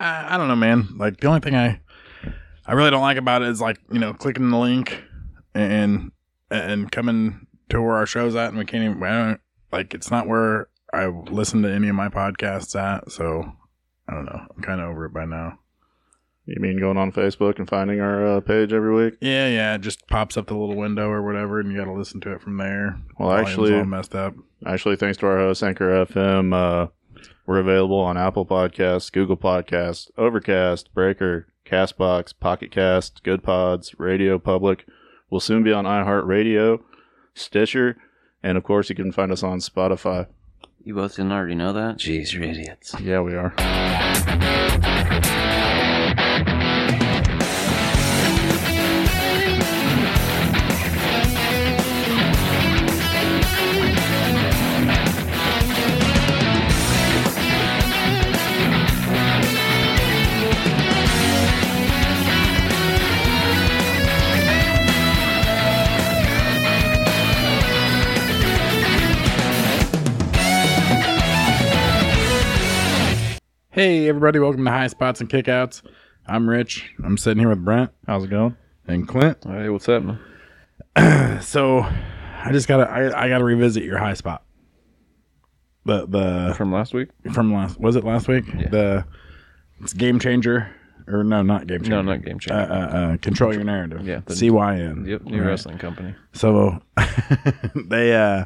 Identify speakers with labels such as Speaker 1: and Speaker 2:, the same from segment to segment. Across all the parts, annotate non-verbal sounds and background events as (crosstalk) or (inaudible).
Speaker 1: I, I don't know, man. Like the only thing I I really don't like about it is like you know clicking the link and and coming to where our show's at, and we can't even I don't, like it's not where I listen to any of my podcasts at. So I don't know. I'm kind of over it by now.
Speaker 2: You mean going on Facebook and finding our uh, page every week?
Speaker 1: Yeah, yeah. It just pops up the little window or whatever, and you got to listen to it from there.
Speaker 2: Well,
Speaker 1: Volume's
Speaker 2: actually-
Speaker 1: all messed up.
Speaker 2: Actually, thanks to our host Anchor FM, uh, we're available on Apple Podcasts, Google Podcasts, Overcast, Breaker, Castbox, Pocket Cast, Good Pods, Radio Public. We'll soon be on iHeartRadio, Stitcher, and of course, you can find us on Spotify.
Speaker 3: You both didn't already know that? Jeez, you're idiots.
Speaker 2: Yeah, we are.
Speaker 1: Hey, everybody! Welcome to High Spots and Kickouts. I'm Rich. I'm sitting here with Brent
Speaker 2: How's it going?
Speaker 1: and Clint.
Speaker 4: Hey, what's happening?
Speaker 1: So, I just gotta I, I gotta revisit your high spot. The the
Speaker 4: From last week?
Speaker 1: from last was it last week the it's game changer or no not game changer
Speaker 4: No, not game
Speaker 1: uh,
Speaker 4: changer.
Speaker 1: uh, uh, control your narrative
Speaker 4: Yeah, the-
Speaker 1: CYN
Speaker 4: yep, new
Speaker 1: Right.
Speaker 4: wrestling company.
Speaker 1: so (laughs) they uh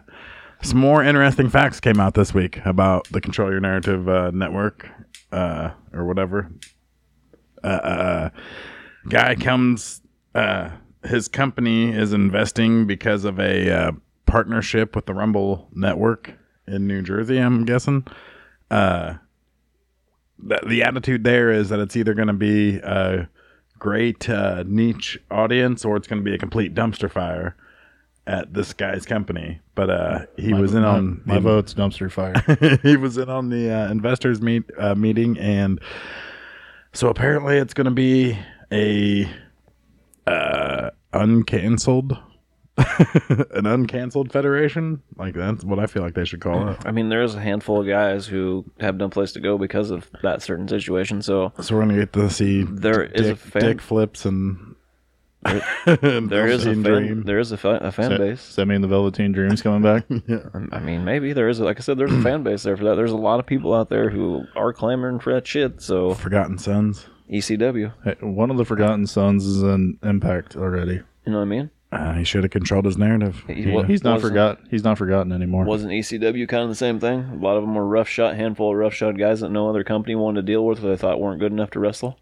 Speaker 1: some more interesting facts came out this week about the control your narrative uh, network uh or whatever uh, uh guy comes uh his company is investing because of a uh, partnership with the Rumble network in New Jersey I'm guessing Uh, the, the attitude there is that it's either going to be a great uh, niche audience or it's going to be a complete dumpster fire at this guy's company. But uh, he was in on
Speaker 5: my
Speaker 1: he-
Speaker 5: vote's dumpster
Speaker 2: (laughs)
Speaker 5: fire.
Speaker 1: (laughs) he was in on the uh, investors meet uh, meeting, and so apparently it's going to be a uh, uncanceled, (laughs) an uncanceled federation. Like that's what I feel like they should call it.
Speaker 4: I mean, there's a handful of guys who have no place to go because of that certain situation. So
Speaker 1: So we're gonna get to see
Speaker 4: There
Speaker 1: dick,
Speaker 4: is a fan-
Speaker 1: dick flips and
Speaker 4: There-
Speaker 1: (laughs) and
Speaker 4: there is a
Speaker 1: Velveteen
Speaker 4: fan,
Speaker 1: Dream.
Speaker 4: there is a, fa- a fan
Speaker 2: Does
Speaker 4: base.
Speaker 2: that mean the Velveteen Dream's coming back?
Speaker 4: Um, I mean, maybe there is. a- Like I said, there's a fan base there for that. There's a lot of people out there who are clamoring for that shit. So E
Speaker 1: Forgotten Sons.
Speaker 4: ECW,
Speaker 2: Hey, One of the Forgotten Sons is in Impact already.
Speaker 4: you know what I mean?
Speaker 1: Uh, he should have controlled his narrative.
Speaker 4: He-
Speaker 2: Well,
Speaker 4: wa-
Speaker 2: he's not
Speaker 4: wasn't-
Speaker 2: forgot. He's not forgotten anymore.
Speaker 4: Wasn't ECW kind of the same thing? A lot of them were rough shot, handful of rough shot guys that no other company wanted to deal with that they thought weren't good enough to wrestle.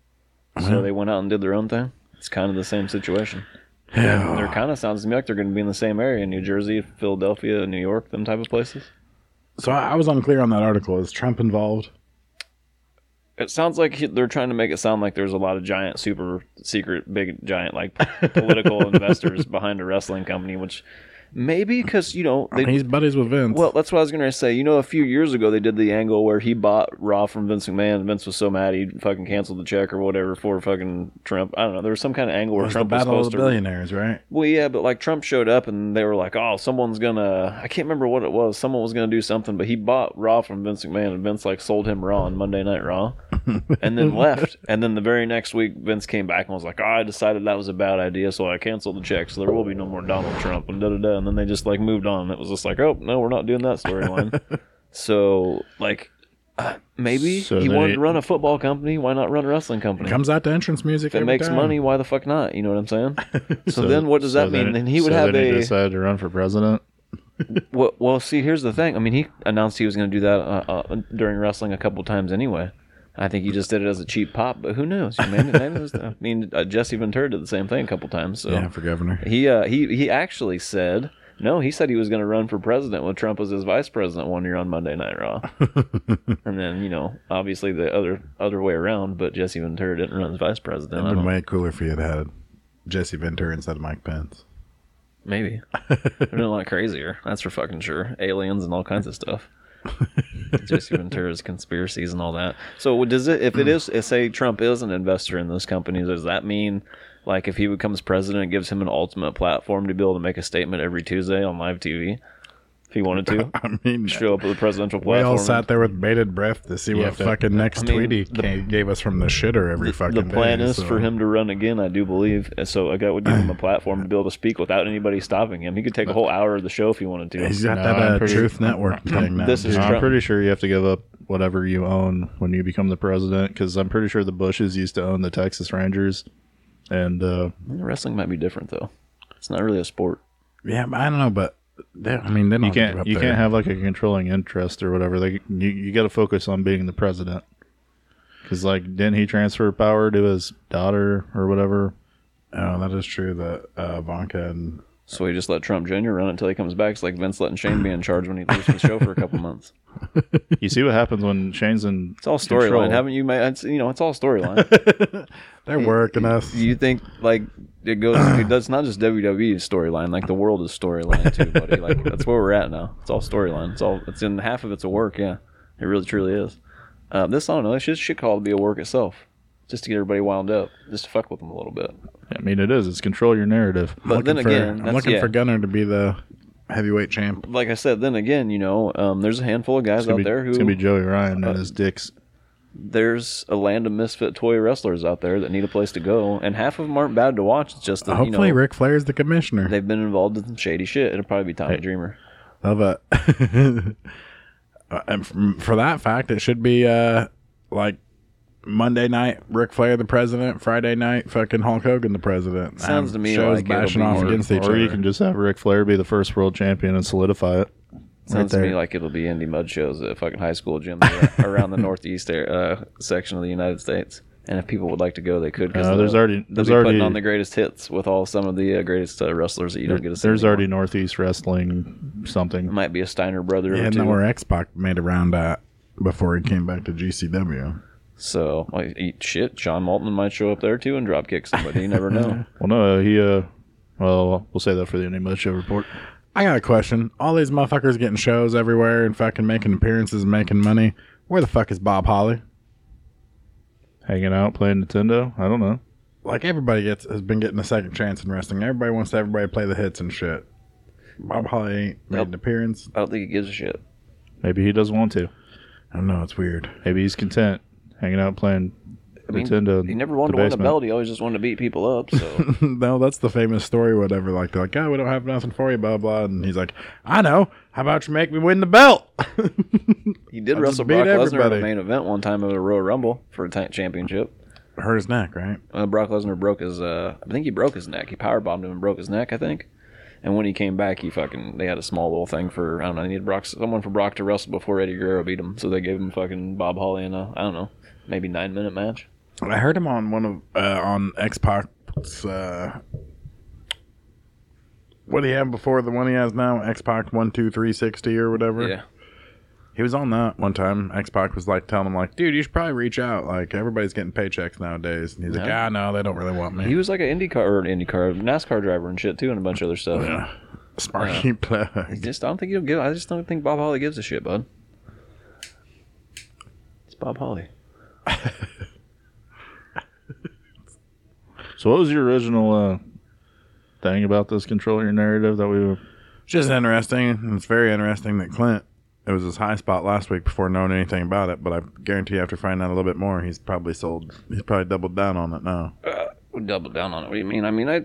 Speaker 3: Mm-hmm.
Speaker 4: So they went out and did their own thing. It's kind of the same situation. And They're kind of sounds to me like they're going to be in the same area in New Jersey, Philadelphia, New York, them type of places.
Speaker 1: So I, I was unclear on that article. Is Trump involved?
Speaker 4: It sounds like he- they're trying to make it sound like there's a lot of giant, super secret, big giant, like (laughs) political investors behind a wrestling company, which maybe because, you know, they,
Speaker 1: He's buddies with Vince.
Speaker 4: Well, that's what I was gonna say. You know, a few years ago they did the angle where he bought Raw from Vince McMahon. and Vince was so mad he fucking canceled the check or whatever for fucking Trump. I don't know. There was some kind of angle
Speaker 1: It
Speaker 4: where
Speaker 1: was
Speaker 4: Trump
Speaker 1: the
Speaker 4: was
Speaker 1: Battle
Speaker 4: supposed
Speaker 1: of the
Speaker 4: to.
Speaker 1: Billionaires, right?
Speaker 4: Well, yeah, but like Trump showed up and they were like, "Oh, someone's gonna." I can't remember what it was. Someone was gonna do something, but he bought Raw from Vince McMahon, and Vince like sold him Raw on Monday Night Raw, and then left. And then the very next week, Vince came back and was like, oh, "I decided that was a bad idea, so I canceled the check. So there will be no more Donald Trump." And da da da. And then they just like moved on. It was just like, "Oh no, we're not doing that storyline." so like. uh, Maybe
Speaker 2: So
Speaker 4: he
Speaker 2: they-
Speaker 4: wanted to run a football company. Why not run a wrestling company?
Speaker 1: Comes out to entrance music.
Speaker 4: If it
Speaker 1: every
Speaker 4: makes
Speaker 1: time.
Speaker 4: money, why the fuck not? You know what I'm saying? So, then, what does
Speaker 2: So
Speaker 4: that mean? Then he would
Speaker 2: so
Speaker 4: have
Speaker 2: then he
Speaker 4: a
Speaker 2: decided to run for president.
Speaker 4: well, well, see, here's the thing. I mean, he announced he was going to do that uh, uh, during wrestling a couple times anyway. I think he just did it as a cheap pop, but who knows? Maybe, maybe it was- I mean, uh, Jesse Ventura did the same thing a couple times. So
Speaker 1: Yeah, for governor.
Speaker 4: he uh, he he actually said no. He said he was going to run for president when Trump was his vice president one year on Monday Night Raw, and then you know obviously the other other way around. But Jesse Ventura didn't run as vice president.
Speaker 1: It'd
Speaker 4: I
Speaker 1: been
Speaker 4: don't-
Speaker 1: way cooler if you had had Jesse Ventura instead of Mike Pence.
Speaker 4: Maybe. They're doing a lot crazier. That's for fucking sure. Aliens and all kinds of
Speaker 1: (laughs)
Speaker 4: stuff. Jesse Ventura's conspiracies and all that. So does it? If it is, if say Trump is an investor in those companies, does that mean, like, if he becomes president, it gives him an ultimate platform to be able to make a statement every Tuesday on live TV? If he wanted to
Speaker 1: (laughs) I mean,
Speaker 4: show up at the presidential
Speaker 1: we
Speaker 4: platform.
Speaker 1: all sat there with bated breath to see
Speaker 2: Yeah,
Speaker 1: what fucking next
Speaker 4: I mean,
Speaker 1: tweet he
Speaker 4: the-
Speaker 1: ca- gave us from the shitter every fucking
Speaker 4: the plan
Speaker 1: day,
Speaker 4: is
Speaker 1: so-
Speaker 4: for him to run again, I do believe. And So I got would give him
Speaker 1: (sighs)
Speaker 4: a platform to be able to speak without anybody stopping him. He could take a whole hour of the show if he wanted to.
Speaker 1: He's got
Speaker 2: No,
Speaker 1: that
Speaker 2: I'm
Speaker 1: uh,
Speaker 2: pretty-
Speaker 1: Truth
Speaker 4: (laughs)
Speaker 1: Network thing now.
Speaker 4: This is
Speaker 1: dude.
Speaker 2: I'm
Speaker 4: Trump-
Speaker 2: pretty sure you have to give up whatever you own when you become the president because I'm pretty sure the Bushes used to own the Texas Rangers. And uh,
Speaker 4: Wrestling might be different though. It's not really a sport.
Speaker 1: yeah, but I don't know, but they, I mean, they don't
Speaker 2: you
Speaker 1: give
Speaker 2: can't
Speaker 1: up
Speaker 2: you
Speaker 1: their-
Speaker 2: can't have like a controlling interest or whatever. They you, you got to focus on being the president. Because like, didn't he transfer power to his daughter or whatever?
Speaker 1: Oh, that is true. That uh, Ivanka and
Speaker 4: So he just let Trump Jr. run until he comes back. It's like Vince letting Shane be in charge when he leaves the show for
Speaker 2: (laughs)
Speaker 4: a couple months.
Speaker 2: You see what happens when Shane's in.
Speaker 4: It's all
Speaker 2: Control.
Speaker 4: storyline, haven't you? ma- It's, you know, it's
Speaker 2: (laughs)
Speaker 4: all storyline.
Speaker 1: they're working us.
Speaker 4: Do you think like it goes? It does not just WWE's storyline. Like the world is storyline too, buddy. Like that's where we're at now. It's all storyline. It's all. It's in half of it's a work. Yeah, it really truly is. Uh, this I don't know. It's just shit called to be a work itself, just to get everybody wound up, just to fuck with them a little bit.
Speaker 2: I mean, it is. It's control your narrative.
Speaker 4: But then
Speaker 1: for,
Speaker 4: again,
Speaker 1: I'm
Speaker 4: that's,
Speaker 1: looking
Speaker 4: yeah.
Speaker 1: for Gunner to be the heavyweight champ.
Speaker 4: Like I said, then again, you know, um, there's a handful of guys
Speaker 2: It's gonna,
Speaker 4: out
Speaker 2: be,
Speaker 4: there
Speaker 2: it's gonna be
Speaker 4: who
Speaker 2: Joey Ryan and his dicks.
Speaker 4: there's a land of misfit toy wrestlers out there that need a place to go, and half of them aren't bad to watch. It's just that you
Speaker 1: Hopefully,
Speaker 4: know
Speaker 1: Ric Flair is the commissioner.
Speaker 4: they've been involved in some shady shit. It'll probably be Tommy Dreamer.
Speaker 1: Love (laughs) it. Uh, and from, for that fact, it should be uh, like Monday night, Ric Flair the president. Friday night, fucking Hulk Hogan the president.
Speaker 4: Sounds to me
Speaker 1: shows
Speaker 4: like it'll
Speaker 1: bashing
Speaker 4: be
Speaker 1: off
Speaker 4: more-
Speaker 1: against
Speaker 2: Or
Speaker 1: each other.
Speaker 2: you can just have Ric Flair be the first world champion and solidify it.
Speaker 4: Sounds to me
Speaker 1: there.
Speaker 4: like it'll be indie mud shows at fucking high school
Speaker 2: (laughs)
Speaker 4: gyms ar- around the northeast air, uh, section of the United States. And if people would like to go, they could.
Speaker 2: Uh,
Speaker 4: they'll-
Speaker 2: there's already-
Speaker 4: they'll
Speaker 2: there's
Speaker 4: be
Speaker 2: already-
Speaker 4: putting on the greatest hits with all some of the uh, greatest uh, wrestlers that you don't get to see.
Speaker 2: There's
Speaker 4: anymore.
Speaker 2: already Northeast Wrestling something.
Speaker 4: might be a Steiner brother
Speaker 1: yeah,
Speaker 4: or
Speaker 1: and
Speaker 4: two.
Speaker 1: then where X Pac made a round at before he came back to GCW.
Speaker 4: So like, eat shit. Sean Waltman might show up there too and drop kick somebody.
Speaker 2: (laughs)
Speaker 4: You never know.
Speaker 2: Well, no, he. uh Well, we'll say that for the Any Mud Show report.
Speaker 1: I got a question. All these motherfuckers getting shows everywhere and fucking making appearances and making money. Where the fuck is Bob Holly?
Speaker 2: Hanging out, playing Nintendo. I don't know.
Speaker 1: Like everybody gets has been getting a second chance in wrestling. Everybody wants to everybody to play the hits and shit. Bob Holly ain't made
Speaker 4: Nope.
Speaker 1: an appearance.
Speaker 4: I don't think he gives a shit.
Speaker 2: Maybe he doesn't want to.
Speaker 1: I don't know, it's weird. (laughs)
Speaker 2: Maybe he's content hanging out playing
Speaker 4: I mean,
Speaker 2: Nintendo. in
Speaker 4: he never wanted
Speaker 2: the
Speaker 4: to win the
Speaker 2: basement.
Speaker 4: belt. He always just wanted to beat people up.
Speaker 1: (laughs)
Speaker 4: So
Speaker 1: no, that's the famous story, whatever. Like they're like, oh, we don't have nothing for you, blah blah. And he's like, I know. How about you make me win the belt? (laughs)
Speaker 4: he did
Speaker 1: I just
Speaker 4: wrestle
Speaker 1: beat
Speaker 4: Brock Lesnar at
Speaker 1: everybody.
Speaker 4: a main event one time at a Royal Rumble for a t- championship.
Speaker 1: Hurt his neck, right?
Speaker 4: Uh, Brock Lesnar broke his. Uh, I think he broke his neck. He power bombed him and broke his neck. I think. And when he came back, he fucking. They had a small little thing for. I don't know. They needed Brock, someone for Brock to wrestle before Eddie Guerrero beat him. So they gave him fucking Bob Holly and I I don't know, maybe nine minute match.
Speaker 1: I heard him on one of uh, on X Pac's. Uh, what he had before the one he has now, X Pac one two three sixty or whatever.
Speaker 4: Yeah.
Speaker 1: he was on that one time. X Pac was like telling him like, dude, you should probably reach out. Like everybody's getting paychecks nowadays, and he's like, ah, no, they don't really want me.
Speaker 4: He was like an IndyCar or an IndyCar NASCAR driver and shit too, and a bunch of other
Speaker 1: (laughs)
Speaker 4: stuff.
Speaker 1: yeah. Sparky
Speaker 4: He
Speaker 1: plug.
Speaker 4: Just I don't think he'll give. I just don't think Bob Holly gives a shit, bud. It's Bob Holly.
Speaker 2: So, what was your original uh, thing about this control your narrative that we were?
Speaker 1: It's just interesting. It's very interesting that Clint. It was his high spot last week before knowing anything about it, but I guarantee after finding out a little bit more, he's probably sold. He's probably doubled down on it now.
Speaker 4: We double down on it. What do you mean? I mean, I,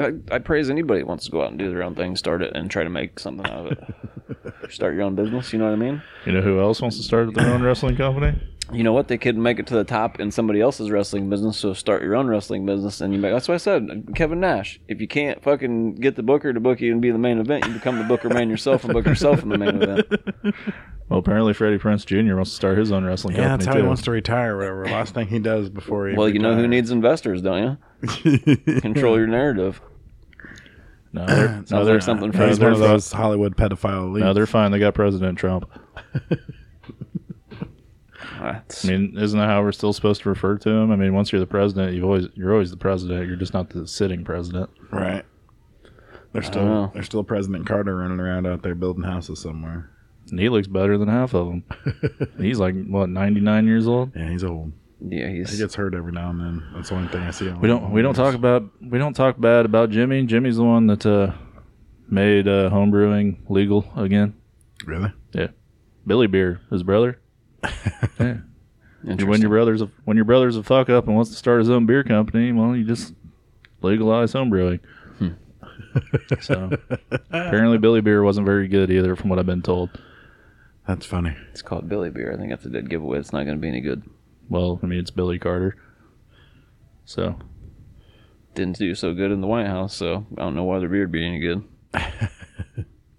Speaker 4: I, I praise anybody that wants to go out and do their own thing, start it, and try to make something out of it. (laughs) start your own business. You know what I mean?
Speaker 2: You know who else wants to start their own wrestling company?
Speaker 4: You know what? They could make it to the top in somebody else's wrestling business. So start your own wrestling business, and you make. That's what I said, Kevin Nash. If you can't fucking get the Booker to book you and be the main event, you become the Booker man yourself and book yourself in the main (laughs) event.
Speaker 2: Well, apparently Freddie Prince Jr. wants to start his own wrestling
Speaker 1: Yeah,
Speaker 2: company
Speaker 1: that's how
Speaker 2: too.
Speaker 1: he wants to retire or whatever. Last thing he does before he
Speaker 4: Well, you know who
Speaker 1: retires.
Speaker 4: needs investors, don't you?
Speaker 1: (laughs)
Speaker 4: Control your narrative.
Speaker 1: (clears throat)
Speaker 2: no, they're, no,
Speaker 4: Sounds
Speaker 2: they're,
Speaker 4: like something for
Speaker 1: He's
Speaker 2: they're
Speaker 1: one of those Hollywood pedophile
Speaker 2: no,
Speaker 1: leads.
Speaker 2: they're fine. They got President Trump. I mean, isn't that how we're still supposed to refer to him? I mean, once you're the president, you've always you're always the president. You're just not the sitting president.
Speaker 1: right. They're still
Speaker 4: know.
Speaker 1: there's still President Carter running around out there building houses somewhere.
Speaker 4: (laughs)
Speaker 2: And he looks better than half of them. He's like what 99 years old.
Speaker 1: Yeah, he's old.
Speaker 4: Yeah,
Speaker 1: He
Speaker 4: he's
Speaker 1: gets hurt every now and then. That's the only thing I see. On
Speaker 2: We don't we don't talk about we don't talk bad about Jimmy. Jimmy's the one that uh, made uh, homebrewing legal again.
Speaker 1: Really?
Speaker 2: Billy Beer, his brother. yeah. When your brother's a, when your brother's a fuck up and wants to start his own beer company, well, you just legalize homebrewing. (laughs) so apparently, Billy Beer wasn't very good either, from what I've been told.
Speaker 1: That's funny.
Speaker 4: It's called Billy Beer. I think that's a dead giveaway. It's not going to be any good.
Speaker 2: Well, I mean, it's Billy Carter. So
Speaker 6: Didn't do so good in the White House, so I don't know why their beer'd be any good.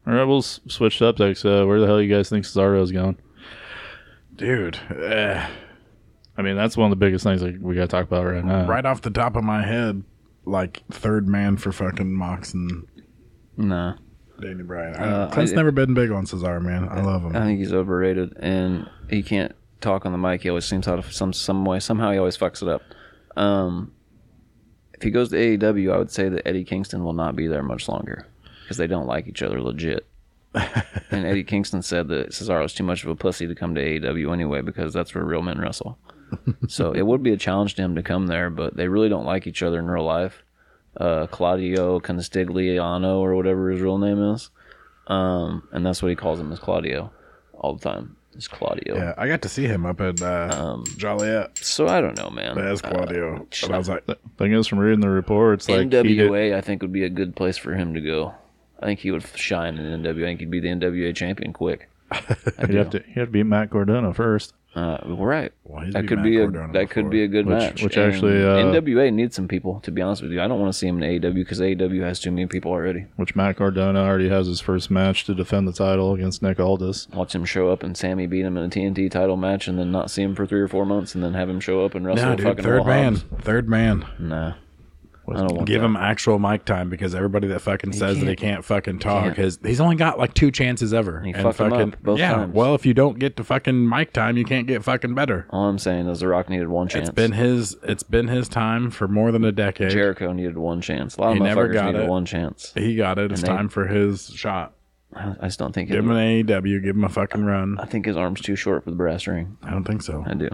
Speaker 2: All right, we'll s- switch subjects. Uh, where the hell you guys think Cesaro's going?
Speaker 1: Dude, uh,
Speaker 2: I mean, that's one of the biggest things that we got to talk about right
Speaker 4: Uh.
Speaker 2: now.
Speaker 1: right off the top of my head, like third man for fucking Mox and
Speaker 4: Nah.
Speaker 1: Danny Bryan. I,
Speaker 4: Uh,
Speaker 1: Clint's
Speaker 4: I- Uh,
Speaker 1: never been big on Cesaro, man. I love him.
Speaker 4: I think he's overrated, and he can't talk on the mic. He always seems out of some some way. Somehow he always fucks it up. Um, if he goes to AEW, I would say that Eddie Kingston will not be there much longer because they don't like each other legit. and Eddie Kingston said that Cesaro's too much of a pussy to come to AEW anyway because that's where real men wrestle. so it would be a challenge to him to come there, but they really don't like each other in real life. Uh, Claudio Constigliano or whatever his real name is. Um, and that's what he calls him is Claudio all the time. It's Claudio.
Speaker 1: yeah, I got to see him up at uh,
Speaker 4: Um,
Speaker 1: Joliet
Speaker 4: So I don't know, man. Uh,
Speaker 1: as Claudio. and I was like,
Speaker 2: Thing is, from reading the reports, like he did-
Speaker 4: NWA, I think, would be a good place for him to go. I think he would shine in NWA. I think he'd be the NWA champion quick. I
Speaker 2: he'd
Speaker 4: do.
Speaker 2: have to he'd have to beat Matt Cordona first.
Speaker 4: Uh, well, right.
Speaker 1: Well, he's
Speaker 4: that
Speaker 1: beat
Speaker 4: could
Speaker 1: Matt
Speaker 4: be a
Speaker 1: Cardona
Speaker 4: that could
Speaker 1: before.
Speaker 4: be a good
Speaker 2: Which-
Speaker 4: match.
Speaker 2: which actually, uh,
Speaker 4: NWA needs some people. To be honest with you, I don't want to see him in AEW because AEW has too many people already.
Speaker 2: Which Matt Cardona already has his first match to defend the title against Nick Aldis.
Speaker 4: Watch him show up and Sammy beat him in a TNT title match, and then not see him for three or four months, and then have him show up and wrestle
Speaker 1: no,
Speaker 4: a
Speaker 1: dude,
Speaker 4: fucking
Speaker 1: third
Speaker 4: Will
Speaker 1: man.
Speaker 4: Hobbs.
Speaker 1: Third man.
Speaker 4: Nah, I don't want
Speaker 1: Give
Speaker 4: that.
Speaker 1: him actual mic time because everybody that fucking says that he can't fucking talk
Speaker 4: can't.
Speaker 1: has he's only got like two chances ever.
Speaker 4: he fucked 'em up both
Speaker 1: yeah.
Speaker 4: times.
Speaker 1: Well, if you don't get to fucking mic time, you can't get fucking better.
Speaker 4: All I'm saying is The Rock needed one chance.
Speaker 1: It's been his. It's been his time for more than a decade.
Speaker 4: Jericho needed one chance. A lot of
Speaker 1: He never
Speaker 4: motherfuckers
Speaker 1: got
Speaker 4: needed
Speaker 1: it.
Speaker 4: one chance.
Speaker 1: He got it. It's
Speaker 4: they-
Speaker 1: time for his shot.
Speaker 4: I I just don't think.
Speaker 1: Give him
Speaker 4: Him,
Speaker 1: an AEW. Give him a fucking run.
Speaker 4: I think his arm's too short for the brass ring.
Speaker 1: I don't think so.
Speaker 4: I do.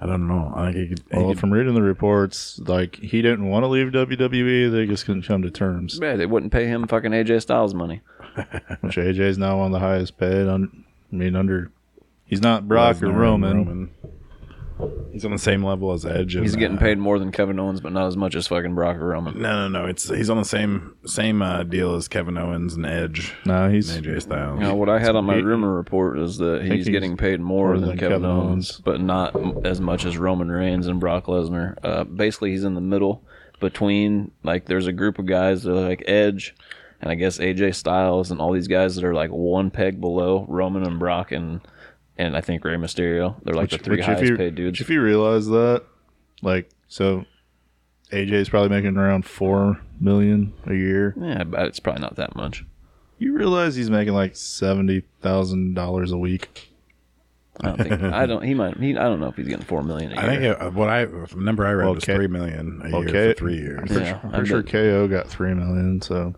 Speaker 1: I don't know. I think he could. he
Speaker 2: Well,
Speaker 1: could-
Speaker 2: from reading the reports, like he didn't want to leave WWE, they just couldn't come to
Speaker 4: (laughs)
Speaker 2: terms.
Speaker 4: Yeah, they wouldn't pay him fucking AJ Styles money.
Speaker 2: Which AJ's now one of the highest paid. On, I mean, under he's not Brock or
Speaker 1: Lesnar and
Speaker 2: Roman.
Speaker 1: Roman. He's on the same level as Edge. and,
Speaker 4: He's getting
Speaker 1: uh,
Speaker 4: paid more than Kevin Owens, but not as much as fucking Brock or Roman.
Speaker 1: No, no, no. It's he's on the same same uh, deal as Kevin Owens and Edge
Speaker 2: No, he's
Speaker 1: and AJ Styles.
Speaker 4: Now, what I had on my rumor report is that he's,
Speaker 2: he's
Speaker 4: getting paid more than, Kevin, Owens,
Speaker 2: Owens.
Speaker 4: but not m- as much as Roman Reigns and Brock Lesnar. Uh, basically, he's in the middle between like there's a group of guys that are like Edge, and I guess AJ Styles and all these guys that are like one peg below Roman and Brock and and I think Rey Mysterio. They're like the three
Speaker 2: which
Speaker 4: highest
Speaker 2: if you,
Speaker 4: paid dudes.
Speaker 2: which if you realize that, like, so AJ's probably making around four million a year.
Speaker 4: yeah, but it's probably not that much.
Speaker 2: You realize he's making like seventy thousand dollars a week.
Speaker 4: I don't think I don't. He might. He, I don't know if he's getting four million. A year.
Speaker 1: I think it, uh, what I the number I read was
Speaker 2: Okay.
Speaker 1: three million a
Speaker 2: Okay.
Speaker 1: year for three years.
Speaker 4: Yeah,
Speaker 2: I'm
Speaker 4: I
Speaker 2: pretty sure
Speaker 4: bet-
Speaker 2: KO got three million. So,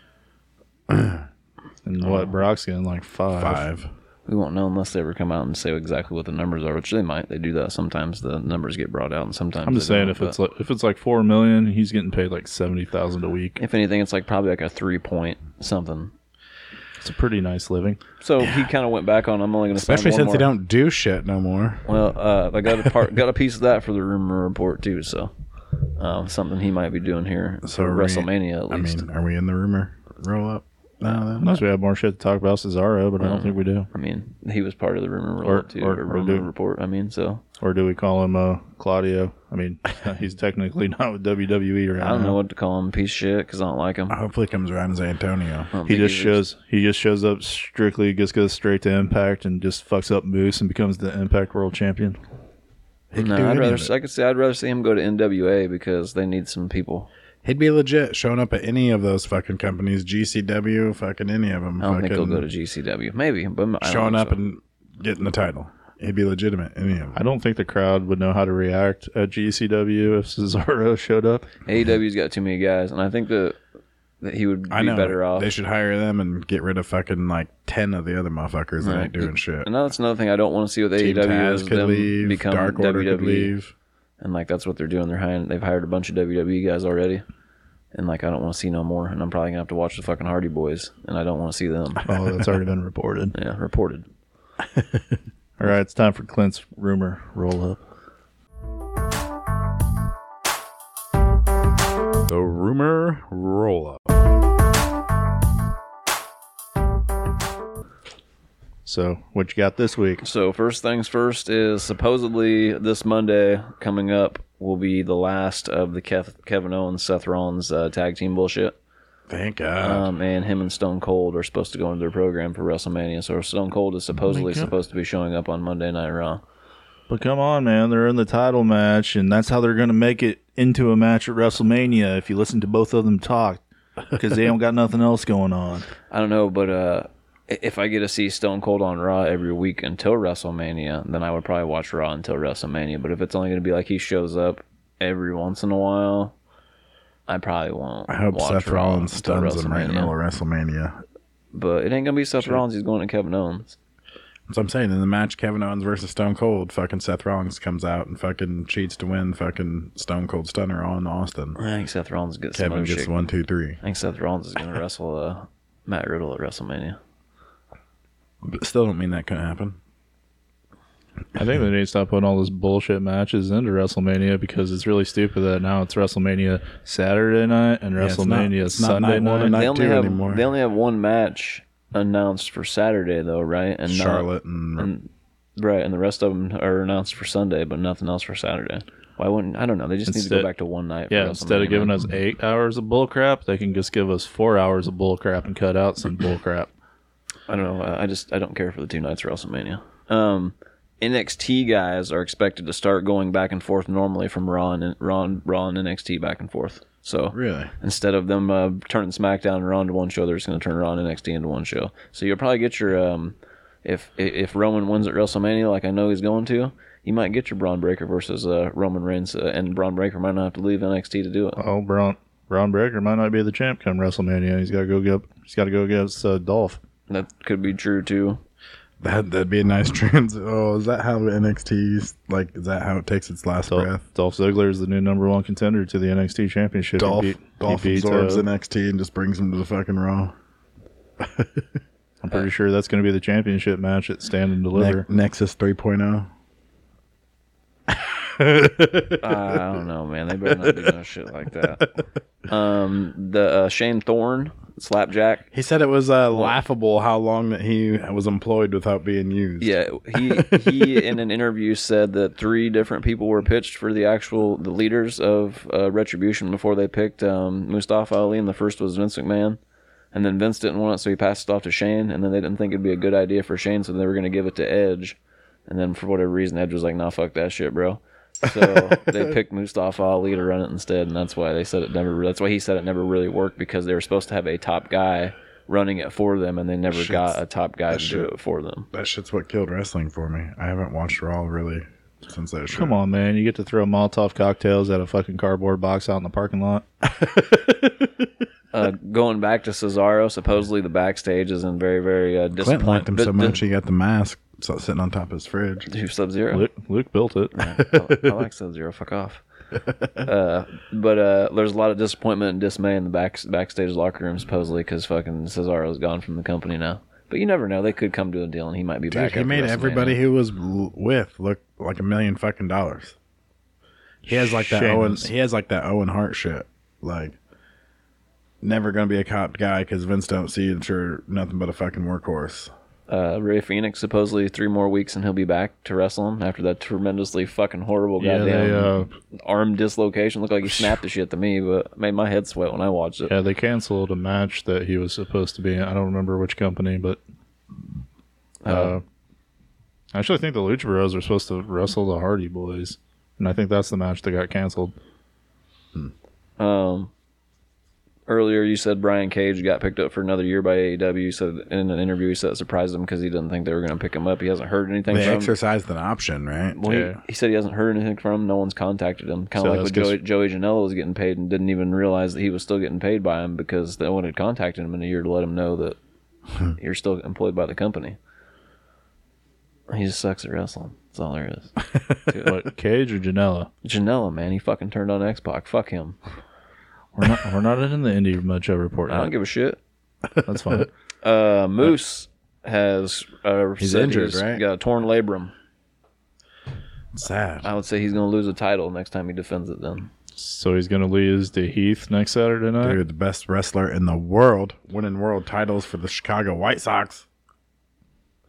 Speaker 2: (clears throat) and
Speaker 4: Oh.
Speaker 2: what Brock's getting like five.
Speaker 1: Five.
Speaker 4: We won't know unless they ever come out and say exactly what the numbers are, which they might. They do that sometimes. The numbers get brought out, and sometimes
Speaker 2: I'm just
Speaker 4: they
Speaker 2: saying
Speaker 4: don't,
Speaker 2: if it's
Speaker 4: but
Speaker 2: like if it's like four million, he's getting paid like seventy thousand a week.
Speaker 4: if anything, it's like probably like a three point something.
Speaker 2: It's a pretty nice living.
Speaker 4: So he kind of went back on. I'm only going to
Speaker 1: Especially
Speaker 4: one
Speaker 1: since
Speaker 4: more.
Speaker 1: they don't do shit no more.
Speaker 4: Well, uh, I got a part, got a piece of that for the rumor report too. So um, something he might be doing here
Speaker 1: So
Speaker 4: for
Speaker 1: are we-
Speaker 4: WrestleMania at
Speaker 1: I
Speaker 4: least.
Speaker 1: mean, are we in the rumor roll up? No, then.
Speaker 2: Unless we have more shit to talk about Cesaro, but I
Speaker 4: Mm-hmm.
Speaker 2: don't think we do.
Speaker 4: I mean, he was part of the rumor report too,
Speaker 2: or-
Speaker 4: or,
Speaker 2: or
Speaker 4: rumor
Speaker 2: do-
Speaker 4: report. I mean, so
Speaker 2: Or do we call him uh, Claudio? I mean, (laughs) he's technically not with WWE right
Speaker 4: I don't
Speaker 2: now.
Speaker 4: know what to call him. Piece of shit because I don't like him. I
Speaker 1: Hopefully, it comes around as Antonio.
Speaker 4: don't
Speaker 2: He
Speaker 4: think
Speaker 2: just
Speaker 4: he's-
Speaker 2: shows he just shows up strictly, just goes straight to Impact and just fucks up Moose and becomes the Impact World Champion.
Speaker 1: He could
Speaker 4: No,
Speaker 1: do
Speaker 4: I'd
Speaker 1: any
Speaker 4: rather.
Speaker 1: of it.
Speaker 4: I could say I'd rather see him go to NWA because they need some people.
Speaker 1: He'd be legit showing up at any of those fucking companies, GCW, fucking any of them.
Speaker 4: I don't
Speaker 1: fucking
Speaker 4: think he'll go to GCW. Maybe, but I don't
Speaker 1: showing
Speaker 4: think
Speaker 1: up
Speaker 4: so.
Speaker 1: and getting the title. He'd be legitimate. Any of them.
Speaker 2: I don't think the crowd would know how to react at GCW if Cesaro (laughs) showed up.
Speaker 4: AEW's E got too many guys, and I think that that he would be
Speaker 1: I know.
Speaker 4: better off.
Speaker 1: They should hire them and get rid of fucking like ten of the other motherfuckers that
Speaker 4: Right.
Speaker 1: ain't doing shit.
Speaker 4: and that's another thing I don't want to see with
Speaker 1: Team
Speaker 4: AEW
Speaker 1: Taz
Speaker 4: is
Speaker 1: could
Speaker 4: them
Speaker 1: leave.
Speaker 4: become E.
Speaker 1: Dark Order
Speaker 4: WWE,
Speaker 1: could leave.
Speaker 4: and like that's what they're doing. They're hiring. They've hired a bunch of WWE guys E already, and like I don't want to see no more, and I'm probably gonna have to watch the fucking Hardy Boys, and I don't want to
Speaker 1: (laughs)
Speaker 4: see them.
Speaker 5: Oh, that's already been
Speaker 4: (laughs)
Speaker 5: reported.
Speaker 4: Yeah, reported.
Speaker 2: All right, it's time for Clint's rumor roll up.
Speaker 1: The rumor roll up.
Speaker 2: So, what you got this week?
Speaker 4: So first things first is supposedly this Monday coming up will be the last of the Kev- Kevin Owens Seth Rollins uh, tag team bullshit.
Speaker 1: Thank God.
Speaker 4: Um, and him and Stone Cold are supposed to go into their program for WrestleMania. So Stone Cold
Speaker 1: Oh
Speaker 4: is supposedly supposed to be showing up on Monday Night Raw.
Speaker 2: But come on, man, they're in the title match, and that's how they're going to make it into a match at WrestleMania. If you listen to both of them talk, because they don't got nothing else going on.
Speaker 4: I don't know, but uh, i- if I get to see Stone Cold on Raw every week until WrestleMania, then I would probably watch Raw until WrestleMania. But if it's only going to be like he shows up every once in a while, I probably won't.
Speaker 1: I hope
Speaker 4: watch
Speaker 1: Seth
Speaker 4: Raw
Speaker 1: Rollins
Speaker 4: until
Speaker 1: stuns him right in the
Speaker 4: WrestleMania.
Speaker 1: middle of WrestleMania.
Speaker 4: But it ain't gonna be Seth Rollins. He's going to Kevin Owens.
Speaker 1: That's what I'm saying. In the match, Kevin Owens versus Stone Cold, fucking Seth Rollins comes out and fucking cheats to win fucking Stone Cold Stunner on Austin.
Speaker 4: I think Seth Rollins gets some
Speaker 1: Kevin
Speaker 4: other
Speaker 1: gets
Speaker 4: shit.
Speaker 1: one, two, three.
Speaker 4: I think Seth Rollins is gonna (laughs) wrestle uh, Matt Riddle at WrestleMania.
Speaker 1: But still don't mean that couldn't happen.
Speaker 2: I think they need to stop putting all those bullshit matches into WrestleMania because it's really stupid that now it's WrestleMania Saturday night and
Speaker 1: it's not-
Speaker 2: WrestleMania
Speaker 1: it's not
Speaker 2: Sunday
Speaker 1: night one
Speaker 2: night.
Speaker 1: and
Speaker 4: they
Speaker 1: Not
Speaker 4: only
Speaker 1: two
Speaker 4: have
Speaker 1: anymore.
Speaker 4: they only have one match announced for Saturday though, right? And not-
Speaker 1: Charlotte and,
Speaker 4: right? And the rest of them are announced for Sunday, but nothing else for Saturday. Why wouldn't I don't know? They just need to
Speaker 2: Instead-
Speaker 4: go back to one night.
Speaker 2: Yeah,
Speaker 4: for
Speaker 2: instead of
Speaker 4: WrestleMania.
Speaker 2: giving us eight hours of bullcrap, they can just give us four hours of bullcrap and cut out some bullcrap.
Speaker 4: I don't know. I I just I don't care for the two nights of WrestleMania. Um, NXT guys are expected to start going back and forth normally from Raw and Raw and, Raw and NXT back and forth. So
Speaker 1: really
Speaker 4: instead of them uh, turning SmackDown and Raw into one show, they're just going to turn Raw and NXT into one show. So you'll probably get your um, if i- if Roman wins at WrestleMania, like I know he's going to, you might get your Braun Breaker versus uh, Roman Reigns, uh, and Braun Breaker might not have to leave NXT to do it.
Speaker 2: Oh, Braun Braun Breaker might not be the champ come WrestleMania. He's got to go get. He's got to go against uh, Dolph.
Speaker 4: That could be true too.
Speaker 1: that that'd be a nice (laughs) trans. Oh, is that how NXT's like? Is that how it takes its last
Speaker 2: Dolph,
Speaker 1: breath?
Speaker 2: Dolph Ziggler is the new number one contender to the NXT Championship. He
Speaker 1: Dolph
Speaker 2: beat- he
Speaker 1: Dolph
Speaker 2: beat,
Speaker 1: absorbs
Speaker 2: uh,
Speaker 1: NXT and just brings him to the fucking Raw.
Speaker 2: I'm pretty sure that's going to be the championship match at Stand and Deliver.
Speaker 1: Ne- Nexus oh. 3.0.
Speaker 4: I don't know, man. They better not do no shit like that. Um, the uh, Shane Thorne slapjack.
Speaker 1: He said it was uh, laughable how long that he was employed without being used.
Speaker 4: Yeah, he he in an interview said that three different people were pitched for the actual the leaders of uh, Retribution before they picked um, Mustafa Ali, and the first was Vince McMahon, and then Vince didn't want it, so he passed it off to Shane, and then they didn't think it'd be a good idea for Shane, so they were going to give it to Edge, and then for whatever reason, Edge was like, "Nah, fuck that shit, bro." So they picked Mustafa Ali to run it instead, and that's why they said it never. That's why he said it never really worked because they were supposed to have a top guy running it for them, and they never got a top guy to do it for them.
Speaker 1: That shit's what killed wrestling for me. I haven't watched Raw really since that shit.
Speaker 2: Come on, man! You get to throw Molotov cocktails at a fucking cardboard box out in the parking lot.
Speaker 4: uh, going back to Cesaro, supposedly the backstage is in very, very uh,
Speaker 1: Clint
Speaker 4: disappointed.
Speaker 1: liked him so
Speaker 4: (laughs)
Speaker 1: much he got the mask so- sitting on top of his fridge.
Speaker 4: Sub Zero.
Speaker 2: Luke, Luke built it.
Speaker 4: I I like Sub Zero. Fuck
Speaker 1: (laughs)
Speaker 4: off. Uh, but uh, there's a lot of disappointment and dismay in the back backstage locker room, supposedly because fucking Cesaro's gone from the company now. But you never know; they could come to a deal, and he might be
Speaker 1: Dude,
Speaker 4: back.
Speaker 1: he
Speaker 4: after
Speaker 1: made
Speaker 4: WrestleMania.
Speaker 1: everybody who was l- with look like a million fucking dollars. He has like that
Speaker 2: Shameless.
Speaker 1: Owen. He has like that Owen Hart shit. Like, never gonna be a cop guy because Vince don't see that you're nothing but a fucking workhorse.
Speaker 4: Uh, Ray Phoenix supposedly three more weeks, and he'll be back to wrestling after that tremendously fucking horrible
Speaker 2: Yeah,
Speaker 4: goddamn
Speaker 2: they uh,
Speaker 4: arm dislocation. Looked like he snapped the shit to me, but made my head sweat when I watched it.
Speaker 2: yeah they canceled a match that he was supposed to be. in. I don't remember which company, but uh, I actually think the Lucha Bros were supposed to wrestle the Hardy Boys, and I think that's the match that got canceled.
Speaker 4: Um, earlier you said Brian Cage got picked up for another year by AEW. So in an interview he said it surprised him because he didn't think they were going to pick him up. He hasn't heard anything
Speaker 1: They
Speaker 4: from.
Speaker 1: exercised an option, right?
Speaker 4: well, he-
Speaker 2: Yeah.
Speaker 4: he, said he hasn't heard anything from him. No one's contacted him. Kind
Speaker 2: So
Speaker 4: of like
Speaker 2: that's
Speaker 4: when Joey, Joey Janela was getting paid and didn't even realize that he was still getting paid by him because no one had contacted him in a year to let him know
Speaker 2: (laughs)
Speaker 4: that you're still employed by the company. He just sucks at wrestling. That's all there is.
Speaker 2: What Cage or Janela?
Speaker 4: Janela, man, he fucking turned on X Pac. Fuck him.
Speaker 2: We're not we're not in the indie mud show report.
Speaker 4: I don't
Speaker 2: Yet.
Speaker 4: give a shit.
Speaker 2: That's fine.
Speaker 4: Uh, Moose has uh,
Speaker 1: He's
Speaker 4: said
Speaker 1: injured, right?
Speaker 4: Got a torn labrum.
Speaker 1: Sad.
Speaker 4: I would say he's going to lose a title next time he defends it. Then
Speaker 2: so he's gonna lose to Heath next Saturday night.
Speaker 1: Dude, the best wrestler in the world, winning world titles for the Chicago White Sox,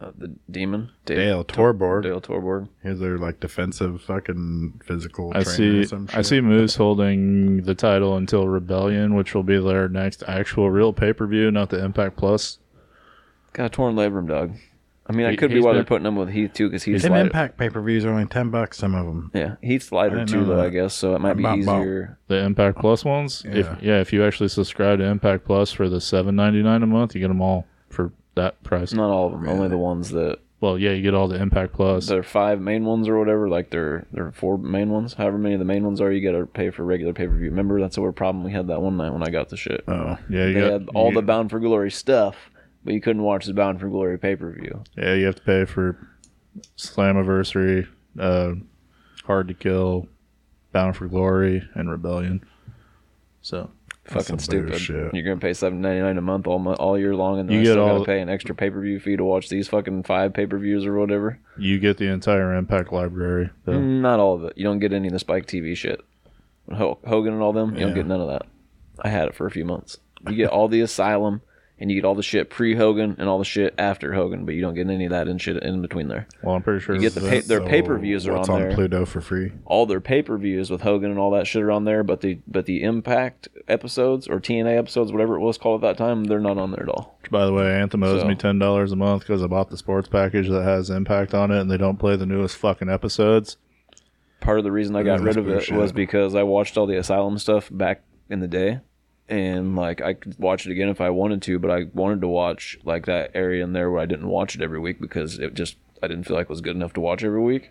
Speaker 4: uh, the demon
Speaker 1: Dale Torborg.
Speaker 4: Dale Torborg.
Speaker 1: Here's their like defensive fucking physical.
Speaker 2: I
Speaker 1: trainer or
Speaker 2: see.
Speaker 1: some
Speaker 2: I
Speaker 1: shit.
Speaker 2: see Moose holding the title until Rebellion, which will be their next actual real pay per view, not the Impact Plus.
Speaker 4: Got a torn labrum, dog. I mean, I
Speaker 2: He-
Speaker 4: could be
Speaker 2: he's
Speaker 4: why
Speaker 2: been-
Speaker 4: they're putting him with Heath too, because Heath's
Speaker 1: Them
Speaker 4: lighter.
Speaker 1: Impact pay per views are only ten bucks. Some of them.
Speaker 4: Yeah, Heath's
Speaker 1: I
Speaker 4: lighter
Speaker 1: didn't
Speaker 4: too,
Speaker 1: know
Speaker 4: though.
Speaker 1: that.
Speaker 4: I guess so. It might be
Speaker 1: Bop, bop.
Speaker 4: easier.
Speaker 2: The Impact Plus ones. If
Speaker 1: Yeah.
Speaker 2: yeah, if you actually subscribe to Impact Plus for the seven ninety nine a month, you get them all for that price.
Speaker 4: Not all of them. Only the ones that
Speaker 2: Well, yeah, you get all the Impact Plus.
Speaker 4: their five main ones or whatever. Like their their four main ones. However many of the main ones are, you got to pay for regular pay per view. Remember that's our problem we had that one night when I got the shit.
Speaker 1: Oh,
Speaker 2: yeah, you
Speaker 4: they
Speaker 2: got,
Speaker 4: had all
Speaker 2: you,
Speaker 4: the Bound for Glory stuff, but you couldn't watch the Bound for Glory pay per view.
Speaker 2: yeah, you have to pay for Slammiversary, uh, Hard to Kill, Bound for Glory, and Rebellion. So
Speaker 4: Fucking
Speaker 1: some
Speaker 4: stupid.
Speaker 1: bullshit.
Speaker 4: You're gonna pay seven ninety nine a month all month, all year long, and then
Speaker 2: You
Speaker 4: you
Speaker 2: get
Speaker 4: still
Speaker 2: all-
Speaker 4: gotta pay an extra pay per view fee to watch these fucking five pay per views or whatever.
Speaker 2: you get the entire Impact library. So.
Speaker 4: Mm, Not all of it. You don't get any of the Spike TV shit. Ho- Hogan and all them, you don't get none of that. I had it for a few months. You get all the Asylum, and you get all the shit pre Hogan and all the shit after Hogan, but you don't get any of that and shit in between there.
Speaker 2: Well, I'm pretty sure
Speaker 4: You get the
Speaker 2: this
Speaker 4: pay-
Speaker 2: is-
Speaker 4: their pay per views are on
Speaker 1: what's
Speaker 4: there.
Speaker 1: Pluto for free.
Speaker 4: all their pay per views with Hogan and all that shit are on there, but the but the Impact episodes or TNA episodes, whatever it was called at that time, they're not on there at all.
Speaker 2: By the way, Anthem owes
Speaker 4: So-
Speaker 2: me ten dollars a month because I bought the sports package that has Impact on it, and they don't play the newest fucking episodes.
Speaker 4: Part of the reason I got
Speaker 1: Yeah,
Speaker 4: rid
Speaker 1: that's
Speaker 4: of it
Speaker 1: bullshit.
Speaker 4: was because I watched all the Asylum stuff back in the day, and like I could watch it again if I wanted to, but I wanted to watch like that area in there where I didn't watch it every week because it just I didn't feel like it was good enough to watch every week.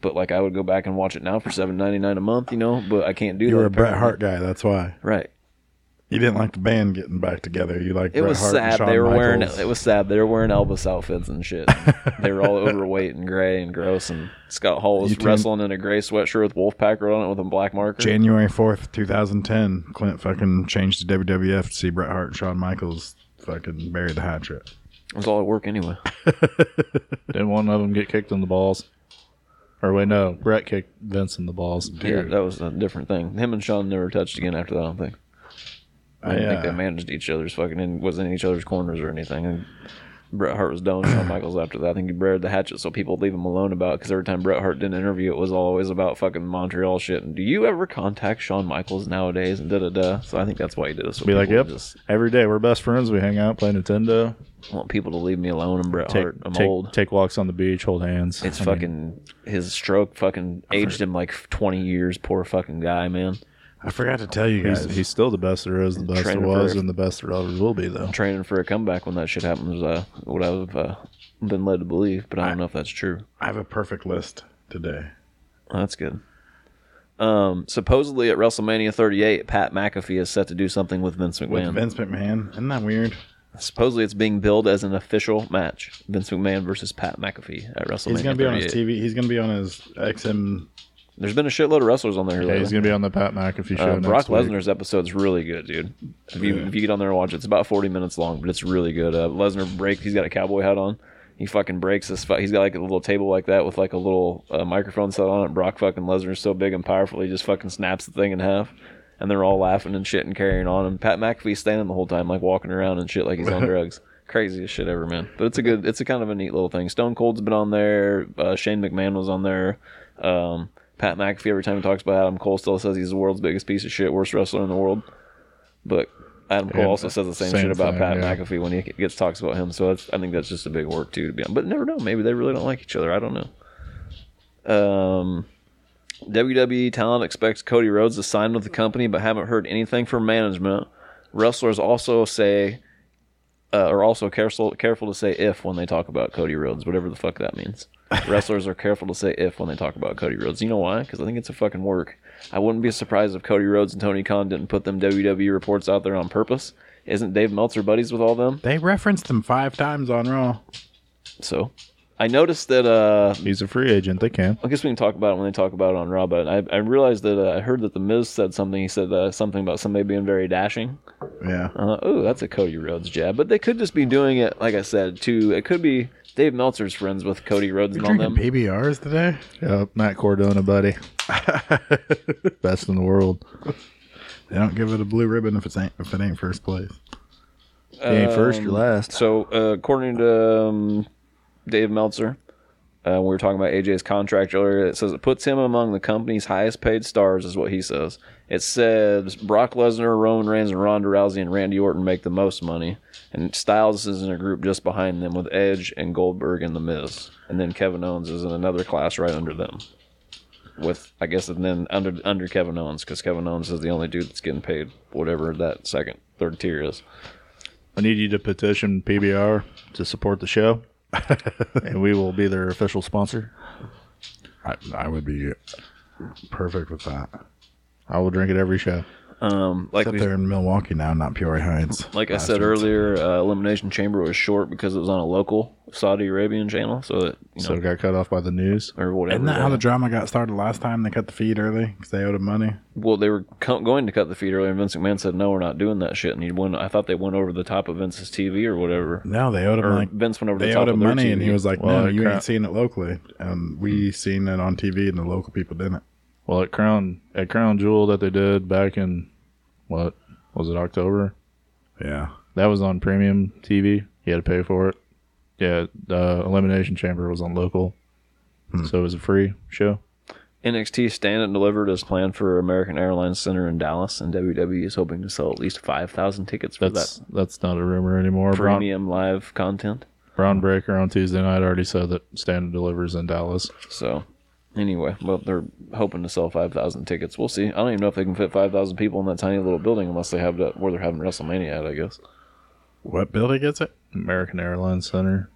Speaker 4: But like I would go back and watch it now for seven ninety nine a month, you know. But I can't do
Speaker 1: You
Speaker 4: that.
Speaker 1: were a Bret
Speaker 4: apparently.
Speaker 1: Hart guy. That's why
Speaker 4: right?
Speaker 1: you didn't like the band getting back together. You like
Speaker 4: It
Speaker 1: Bret
Speaker 4: was
Speaker 1: Hart and
Speaker 4: sad.
Speaker 1: Shawn
Speaker 4: They were wearing
Speaker 1: Michaels.
Speaker 4: it was sad. They were wearing Elvis outfits
Speaker 1: (laughs)
Speaker 4: and shit. they were all overweight and gray and gross. And Scott Hall was
Speaker 1: You tuned-
Speaker 4: wrestling in a gray sweatshirt with Wolfpack wrote on it with a black marker.
Speaker 1: January fourth, two thousand ten. Clint fucking changed to WWF to see Bret Hart and Shawn Michaels fucking bury the hatchet.
Speaker 4: it was all at work anyway.
Speaker 2: Didn't one of them get kicked in the balls? Or wait, no, Brett kicked Vince in the balls.
Speaker 4: Yeah, that was a different thing. Him and Sean never touched again after that. I don't think. I didn't think
Speaker 1: uh,
Speaker 4: they managed each other's fucking in was in each other's corners or anything. And Bret Hart was done with Shawn Michaels after that. I think he buried the hatchet so people would leave him alone about because every time Bret Hart did an interview, it was always about fucking Montreal shit. And do you ever contact Shawn Michaels nowadays? And da da da. So I think that's why he did it. So
Speaker 2: Be like,
Speaker 4: people
Speaker 2: yep.
Speaker 4: just
Speaker 2: Every day we're best friends. We hang out, play Nintendo,
Speaker 4: want people to leave me alone. And Bret
Speaker 2: take
Speaker 4: Hart, I'm
Speaker 2: take,
Speaker 4: old.
Speaker 2: take walks on the beach, hold hands.
Speaker 4: it's
Speaker 2: I mean,
Speaker 4: fucking his stroke. Fucking aged him like twenty years. Poor fucking guy, man.
Speaker 1: I forgot to tell you guys.
Speaker 2: He's, he's still the best there is, the best there
Speaker 4: Trainer
Speaker 2: was,
Speaker 4: for-
Speaker 2: and the best there always will be, though.
Speaker 4: Training for a comeback when that shit happens. Uh, what I've uh, been led to believe, but I don't know if that's true.
Speaker 1: I have a perfect list today.
Speaker 4: Well, that's good. Um, supposedly at WrestleMania 38, Pat McAfee is set to do something with Vince
Speaker 1: With
Speaker 4: McMahon.
Speaker 1: Vince McMahon. Isn't that weird?
Speaker 4: supposedly it's being billed as an official match: Vince McMahon versus Pat McAfee at WrestleMania.
Speaker 1: He's gonna be on his
Speaker 4: 38.
Speaker 1: TV. He's gonna be on his XM.
Speaker 4: There's been a shitload of wrestlers on there.
Speaker 2: Yeah,
Speaker 4: lately.
Speaker 2: he's gonna be on the Pat McAfee show.
Speaker 4: Uh,
Speaker 2: next
Speaker 4: Brock
Speaker 2: week.
Speaker 4: Lesnar's episode's really good, dude. If you if you get on there and watch it, it's about forty minutes long, but it's really good. Uh, Lesnar breaks. He's got a cowboy hat on. He fucking breaks this. Fu- he's got like a little table like that with like a little uh, microphone set on it. Brock fucking Lesnar's so big and powerful, he just fucking snaps the thing in half, and they're all laughing and shit and carrying on. And Pat McAfee's standing the whole time, like walking around and shit, like
Speaker 2: (laughs)
Speaker 4: he's on drugs. Craziest shit ever, man. But it's a good. It's a kind of a neat little thing. Stone Cold's been on there. Uh, Shane McMahon was on there. Um, Pat McAfee, every time he talks about Adam Cole, still says he's the world's biggest piece of shit, worst wrestler in the world. But Adam Cole
Speaker 2: Yeah,
Speaker 4: also says the same,
Speaker 2: same
Speaker 4: shit about
Speaker 2: thing,
Speaker 4: Pat
Speaker 2: yeah.
Speaker 4: McAfee when he gets talks about him. So that's, I think that's just a big work too to be on. But never know. Maybe they really don't like each other. I don't know. Um, WWE talent expects Cody Rhodes to sign with the company, but haven't heard anything from management. Wrestlers also say, uh, are also careful careful to say if when they talk about Cody Rhodes, whatever the fuck that means. Wrestlers are careful to say if when they talk about Cody Rhodes. You know why? Because I think it's a fucking work. I wouldn't be surprised if Cody Rhodes and Tony Khan didn't put them WWE reports out there on purpose. Isn't Dave Meltzer buddies with all them?
Speaker 1: They referenced him five times on Raw.
Speaker 4: So I noticed that uh,
Speaker 2: He's a free agent. They can.
Speaker 4: I guess we can talk about it when they talk about it on Raw. But I, I realized that uh, I heard that the Miz said something. He said uh, something about somebody being very dashing.
Speaker 2: Yeah.
Speaker 4: I thought, oh, that's a Cody Rhodes jab. But they could just be doing it, like I said, to it could be Dave Meltzer's friends with Cody Rhodes and all
Speaker 1: Drinking
Speaker 4: them.
Speaker 1: PBRs today?
Speaker 2: Yep. Matt Cordona, buddy. Best in the world.
Speaker 1: They don't give it a blue ribbon if it ain't if it ain't first place.
Speaker 2: You ain't first,
Speaker 4: Um,
Speaker 2: you're last.
Speaker 4: So uh, according to um, Dave Meltzer, uh, we were talking about AJ's contract earlier. It says it puts him among the company's highest paid stars, is what he says. It says Brock Lesnar, Roman Reigns, and Ronda Rousey and Randy Orton make the most money, and Styles is in a group just behind them with Edge and Goldberg and The Miz, and then Kevin Owens is in another class right under them. With I guess and then under under Kevin Owens because Kevin Owens is the only dude that's getting paid whatever that second third tier is.
Speaker 2: I need you to petition PBR to support the show, and we will be their official sponsor.
Speaker 1: I, I would be perfect with that.
Speaker 2: I will drink at every show.
Speaker 4: Um, like
Speaker 1: Except
Speaker 4: we
Speaker 1: they're in Milwaukee now, not Peoria Heights.
Speaker 4: Like I said earlier, uh, Elimination Chamber was short because it was on a local Saudi Arabian channel, so that you know,
Speaker 2: So it got cut off by the news.
Speaker 4: or whatever.
Speaker 1: Isn't that how
Speaker 4: uh,
Speaker 1: the drama got started last time? They cut the feed early because they owed him money.
Speaker 4: well, they were co- going to cut the feed earlier, and Vince McMahon said, "No, we're not doing that shit." And he went. I thought they went over the top of Vince's TV or whatever.
Speaker 1: No, they owed him
Speaker 4: Or
Speaker 1: like
Speaker 4: Vince went over
Speaker 1: they
Speaker 4: the top
Speaker 1: owed
Speaker 4: of
Speaker 1: him
Speaker 4: their
Speaker 1: money, and
Speaker 4: TV.
Speaker 1: he was like,
Speaker 2: Well,
Speaker 1: "No, you Hmm.
Speaker 2: crap.
Speaker 1: ain't seen it locally, and we seen it on TV, and the local people didn't."
Speaker 2: Well, at Crown at Crown Jewel that they did back in what was it October?
Speaker 1: Yeah,
Speaker 2: That was on premium TV. You had to pay for it. Yeah, the Elimination Chamber was on local, so it was a free show.
Speaker 4: NXT Stand and Delivered is planned for American Airlines Center in Dallas, and WWE is hoping to sell at least five thousand tickets for
Speaker 2: That's
Speaker 4: that
Speaker 2: that's not a rumor anymore. Braun,
Speaker 4: premium live content.
Speaker 2: Braun Breaker on Tuesday night already said that Stand and delivers in Dallas.
Speaker 4: So anyway, well, they're hoping to sell five thousand tickets. We'll see. I don't even know if they can fit five thousand people in that tiny little building unless they have that where they're having WrestleMania at. I guess.
Speaker 1: what building gets it?
Speaker 2: American Airlines Center.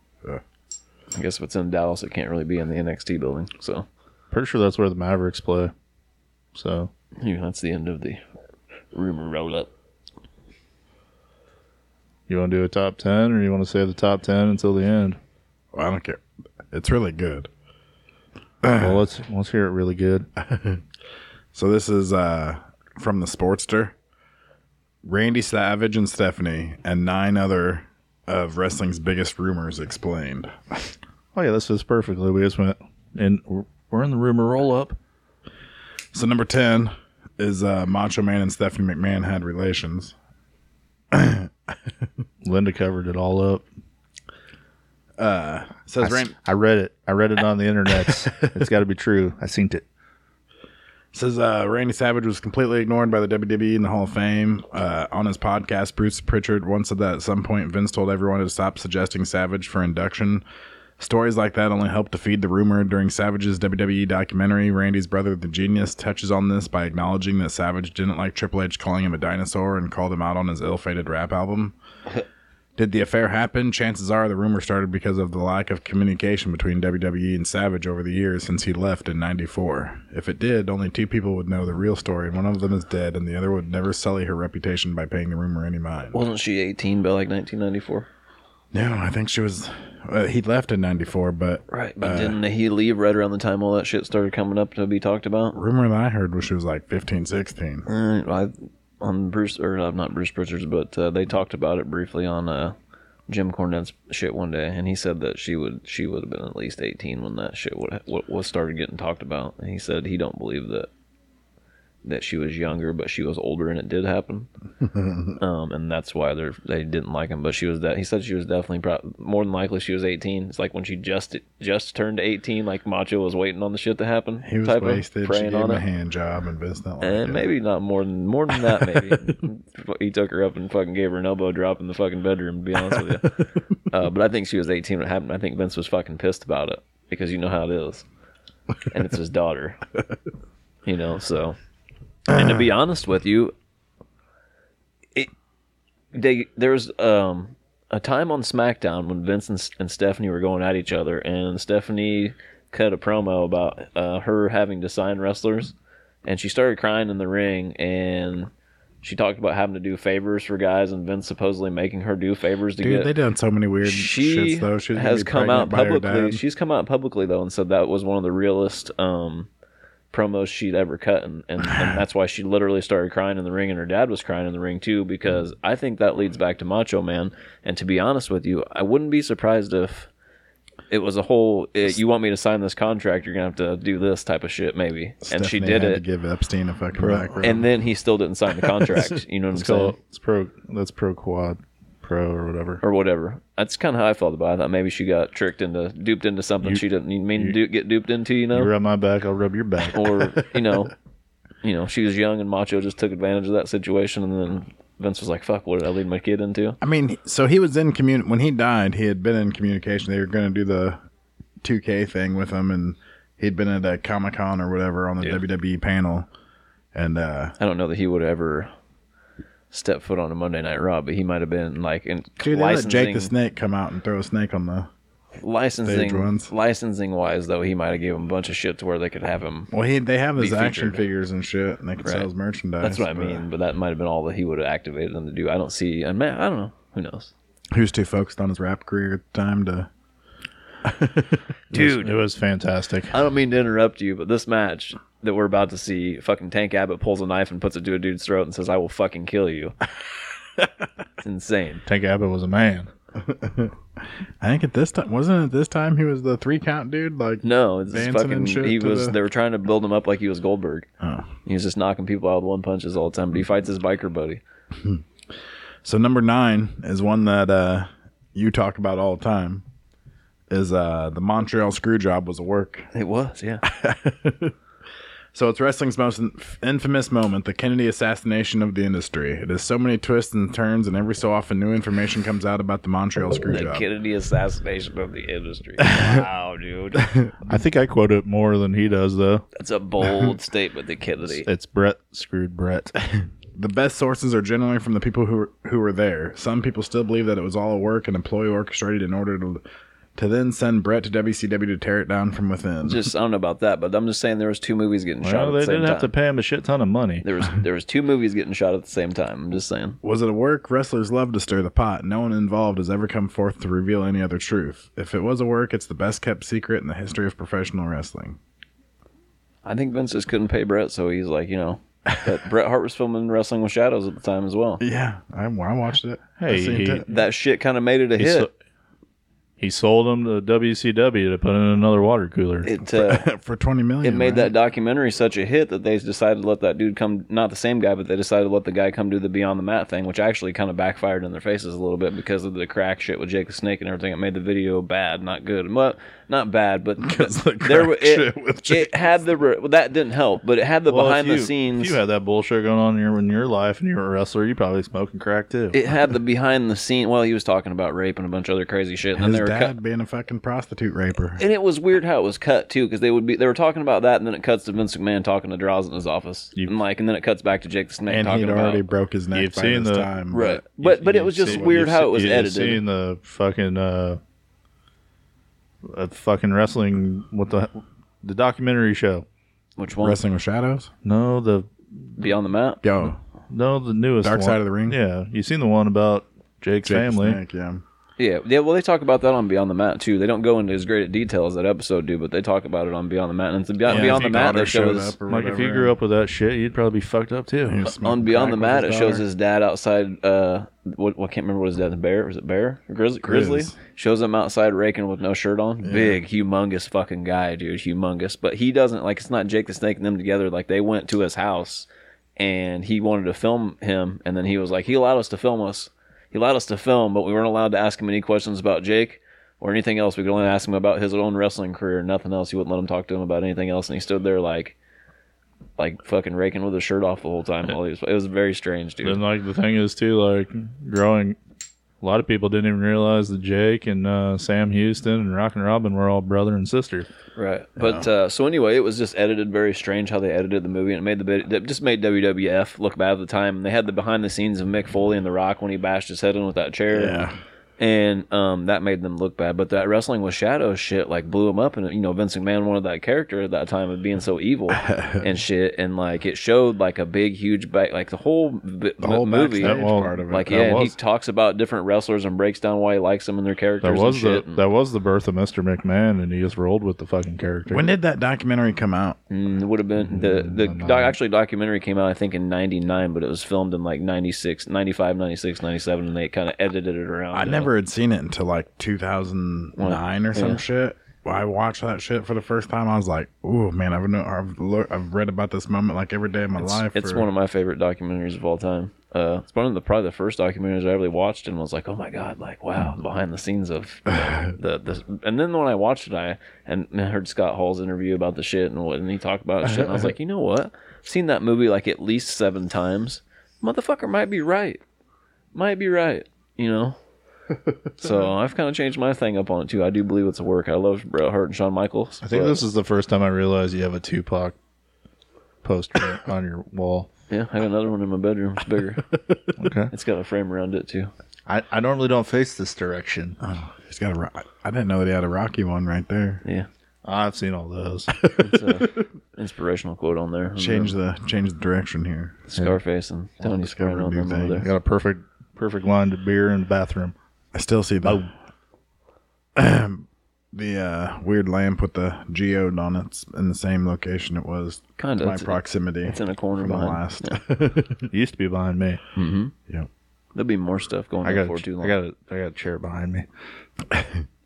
Speaker 4: I guess if it's in Dallas, it can't really be in the NXT building. So
Speaker 2: Pretty sure that's where the Mavericks play. So
Speaker 4: yeah, that's the end of the rumor roll up.
Speaker 2: you want to do a top ten, or you want to save the top ten until the end?
Speaker 1: Well, I don't care. It's really good.
Speaker 2: well, let's let's hear it really good.
Speaker 1: So this is uh, from the Sportster. Randy Savage and Stephanie and nine other of wrestling's biggest rumors explained.
Speaker 2: Oh yeah, this is perfectly. We just went and we're- we're in the rumor roll up.
Speaker 1: So number ten is uh, Macho Man and Stephanie McMahon had relations.
Speaker 2: Linda covered it all up.
Speaker 1: Says Randy.
Speaker 2: I read it. I read it on the internet.
Speaker 4: (laughs)
Speaker 2: it's got to be true. I seen it.
Speaker 1: Says uh, Randy Savage was completely ignored by the WWE and the Hall of Fame. Uh, on his podcast, Bruce Pritchard once said that at some point Vince told everyone to stop suggesting Savage for induction. Stories like that only help to feed the rumor. During Savage's WWE documentary, Randy's brother, the genius, touches on this by acknowledging that Savage didn't like Triple H calling him a dinosaur and called him out on his ill fated rap album. Did the affair happen? Chances are the rumor started because of the lack of communication between WWE and Savage over the years since he left in 94. If it did, only two people would know the real story, and one of them is dead, and the other would never sully her reputation by paying the rumor any mind.
Speaker 4: Wasn't she eighteen by like nineteen ninety four?
Speaker 1: No, I think she was. Uh, he left in 94, but
Speaker 4: Right, but didn't he leave right around the time all that shit started coming up to be talked about?
Speaker 1: rumor that I heard was she was like 15, 16.
Speaker 4: Uh, I, on Bruce or uh, not Bruce Pritchard's, but uh, they talked about it briefly on uh, Jim Cornette's shit one day, and he said that she would she would have been at least eighteen when that shit would what was started getting talked about, and he said he don't believe that that she was younger, but she was older, and it
Speaker 1: (laughs)
Speaker 4: did happen, um, and that's why they they didn't like him. But she was that he said she was definitely pro- more than likely she was eighteen. It's like when she just just turned eighteen, like Macho was waiting on the shit to happen.
Speaker 1: He was
Speaker 4: type of
Speaker 1: wasted. She
Speaker 4: preying
Speaker 1: gave him a hand job, and Vince not like
Speaker 4: Eh,
Speaker 1: it.
Speaker 4: maybe not more than more than that. Maybe (laughs) he took her up and fucking gave her an elbow drop in the fucking bedroom. To be honest with you, uh, but I think she was eighteen when it happened. I think Vince was fucking pissed about it because you know how it is, and it's his daughter. You know, so and
Speaker 1: Uh.
Speaker 4: to be honest with you, it they there's um a time on SmackDown when Vince and, and Stephanie were going at each other, and Stephanie cut a promo about uh, her having to sign wrestlers, and she started crying in the ring, and She talked about having to do favors for guys, and Vince supposedly making her do favors to
Speaker 1: Dude,
Speaker 4: get.
Speaker 1: they done so many weird
Speaker 4: she
Speaker 1: shits though. She's gonna
Speaker 4: has
Speaker 1: be
Speaker 4: come out
Speaker 1: pregnant by her
Speaker 4: publicly.
Speaker 1: dad.
Speaker 4: She's come out publicly though and said that was one of the realest um, promos she'd ever cut, and, and,
Speaker 1: (sighs)
Speaker 4: and that's why she literally started crying in the ring, and her dad was crying in the ring too. Because
Speaker 1: Mm.
Speaker 4: I think that leads back to Macho Man. And to be honest with you, I wouldn't be surprised if it was a whole. eh, you want me to sign this contract? You're gonna have to do this type of shit, maybe. and she
Speaker 1: Stephanie
Speaker 4: did
Speaker 1: had
Speaker 4: it,
Speaker 1: to give Epstein a fucking back rub.
Speaker 4: and then he still didn't sign the
Speaker 1: (laughs)
Speaker 4: contract. you know what I'm
Speaker 2: It's called-
Speaker 4: saying?
Speaker 2: it's pro. That's pro quad, pro or whatever.
Speaker 4: or whatever. That's kind of how I felt about it. I thought maybe she got tricked into, duped into something she didn't mean to du- get duped into, you know?
Speaker 2: You rub my back, I'll rub your back.
Speaker 4: or,
Speaker 1: (laughs)
Speaker 4: you know, you know, she was young and Macho just took advantage of that situation. And then Vince was like, fuck, what did I lead my kid into?
Speaker 1: I mean, so he was in commun. When he died, he had been in communication. They were going to do the 2K thing with him, and he'd been at a Comic Con or whatever on the WWE panel. And uh,
Speaker 4: I don't know that he would ever step foot on a Monday Night Raw, but he might have been like in
Speaker 1: dude, they let
Speaker 4: licensing,
Speaker 1: Jake the Snake come out and throw a snake on the. stage
Speaker 4: licensing,
Speaker 1: ones.
Speaker 4: licensing wise, though, he might have given him a bunch of shit to where they could have him.
Speaker 1: Well, he they have his action
Speaker 4: featured.
Speaker 1: figures and shit, and they can sell
Speaker 4: Right.
Speaker 1: his merchandise.
Speaker 4: That's what I
Speaker 1: but
Speaker 4: mean, but that might have been all that he would have activated them to do. I don't see, and man, I don't know. Who knows?
Speaker 1: He was too focused on his rap career at the time
Speaker 4: (laughs)
Speaker 1: to.
Speaker 2: Dude, it was fantastic.
Speaker 4: I don't mean to interrupt you, but this match that we're about to see, fucking Tank Abbott pulls a knife and puts it to a dude's throat and says, "I will fucking
Speaker 1: (laughs)
Speaker 4: kill you." it's insane.
Speaker 2: Tank Abbott was a
Speaker 4: (laughs)
Speaker 2: man.
Speaker 1: I think at this time wasn't it at this time he was the three count dude. Like
Speaker 4: No, it's just
Speaker 1: Dancing
Speaker 4: fucking.
Speaker 1: and shit
Speaker 4: He
Speaker 1: to
Speaker 4: was.
Speaker 1: the-
Speaker 4: They were trying to build him up like he was Goldberg.
Speaker 1: Oh.
Speaker 4: He was just knocking people out with one punches all the time. But he fights his biker buddy.
Speaker 1: So number nine is one that uh, you talk about all the time. Is uh, the Montreal Screwjob was a work.
Speaker 4: It was,
Speaker 1: (laughs)
Speaker 4: yeah.
Speaker 1: So it's wrestling's most in- infamous moment, the Kennedy assassination of the industry. It has so many twists and turns, and every so often new information comes out about the Montreal
Speaker 4: the
Speaker 1: Screwjob.
Speaker 4: Kennedy assassination of the industry.
Speaker 1: (laughs)
Speaker 4: Wow, dude,
Speaker 2: I think I quote it more than he does, though.
Speaker 4: that's a
Speaker 1: (laughs)
Speaker 4: bold statement, the Kennedy.
Speaker 2: It's Brett screwed Brett.
Speaker 1: The best sources are generally from the people who were, who were there. Some people still believe that it was all a work and employee orchestrated in order to to then send Brett to WCW to tear it down from within.
Speaker 4: Just I don't know about that, but I'm just saying there was two movies getting (laughs) shot
Speaker 2: well,
Speaker 4: at
Speaker 2: they
Speaker 4: the same
Speaker 2: didn't
Speaker 4: time.
Speaker 2: have to pay him a shit ton of money.
Speaker 4: There was there was two movies getting shot at the same time. I'm just saying.
Speaker 1: Was it a work? Wrestlers love to stir the pot. No one involved has ever come forth to reveal any other truth. If it was a work, it's the best kept secret in the history of professional wrestling.
Speaker 4: I think Vince just couldn't pay Brett, so he's like, you know. But Bret Hart was filming Wrestling with Shadows at the time as well.
Speaker 1: Yeah, I, I watched it.
Speaker 2: Hey,
Speaker 1: I seen
Speaker 2: he-
Speaker 1: it.
Speaker 4: That shit kind of made it a
Speaker 2: He,
Speaker 4: hit.
Speaker 2: so- he sold him to WCW to put in another water cooler.
Speaker 4: it uh,
Speaker 1: (laughs) for twenty million.
Speaker 4: it made
Speaker 1: right?
Speaker 4: that documentary such a hit that they decided to let that dude come. Not the same guy, but they decided to let the guy come do the Beyond the Mat thing, which actually kind of backfired in their faces a little bit because of the crack shit with Jake the Snake and everything. It made the video bad, not good. Well, not bad, but
Speaker 1: the
Speaker 4: there
Speaker 1: crack
Speaker 4: were-
Speaker 1: shit
Speaker 4: it,
Speaker 1: with Jake
Speaker 4: it had the re- well, that didn't help, but it had the
Speaker 2: Well, if
Speaker 4: behind
Speaker 2: you-
Speaker 4: the scenes.
Speaker 2: If you had that bullshit going on in your, in your life and you were a wrestler, you probably smoking crack too.
Speaker 4: it had the behind the scene. Well, he was talking about rape and a bunch of other crazy shit, and then
Speaker 1: His
Speaker 4: they were
Speaker 1: dad
Speaker 4: cut.
Speaker 1: being a fucking prostitute raper.
Speaker 4: And it was weird how it was cut too, because they would be they were talking about that, and then it cuts to Vince McMahon talking to Draws in his office, and like, and then it cuts back to Jake the Snake
Speaker 1: and
Speaker 4: talking
Speaker 1: he'd already
Speaker 4: about
Speaker 1: broke his neck
Speaker 2: You've
Speaker 1: by
Speaker 2: seen
Speaker 1: this
Speaker 2: the-
Speaker 1: time.
Speaker 4: right, but but it was just weird how it was
Speaker 2: you
Speaker 4: edited.
Speaker 2: Seen the fucking uh, uh, fucking wrestling what the the documentary show?
Speaker 4: Which
Speaker 1: but
Speaker 4: one?
Speaker 1: Wrestling with shadows.
Speaker 2: No, the
Speaker 4: Beyond the Map.
Speaker 2: Mm-hmm.
Speaker 1: Yo,
Speaker 2: no the newest
Speaker 1: Dark
Speaker 2: one.
Speaker 1: Side of the Ring?
Speaker 2: Yeah, you seen the one about Jake's
Speaker 1: Jake the
Speaker 2: family?
Speaker 1: Snake, yeah.
Speaker 4: Yeah, yeah. Well, they talk about that on Beyond the Mat too. They don't go into as great a detail as that episode do, but they talk about it on Beyond the Mat. And it's Beyond,
Speaker 2: Yeah,
Speaker 4: Beyond the
Speaker 1: His
Speaker 4: Mat
Speaker 1: daughter
Speaker 4: that
Speaker 1: showed
Speaker 4: shows
Speaker 1: up or
Speaker 2: Like if you
Speaker 1: whatever,
Speaker 2: grew up with that shit, you'd probably be fucked up too. (laughs)
Speaker 1: and he was smoking
Speaker 4: on Beyond
Speaker 1: crack
Speaker 4: the
Speaker 1: with
Speaker 4: Mat. It
Speaker 1: his
Speaker 4: shows
Speaker 1: daughter.
Speaker 4: his dad outside. Uh, what what- I can't remember what his dad. Bear was it Bear? Grizzly. Grizzly
Speaker 1: Grizz.
Speaker 4: shows him outside raking with no shirt on. Big, humongous fucking guy, dude. Humongous. But he doesn't like. It's not Jake the Snake and them together. Like they went to his house, and he wanted to film him, and then he was like, he allowed us to film us. He allowed us to film, but we weren't allowed to ask him any questions about Jake. Or anything else, we could only ask him about his own wrestling career. Nothing else. He wouldn't let him talk to him about anything else. And he stood there like, like fucking raking with his shirt off the whole time. While he was, it was very strange, dude.
Speaker 2: Then like the thing is too like growing. A lot of people didn't even realize that Jake and uh, Sam Houston and Rock and Robin were all brother and sister.
Speaker 4: Right. But uh, so anyway, it was just edited very strange how they edited the movie, and it made the bit that just made WWF look bad at the time. And they had the behind the scenes of Mick Foley and The Rock when he bashed his head in with that chair.
Speaker 1: Yeah.
Speaker 4: and um, that made them look bad. But that wrestling with shadows shit like blew him up, and you know Vince McMahon wanted that character at that time of being so evil and shit, and like it showed like a big, huge back, like the whole b-
Speaker 1: The whole
Speaker 4: movie.
Speaker 1: backstage
Speaker 2: well,
Speaker 1: part of it.
Speaker 4: Like
Speaker 2: That
Speaker 4: yeah, and he
Speaker 2: was-
Speaker 4: talks about different wrestlers and breaks down why he likes them and their characters
Speaker 2: That was
Speaker 4: and
Speaker 2: the
Speaker 4: shit. and-
Speaker 2: that was the birth of Mr. McMahon, and he just rolled with the fucking character.
Speaker 1: when did that documentary come out?
Speaker 4: Mm, it would have been the the
Speaker 2: Mm,
Speaker 4: doc, actually documentary came out I think in 99 but it was filmed in like 96 95 96 97 and they kind of edited it around
Speaker 1: I
Speaker 4: to-
Speaker 1: never had seen it until like 2009 or some
Speaker 4: Yeah.
Speaker 1: shit. I watched that shit for the first time. I was like, "Ooh, man! I've know, I've, look, I've read about this moment like every day of my
Speaker 4: it's,
Speaker 1: life."
Speaker 4: it's
Speaker 1: for-
Speaker 4: one of my favorite documentaries of all time uh, it's one of the probably the first documentaries I ever watched and was like oh my god like wow behind the scenes
Speaker 2: (sighs)
Speaker 4: of you know, the, the and then when I watched it I and I heard Scott Hall's interview about the shit and what and he talked about shit and I was like you know what I've seen that movie like at least seven times motherfucker might be right might be right you know
Speaker 2: (laughs)
Speaker 4: So I've kind of changed my thing up on it too. I do believe it's a work. I love Bret Hart and Shawn Michaels.
Speaker 2: I think
Speaker 4: but-
Speaker 2: this is the first time I realized you have a Tupac poster (coughs) on your wall.
Speaker 4: Yeah, I got another one in my bedroom. It's bigger.
Speaker 2: (laughs) Okay,
Speaker 4: it's got a frame around it too.
Speaker 5: I, I normally don't face this direction.
Speaker 1: Oh, (sighs) he's got a. ro- I didn't know that he had a Rocky one right there.
Speaker 4: Yeah,
Speaker 2: I've seen all those.
Speaker 4: it's a inspirational quote on there.
Speaker 1: Change the change the direction here.
Speaker 4: Scarface and Tony's
Speaker 1: discovered
Speaker 4: print on
Speaker 1: new
Speaker 4: them over
Speaker 1: things.
Speaker 2: I
Speaker 4: there.
Speaker 2: got a perfect perfect line to beer in the bathroom.
Speaker 1: I still see
Speaker 4: Oh.
Speaker 1: the the uh, weird lamp with the geode on it's in the same location it was.
Speaker 4: Kind
Speaker 1: to
Speaker 4: of.
Speaker 1: my
Speaker 4: It's,
Speaker 1: proximity.
Speaker 4: it's in a corner
Speaker 1: from the
Speaker 4: behind.
Speaker 1: last.
Speaker 2: It used to be behind me.
Speaker 1: Yep.
Speaker 4: There'll be more stuff going
Speaker 2: I
Speaker 4: on
Speaker 2: got
Speaker 4: for too long.
Speaker 2: I got a, I got a chair behind me.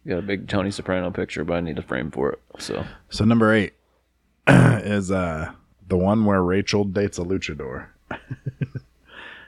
Speaker 4: You got a big Tony Soprano picture, but I need a frame for it. So
Speaker 1: (laughs) So number eight (clears throat) is uh the one where Rachel dates a luchador. (laughs)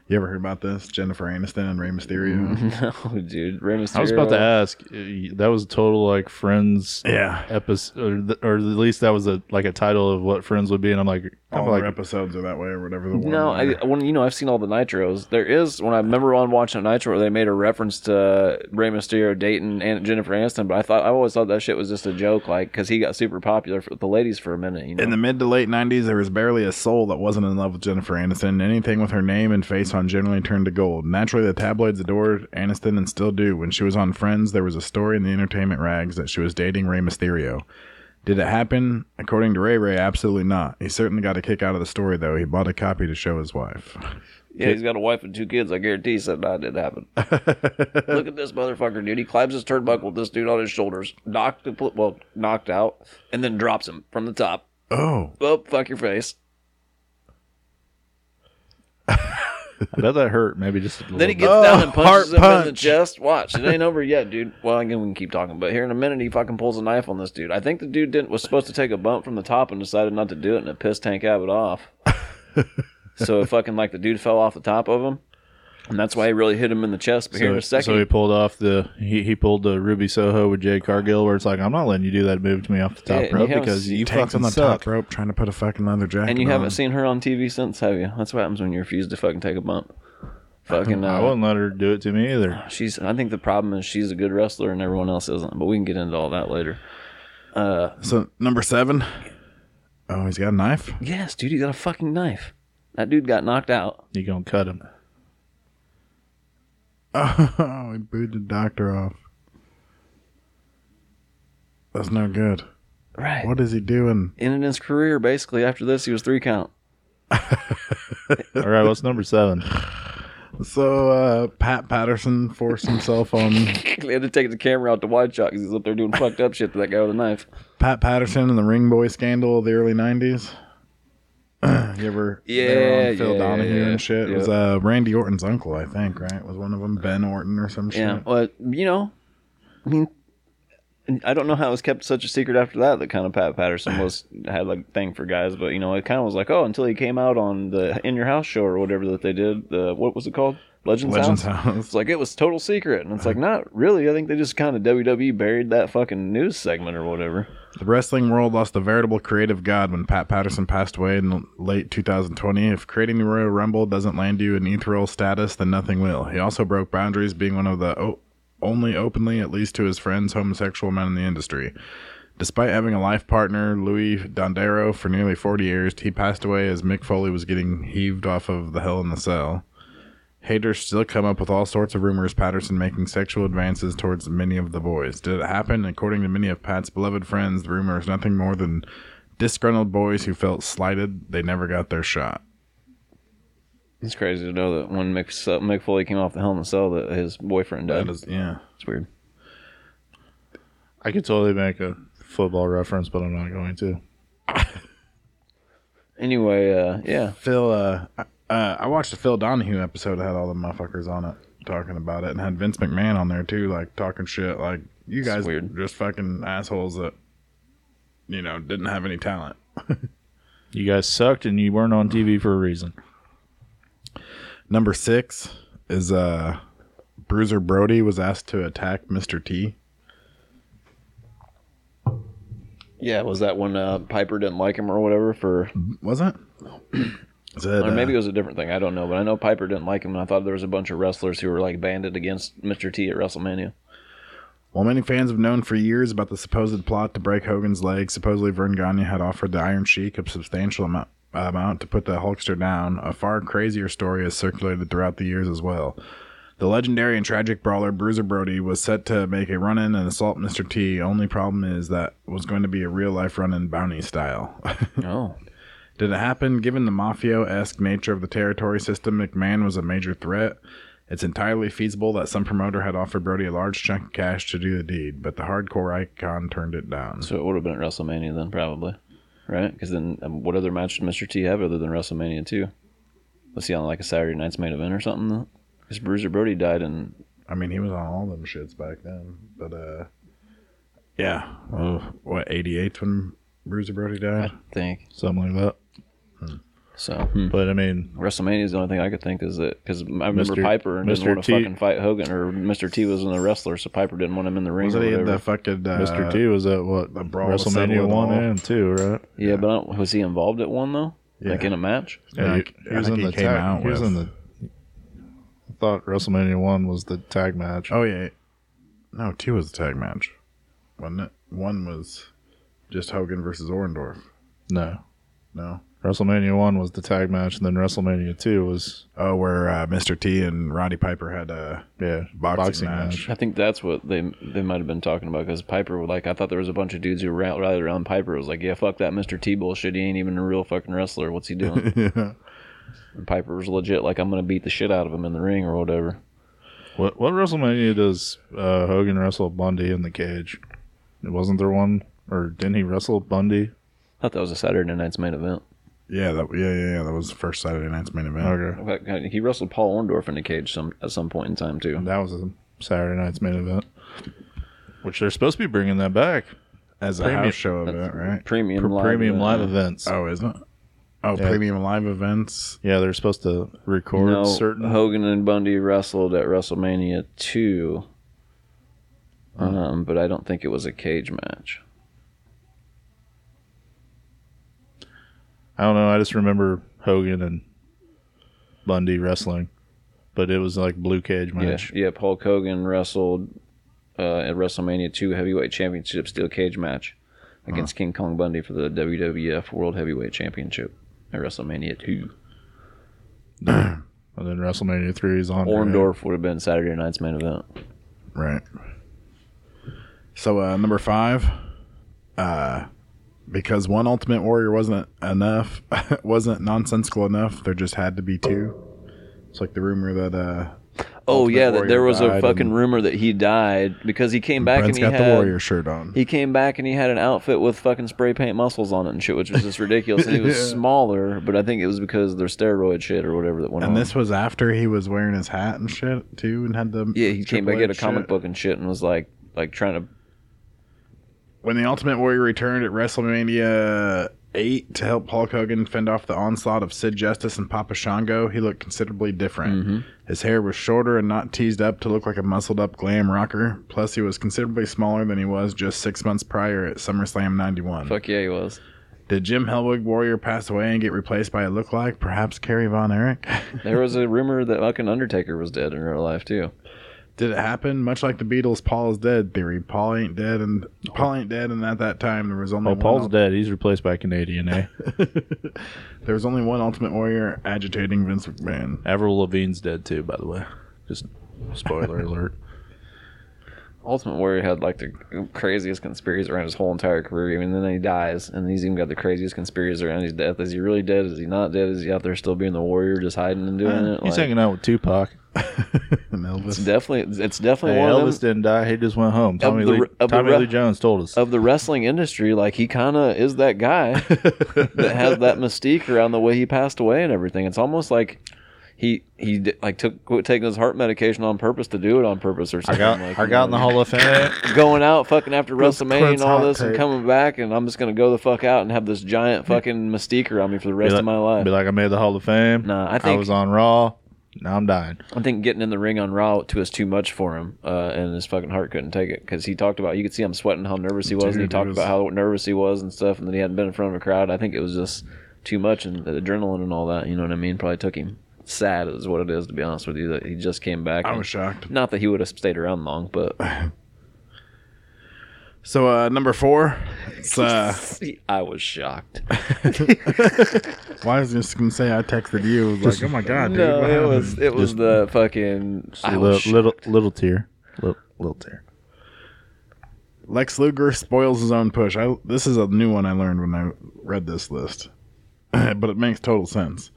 Speaker 1: you ever heard about this? Jennifer Aniston and Rey Mysterio.
Speaker 4: Mm-hmm. (laughs) no, dude, Rey Mysterio.
Speaker 2: I was about to ask. uh, That was a total like Friends
Speaker 1: Yeah.
Speaker 2: episode, or, th- or at least that was a like a title of what Friends would be. And I'm like, I'm
Speaker 1: All
Speaker 2: like,
Speaker 1: their episodes are that way or whatever the one.
Speaker 4: No,
Speaker 1: where-
Speaker 4: I when you know I've seen all the nitros. There is when I remember on watching Nitro, they made a reference to Rey Mysterio dating and Jennifer Aniston, but I thought I always thought that shit was just a joke, like because he got super popular for the ladies for a minute. You know,
Speaker 1: in the mid to late 90s, there was barely a soul that wasn't in love with Jennifer Aniston. Anything with her name and face on generally turned to gold. Naturally, the tabloids adored Aniston and still do. When she was on Friends, there was a story in the entertainment rags that she was dating Rey Mysterio. Did it happen? According to Ray Ray, absolutely not. He certainly got a kick out of the story, though. He bought a copy to show his wife.
Speaker 4: yeah, he's got a wife and two kids. I guarantee he said that
Speaker 2: (laughs)
Speaker 4: did happen. Look at this motherfucker, dude. He climbs his turnbuckle with this dude on his shoulders, knocked the pl- well knocked out, and then drops him from the top.
Speaker 1: Oh,
Speaker 4: Oh, fuck your face.
Speaker 2: I bet that hurt. Maybe just a little
Speaker 4: Then he
Speaker 2: bit.
Speaker 4: gets down and punches
Speaker 1: heart
Speaker 4: him in the
Speaker 1: punch.
Speaker 4: chest. Watch, it
Speaker 2: (laughs)
Speaker 4: ain't over yet, dude. Well, again, we can keep talking, but here in a minute, he fucking pulls a knife on this dude. I think the dude didn't was supposed to take a bump from the top and decided not to do it, and it pissed Tank Abbott off.
Speaker 2: (laughs)
Speaker 4: so it fucking like the dude fell off the top of him, and that's why he really hit him in the chest. But here in a
Speaker 2: So,
Speaker 4: second,
Speaker 2: so he pulled off the he, he pulled the Ruby Soho with Jay Cargill, where it's like I'm not letting you do that move to me off the
Speaker 4: Yeah,
Speaker 2: top
Speaker 4: and
Speaker 2: rope
Speaker 4: you have-
Speaker 2: because
Speaker 4: he
Speaker 2: you
Speaker 1: tanks
Speaker 2: fucking
Speaker 1: on the
Speaker 2: suck.
Speaker 1: top rope trying to put a fucking um, leather jacket
Speaker 4: and you
Speaker 1: on.
Speaker 4: haven't seen her on TV since, have you? That's what happens when you refuse to fucking take a bump. Fucking,
Speaker 2: I
Speaker 4: uh,
Speaker 2: wouldn't let her do it to me either.
Speaker 4: she's. I think the problem is she's a good wrestler and everyone else isn't. But we can get into all that later.
Speaker 1: So, number seven. Oh, he's got a knife?
Speaker 4: Yes, dude, he got a fucking knife. That dude got knocked out.
Speaker 2: You gonna
Speaker 1: (laughs)
Speaker 2: cut him?
Speaker 1: Oh, he booed the doctor off. That's no good.
Speaker 4: Right.
Speaker 1: What is he doing?
Speaker 4: Ended his career basically after this. He was three count. (laughs)
Speaker 2: All right, what's number seven?
Speaker 1: So uh, Pat Patterson forced himself
Speaker 4: (laughs)
Speaker 1: on
Speaker 4: they had to take the camera out to wide shot because he's up there doing fucked up shit to that guy with a knife.
Speaker 1: Pat Patterson and the Ring Boy scandal of the early '90s. (clears throat) you ever?
Speaker 4: Yeah,
Speaker 1: on Phil
Speaker 4: yeah,
Speaker 1: Donahue
Speaker 4: yeah,
Speaker 1: and shit. It was
Speaker 4: yeah.
Speaker 1: uh, Randy Orton's uncle, I think. Right? Was one of them Ben Orton or some shit?
Speaker 4: Yeah. Well, you know, I mean, I don't know how it was kept such a secret after that. That kind of Pat Patterson was had like thing for guys, but you know, it kind of was like oh, until he came out on the In Your House show or whatever that they did. The what was it called? Legends,
Speaker 1: Legends
Speaker 4: House.
Speaker 1: House.
Speaker 4: It's like it was total secret, and it's like not really. I think they just kind of WWE E buried that fucking news segment or whatever.
Speaker 1: The wrestling world lost a veritable creative god when Pat Patterson passed away in the late 2020. If creating the Royal Rumble doesn't land you in ethereal status, then nothing will. He also broke boundaries, being one of the o- only openly, at least to his friends, homosexual men in the industry. Despite having a life partner, Louis Dondero, for nearly 40 years, he passed away as Mick Foley was getting heaved off of the Hell in the Cell. Haters still come up with all sorts of rumors Patterson making sexual advances towards many of the boys. Did it happen? According to many of Pat's beloved friends, the rumor is nothing more than disgruntled boys who felt slighted they never got their shot.
Speaker 7: It's crazy to know that when Mick, Su- Mick Foley came off the Hell in a Cell, that his boyfriend died.
Speaker 1: That is, yeah.
Speaker 7: it's weird.
Speaker 2: I could totally make a football reference, but I'm not going to.
Speaker 7: Anyway, uh, yeah,
Speaker 1: Phil, uh, uh, I watched the Phil Donahue episode that had all the motherfuckers on it talking about it, and had Vince McMahon on there too, like talking shit, like you guys are
Speaker 7: weird.
Speaker 1: just fucking assholes that you know didn't have any talent.
Speaker 2: You guys sucked, and you weren't on TV for a reason.
Speaker 1: Number six is uh, Bruiser Brody was asked to attack Mr. T.
Speaker 4: Yeah, was that when uh, Piper didn't like him or whatever for
Speaker 1: Was it? Said,
Speaker 4: or maybe
Speaker 1: uh,
Speaker 4: it was a different thing. I don't know, but I know Piper didn't like him, and I thought there was a bunch of wrestlers who were like banded against Mr. T at WrestleMania.
Speaker 1: While many fans have known for years about the supposed plot to break Hogan's leg, supposedly Vern Gagne had offered the Iron Sheik a substantial amount, amount to put the Hulkster down, a far crazier story has circulated throughout the years as well. The legendary and tragic brawler Bruiser Brody was set to make a run in and assault Mr. T. Only problem is that was going to be a real life run in bounty style. (laughs)
Speaker 7: Oh,
Speaker 1: Did it happen? Given the mafio esque nature of the territory system, McMahon was a major threat. It's entirely feasible that some promoter had offered Brody a large chunk of cash to do the deed, but the hardcore icon turned it down.
Speaker 4: So it would have been at WrestleMania then, probably, right? Because then, um, what other match did Mr. T have other than WrestleMania two? Was he on like a Saturday night's main event or something? though? Because Bruiser Brody died, and
Speaker 1: I mean, he was on all them shits back then, but uh, yeah. Well, what eighty eight when Bruiser Brody died?
Speaker 4: I think
Speaker 2: Something like that.
Speaker 4: so. hmm.
Speaker 2: But I mean,
Speaker 4: WrestleMania is the only thing I could think is that because I remember
Speaker 2: Mr.
Speaker 4: Piper didn't
Speaker 2: Mr.
Speaker 4: want
Speaker 2: T.
Speaker 4: to fucking fight Hogan or Mr. T wasn't a wrestler, so Piper didn't want him in the ring.
Speaker 1: Was
Speaker 4: or
Speaker 1: it
Speaker 4: whatever.
Speaker 1: the fucking uh,
Speaker 2: Mr. T was at what
Speaker 1: the brawl was settled
Speaker 2: WrestleMania
Speaker 1: with
Speaker 2: one
Speaker 1: all.
Speaker 2: and two, right?
Speaker 4: yeah, but I don't, was he involved at one though? Like
Speaker 1: Yeah.
Speaker 4: in a match?
Speaker 1: Yeah,
Speaker 2: he,
Speaker 1: I
Speaker 2: he was
Speaker 1: think
Speaker 2: in
Speaker 1: he
Speaker 2: the
Speaker 1: came
Speaker 2: tag.
Speaker 1: out
Speaker 2: he was
Speaker 1: with-
Speaker 2: in the. I thought WrestleMania one was the tag match.
Speaker 1: Oh yeah, no, two was a tag match, wasn't it? One was just Hogan versus Orndorff.
Speaker 2: No,
Speaker 1: No.
Speaker 2: WrestleMania one was the tag match, and then WrestleMania two was
Speaker 1: Oh, where uh, Mr. T and Roddy Piper had a
Speaker 2: yeah
Speaker 1: boxing, match.
Speaker 4: I think that's what they they might have been talking about because Piper would like I thought there was a bunch of dudes who ra- rallied around Piper. It was like, yeah, fuck that Mr. T bullshit. He ain't even a real fucking wrestler. What's
Speaker 2: (laughs)
Speaker 4: he doing? and Piper was legit like I'm gonna beat the shit out of him in the ring or whatever.
Speaker 2: What what WrestleMania does uh, Hogan wrestle Bundy in the cage? It wasn't there one, or didn't he wrestle Bundy?
Speaker 4: I thought that was a Saturday night's main event.
Speaker 1: Yeah, that, yeah, yeah, yeah. That was the first Saturday night's main event.
Speaker 2: Okay,
Speaker 4: In fact, He wrestled Paul Orndorff in the cage some at some point in time too.
Speaker 2: that was a Saturday night's main event, which they're supposed to be bringing that back.
Speaker 1: As a
Speaker 2: Premium-
Speaker 1: house show event, right?
Speaker 4: Premium live
Speaker 2: Premium
Speaker 4: event.
Speaker 2: live events.
Speaker 1: Oh, isn't it? Oh,
Speaker 2: Yeah.
Speaker 1: premium live events.
Speaker 2: Yeah, they're supposed to record
Speaker 4: no,
Speaker 2: certain.
Speaker 4: Hogan and Bundy wrestled at WrestleMania 2.
Speaker 2: Mm.
Speaker 4: Um, but I don't think it was a cage match.
Speaker 2: I don't know. I just remember Hogan and Bundy wrestling, but it was like blue cage
Speaker 4: Yeah,
Speaker 2: match.
Speaker 4: yeah, Paul Hogan wrestled uh, at WrestleMania 2 heavyweight championship steel cage match
Speaker 1: Uh-huh.
Speaker 4: against King Kong Bundy for the WWF World Heavyweight Championship at WrestleMania 2.
Speaker 2: And then WrestleMania three is on.
Speaker 4: Orndorff would have been Saturday night's main event.
Speaker 1: Right. So uh, number five, uh, because one Ultimate Warrior wasn't enough, (laughs) wasn't nonsensical enough. There just had to be two. It's like the rumor that uh,
Speaker 4: Oh
Speaker 1: Ultimate
Speaker 4: yeah, that there
Speaker 1: Warrior
Speaker 4: was
Speaker 1: died
Speaker 4: a fucking
Speaker 1: and-
Speaker 4: rumor that he died because he came back
Speaker 1: Brent's
Speaker 4: and he
Speaker 1: got
Speaker 4: had
Speaker 1: the Warrior shirt on.
Speaker 4: He came back and he had an outfit with fucking spray paint muscles on it and shit, which was just ridiculous. And he
Speaker 1: (laughs)
Speaker 4: was smaller, but I think it was because of their steroid shit or whatever that went
Speaker 1: and
Speaker 4: on.
Speaker 1: this was after he was wearing his hat and shit too, and had the
Speaker 4: yeah, he came
Speaker 1: Triple
Speaker 4: back, get a
Speaker 1: H
Speaker 4: comic
Speaker 1: shit.
Speaker 4: book and shit, and was like, like trying to.
Speaker 1: When the Ultimate Warrior returned at WrestleMania 8 to help Hulk Hogan fend off the onslaught of Sid Justice and Papa Shango, he looked considerably
Speaker 4: Mm-hmm.
Speaker 1: different. His hair was shorter and not teased up to look like a muscled up glam rocker. Plus, he was considerably smaller than he was just six months prior at SummerSlam 91.
Speaker 4: Fuck yeah, he was.
Speaker 1: Did Jim Hellwig Warrior pass away and get replaced by a lookalike, perhaps Kerry Von Erich? (laughs)
Speaker 4: There was a rumor that fucking Undertaker was dead in real life too.
Speaker 1: Did it happen? Much like the Beatles, Paul is dead theory. Paul ain't dead, and Paul ain't dead, and at that time there was only
Speaker 2: Oh,
Speaker 1: one
Speaker 2: Paul's
Speaker 1: ul-
Speaker 2: dead. He's replaced by a Canadian, eh?
Speaker 1: there was only one Ultimate Warrior agitating Vince McMahon.
Speaker 2: (laughs) Avril Lavigne's dead too, by the way. Just (laughs) spoiler alert.
Speaker 4: Ultimate Warrior had like the craziest conspiracies around his whole entire career. I mean, then he dies, and he's even got the craziest conspiracies around his death. Is he really dead? Is he not dead? Is he out there still being the warrior, just hiding and doing it?
Speaker 2: He's
Speaker 4: Like,
Speaker 2: hanging out with Tupac.
Speaker 1: And Elvis.
Speaker 4: it's definitely, it's
Speaker 2: Hey,
Speaker 4: definitely one of
Speaker 2: Elvis
Speaker 4: them,
Speaker 2: didn't die. He just went home. Tommy,
Speaker 4: the
Speaker 2: Lee,
Speaker 4: re- of the
Speaker 2: Tommy
Speaker 4: re-
Speaker 2: Lee Jones told us.
Speaker 4: of the wrestling industry. Like he kind of is that
Speaker 2: (laughs)
Speaker 4: guy that has that mystique around the way he passed away and everything. It's almost like. He he d- like took quit taking his heart medication on purpose to do it on purpose or
Speaker 2: I
Speaker 4: something.
Speaker 2: got,
Speaker 4: like,
Speaker 2: I
Speaker 4: you
Speaker 2: got
Speaker 4: know,
Speaker 2: in the Hall of Fame.
Speaker 4: going out fucking after WrestleMania and all
Speaker 1: hot
Speaker 4: this and
Speaker 1: take.
Speaker 4: coming back and I'm just gonna go the fuck out and have this giant fucking mystique around me for the
Speaker 2: Be
Speaker 4: rest
Speaker 2: like-
Speaker 4: of my life.
Speaker 2: Be like, I made the Hall of Fame.
Speaker 4: Nah, I
Speaker 2: I
Speaker 4: think-
Speaker 2: was on Raw. Now I'm dying.
Speaker 4: I think getting in the ring on Raw to was too much for him, uh, and his fucking heart couldn't take it because he talked about you could see him sweating how nervous he was and he
Speaker 1: Dude,
Speaker 4: talked
Speaker 1: it was-
Speaker 4: about how nervous he was and stuff and then he hadn't been in front of a crowd. I think it was just too much and the adrenaline and all that. You know what I mean? Probably took him. Sad is what it is to be honest with you that he just came back.
Speaker 1: I
Speaker 4: and-
Speaker 1: was shocked.
Speaker 4: not that he would have stayed around long, but
Speaker 1: So uh, number four, it's,
Speaker 2: (laughs)
Speaker 1: uh,
Speaker 4: (laughs) I was shocked.
Speaker 1: well, I was just gonna say I texted you. I was like, oh my god, dude,
Speaker 4: No,
Speaker 1: what
Speaker 4: it
Speaker 1: happened?"
Speaker 4: was it was the fucking
Speaker 2: Just
Speaker 4: I
Speaker 2: a
Speaker 4: was
Speaker 2: little, little, little tear. Little, little tear.
Speaker 1: Lex Luger spoils his own push. I this is a new one I learned when I read this list, (clears throat) but it makes total sense.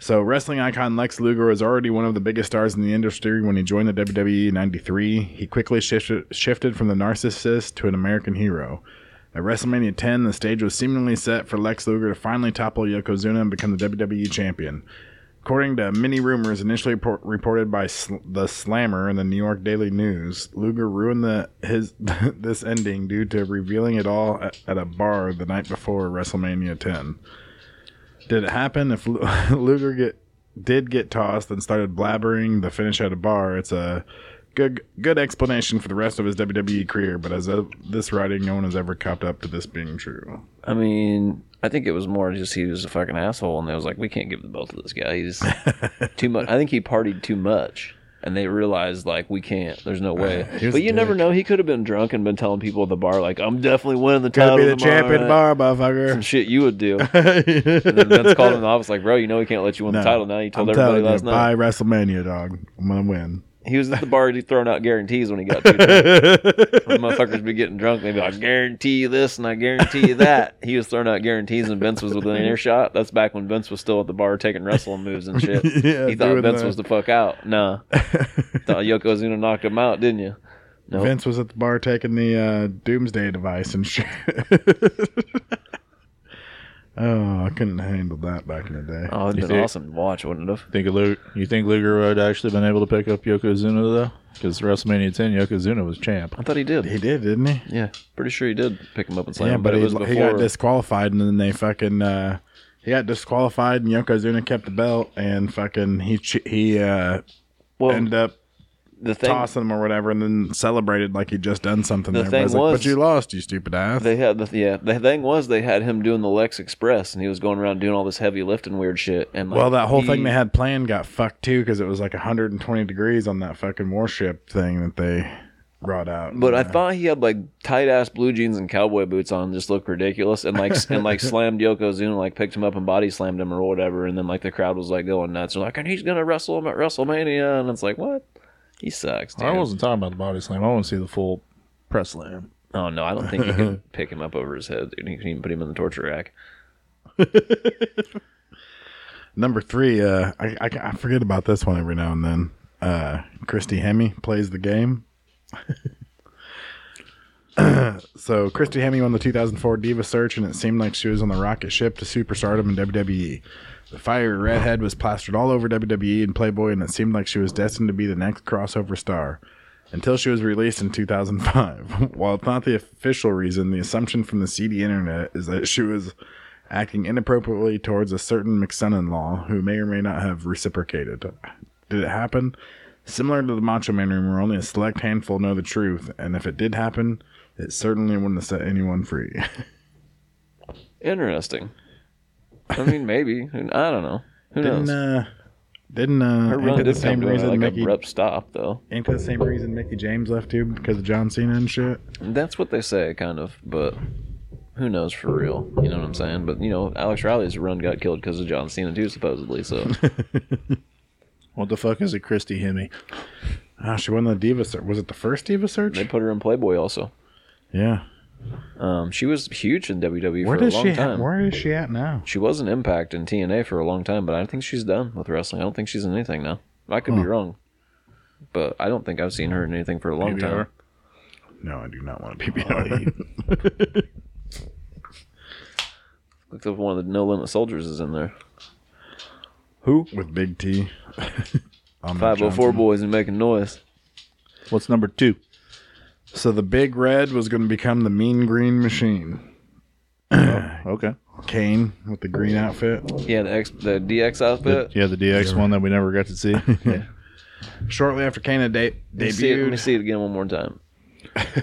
Speaker 1: So, wrestling icon Lex Luger was already one of the biggest stars in the industry when he joined the WWE in '93. He quickly shifted, shifted from the narcissist to an American hero. At WrestleMania 10, the stage was seemingly set for Lex Luger to finally topple Yokozuna and become the WWE champion. According to many rumors initially por- reported by sl- the Slammer and the New York Daily News, Luger ruined the his (laughs) this ending due to revealing it all at, at a bar the night before WrestleMania 10. Did it happen? If Lu- (laughs) Luger get did get tossed and started blabbering the finish at a bar, it's a good good explanation for the rest of his WWE career. But as of this writing, no one has ever copped up to this being true.
Speaker 4: I mean, I think it was more just he was a fucking asshole, and they was like, we can't give the belt to this guy.
Speaker 1: (laughs)
Speaker 4: He's too much. I think he partied too much, and they realized like we can't. There's
Speaker 1: (laughs)
Speaker 4: no way.
Speaker 1: he was
Speaker 4: but
Speaker 1: a
Speaker 4: you never
Speaker 1: dick.
Speaker 4: know. He could have been drunk and been telling people at the bar like, I'm definitely winning the
Speaker 1: Gotta
Speaker 4: title.
Speaker 1: be the
Speaker 4: tomorrow
Speaker 1: champion
Speaker 4: night."
Speaker 1: bar,
Speaker 4: Some
Speaker 1: motherfucker.
Speaker 4: shit you
Speaker 1: (laughs)
Speaker 4: would do. and then Vince called him in the office like, bro, you know we can't let you win the title now. You told
Speaker 1: I'm
Speaker 4: everybody
Speaker 1: telling you,
Speaker 4: last night.
Speaker 1: By WrestleMania, dog, I'm gonna win.
Speaker 4: He was at the bar throwing out guarantees when he got
Speaker 1: (laughs)
Speaker 4: too drunk. when motherfuckers be getting drunk, they'd be like, I guarantee you this and I guarantee you that. He was throwing out guarantees and Vince was
Speaker 1: (laughs)
Speaker 4: within earshot. That's back when Vince was still at the bar taking wrestling moves and shit.
Speaker 1: (laughs) Yeah,
Speaker 4: he thought
Speaker 1: doing
Speaker 4: Vince
Speaker 1: that.
Speaker 4: was the fuck
Speaker 1: (laughs)
Speaker 4: out. Nah. thought Yokozuna knocked him out, didn't you? Nope.
Speaker 1: Vince was at the bar taking the uh, doomsday device and shit. (laughs) oh, I couldn't handle that back in the day.
Speaker 4: Oh, it'd
Speaker 2: You
Speaker 4: been
Speaker 2: think-
Speaker 4: awesome to watch, wouldn't it have?
Speaker 2: Think of Luger, you think Luger would have actually been able to pick up Yokozuna, though? Because WrestleMania 10, Yokozuna was champ.
Speaker 4: I thought he did.
Speaker 1: He did, didn't he?
Speaker 4: yeah. Pretty sure he did pick him up and slam
Speaker 1: yeah,
Speaker 4: him, but,
Speaker 1: but he,
Speaker 4: it was
Speaker 1: he
Speaker 4: before.
Speaker 1: got disqualified, and then they fucking uh, he got disqualified, and Yokozuna kept the belt, and fucking he ch- he uh,
Speaker 4: well,
Speaker 1: ended up
Speaker 4: the thing,
Speaker 1: tossing him or whatever, and then celebrated like he'd just done something.
Speaker 4: The
Speaker 1: there. Everybody's
Speaker 4: thing
Speaker 1: like,
Speaker 4: was-
Speaker 1: but you lost, you stupid ass.
Speaker 4: They had the yeah. The thing was they had him doing the Lex Express, and he was going around doing all this heavy lifting weird shit. And like,
Speaker 1: well, that whole
Speaker 4: he-
Speaker 1: thing they had planned got fucked too because it was like 120 degrees on that fucking warship thing that they brought out.
Speaker 4: But I
Speaker 1: Yeah.
Speaker 4: thought he had like tight ass blue jeans and cowboy boots on, just looked ridiculous, and like s-
Speaker 1: (laughs)
Speaker 4: and like slammed Yokozuna, like picked him up and body slammed him or whatever, and then like the crowd was like going nuts. They're like, and he's gonna wrestle him at WrestleMania, and it's like what? He sucks. Dude.
Speaker 2: I wasn't talking about the body slam. I want to see the full press slam.
Speaker 4: Oh no, I don't think you
Speaker 1: (laughs)
Speaker 4: can pick him up over his head. Dude. You can even put him in the torture rack.
Speaker 1: Number three, uh, I, I, I forget about this one every now and then. Uh, Christy Hemme plays the game. (laughs) so Christy Hemme won the 2004 Diva Search, and it seemed like she was on the rocket ship to superstardom in WWE. The fiery redhead was plastered all over WWE and Playboy, and it seemed like she was destined to be the next crossover star. Until she was released in 2005. (laughs) While it's not the official reason, the assumption from the CD internet is that she was acting inappropriately towards a certain McSon-in-law who may or may not have reciprocated. Did it happen? Similar to the Macho Man rumor, only a select handful know the truth, and if it did happen, it certainly wouldn't have set anyone free.
Speaker 4: Interesting. I mean, maybe I don't know.
Speaker 1: (laughs)
Speaker 4: Who
Speaker 1: Didn't
Speaker 4: knows?
Speaker 1: uh, Didn't uh,
Speaker 4: Her
Speaker 1: ain't
Speaker 4: run
Speaker 1: that the
Speaker 4: did
Speaker 1: same
Speaker 4: come to a,
Speaker 1: reason
Speaker 4: like
Speaker 1: Mickey
Speaker 4: abrupt stop though.
Speaker 1: ain't that the same reason Mickey James left too because of John Cena and shit?
Speaker 4: That's what they say, kind of, but who knows for real? You know what I'm saying? But you know, Alex Riley's run got killed because of John Cena too, supposedly.
Speaker 1: (laughs)
Speaker 4: So
Speaker 2: What the fuck is a Christy Hemme?
Speaker 1: Oh, she won the Diva Search. Was it the first Diva Search?
Speaker 4: they put her in Playboy also.
Speaker 1: yeah.
Speaker 4: Um, she was huge in WWE
Speaker 1: Where
Speaker 4: for a
Speaker 1: does
Speaker 4: long
Speaker 1: she? At,
Speaker 4: time.
Speaker 1: where is she at now?
Speaker 4: She was an Impact in TNA for a long time, but I think she's done with wrestling. I don't think she's in anything now. I could be wrong, but I don't think I've seen her in anything for a long time.
Speaker 1: No, I do not want to PBR.
Speaker 4: Looks like one of the No Limit Soldiers is in there.
Speaker 1: (laughs) with Big T. Ahmed
Speaker 4: Five oh four
Speaker 1: Johnson.
Speaker 4: boys and making noise.
Speaker 2: What's number two?
Speaker 1: So the Big Red was going to become the Mean Green Machine.
Speaker 2: Okay.
Speaker 1: Kane with the green outfit.
Speaker 4: Yeah, the X, the DX outfit.
Speaker 2: Yeah, the DX one that we never got to see. yeah.
Speaker 1: Shortly after Kane had de-
Speaker 4: Let me see it- let me
Speaker 1: debuted,
Speaker 4: see it again one more time.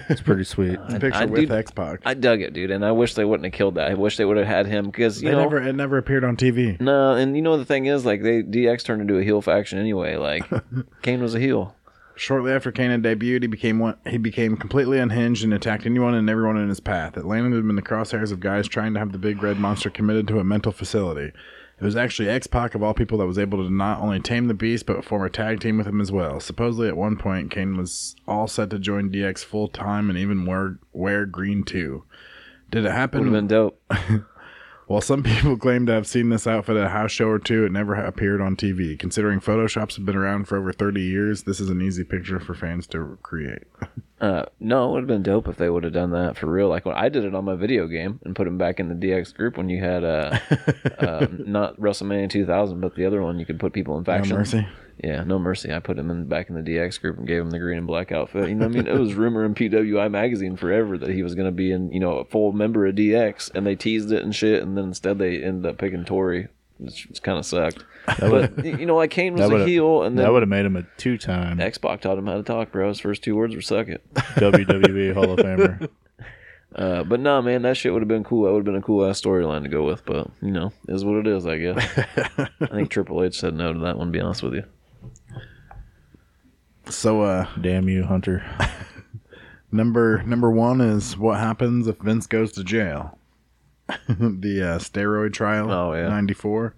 Speaker 2: It's pretty sweet.
Speaker 1: the picture
Speaker 4: I
Speaker 1: with
Speaker 4: do-
Speaker 1: X Pac.
Speaker 4: I dug it, dude, and I wish they wouldn't have killed that. I wish they would have had him because you
Speaker 1: They
Speaker 4: know,
Speaker 1: never it never appeared on TV.
Speaker 4: no, and you know the thing is, like they DX turned into a heel faction
Speaker 1: (laughs)
Speaker 4: anyway. Like Kane was a heel.
Speaker 1: Shortly after Kane had debuted, he became one, he became completely unhinged and attacked anyone and everyone in his path. It landed him in the crosshairs of guys trying to have the big red monster committed to a mental facility. It was actually X Pac of all people that was able to not only tame the beast but form a tag team with him as well. Supposedly, at one point, Kane was all set to join DX full time and even wear wear green too. Did it
Speaker 4: Would have
Speaker 1: happen?
Speaker 4: been dope.
Speaker 1: While some people claim to have seen this outfit at a house show or two, it never appeared on TV. Considering Photoshops have been around for over 30 years, this is an easy picture for fans to create.
Speaker 4: Uh, no, it would have been dope if they would have done that for real. Like when I did it on my video game and put him back in the DX group when you
Speaker 1: (laughs)
Speaker 4: had uh, uh not WrestleMania 2000, but the other one you could put people in
Speaker 1: No
Speaker 4: factions.
Speaker 1: mercy.
Speaker 4: Yeah, no mercy. I put him in back in the DX group and gave him the green and black outfit. You know, what I mean, it was rumor in PWI magazine forever that he was going to be in, you know, a full member of DX, and they teased it and shit, and then instead they ended up picking Tori, which kind of sucked. But y- you know, like Kane was
Speaker 2: that
Speaker 4: a
Speaker 2: would've-
Speaker 4: heel, and
Speaker 2: that
Speaker 4: then
Speaker 2: would have made him a two-time
Speaker 4: Xbox taught him how to talk, bro. His first two words were "suck it."
Speaker 2: WWE E (laughs) Hall of Famer.
Speaker 4: Uh, but nah, man, that shit would have been cool. That would have been a cool ass storyline to go with. But you know, is what it is, I
Speaker 2: (laughs)
Speaker 4: guess. I think Triple H said no to that one. To be honest with you.
Speaker 1: So, uh,
Speaker 2: Damn you, Hunter.
Speaker 1: number number one is what happens if Vince goes to jail? (laughs) the uh, steroid trial,
Speaker 4: Oh, yeah.
Speaker 1: 94.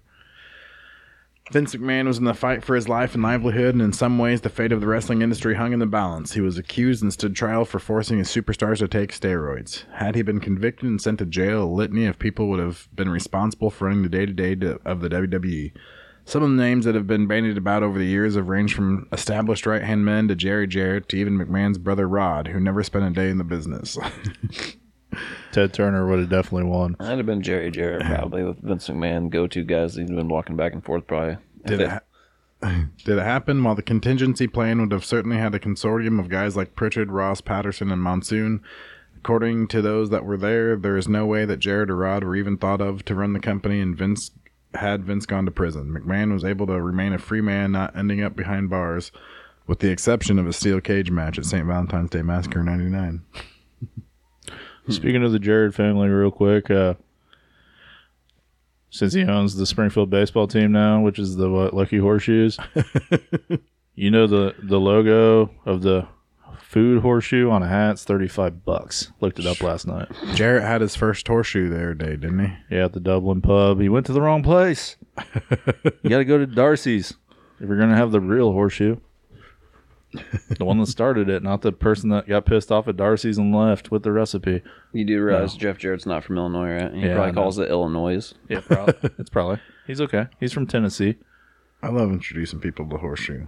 Speaker 1: Vince McMahon was in the fight for his life and livelihood, and in some ways, the fate of the wrestling industry hung in the balance. He was accused and stood trial for forcing his superstars to take steroids. Had he been convicted and sent to jail, a litany of people would have been responsible for running the day to day of the E. WWE. Some of the names that have been bandied about over the years have ranged from established right hand men to Jerry Jarrett to even McMahon's brother Rod, who never spent a day in the business. (laughs)
Speaker 2: Ted Turner would have definitely won.
Speaker 4: I'd have been Jerry Jarrett probably with Vince McMahon, go to guys. He'd been walking back and forth probably.
Speaker 1: Did it, ha- (laughs) did it happen? While the contingency plan would have certainly had a consortium of guys like Pritchard, Ross, Patterson, and Monsoon, according to those that were there, there is no way that Jared or Rod were even thought of to run the company, and Vince had Vince gone to prison. McMahon was able to remain a free man, not ending up behind bars, with the exception of a steel cage match at St. Valentine's Day Massacre '99.
Speaker 2: Speaking of the Jared family, real quick, uh, since he owns the Springfield baseball team now, which is the what, Lucky Horseshoes, you know the the logo of the food horseshoe on a hat's thirty five bucks. Looked it up last night.
Speaker 1: Jarrett had his first horseshoe there day, didn't he?
Speaker 2: Yeah, at the Dublin pub. He went to the wrong place. you got to go to Darcy's if you're going to have the real horseshoe. the one that started it, not the person that got pissed off at Darcy's and left with the recipe.
Speaker 8: You do realize Jeff Jarrett's not from Illinois, right? He
Speaker 2: Yeah, I
Speaker 8: probably
Speaker 2: know.
Speaker 8: calls it Illinois.
Speaker 2: Yeah, probably. it's probably. He's okay. He's from Tennessee.
Speaker 1: I love introducing people to horseshoe.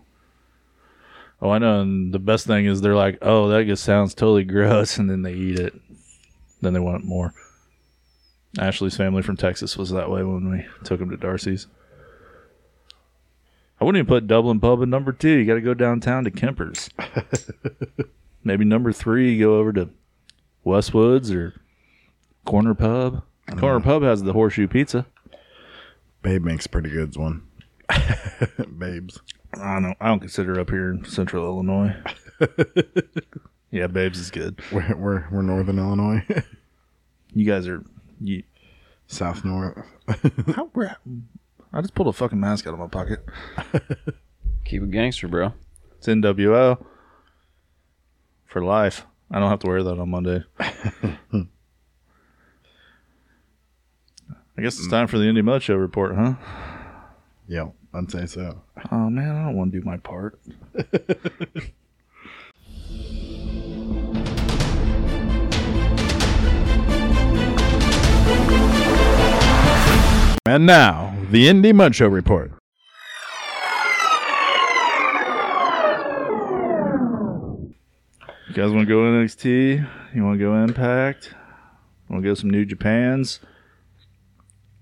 Speaker 2: Oh, I know. And the best thing is they're like, oh, that just sounds totally (laughs) gross. And then they eat it. Then they want more. Ashley's family from Texas was that way when we took him to Darcy's. I wouldn't even put Dublin Pub in number two. You got to go downtown to Kemper's. Maybe number three, you go over to Westwood's or Corner Pub. Corner Pub has the horseshoe pizza.
Speaker 1: Babe makes pretty goods one. (laughs) Babes.
Speaker 2: I don't. I don't consider up here in
Speaker 5: (laughs)
Speaker 2: Central Illinois. yeah, Babes is good.
Speaker 1: We're we're, we're Northern Illinois,
Speaker 2: You guys are. You,
Speaker 1: (laughs) (laughs) South North.
Speaker 2: how, where,
Speaker 5: I just pulled a fucking mask out of my pocket.
Speaker 4: Keep it gangster, bro.
Speaker 2: It's NWO for life. I don't have to wear that
Speaker 5: (laughs)
Speaker 2: on Monday. I guess it's time for the Indie Mud Show report, huh?
Speaker 1: Yeah, I'd say so.
Speaker 5: Oh man, I don't want to do my part.
Speaker 1: And now, the Indie Mud Show report.
Speaker 2: You guys want to go NXT? You want to go Impact? Want to go some New Japans?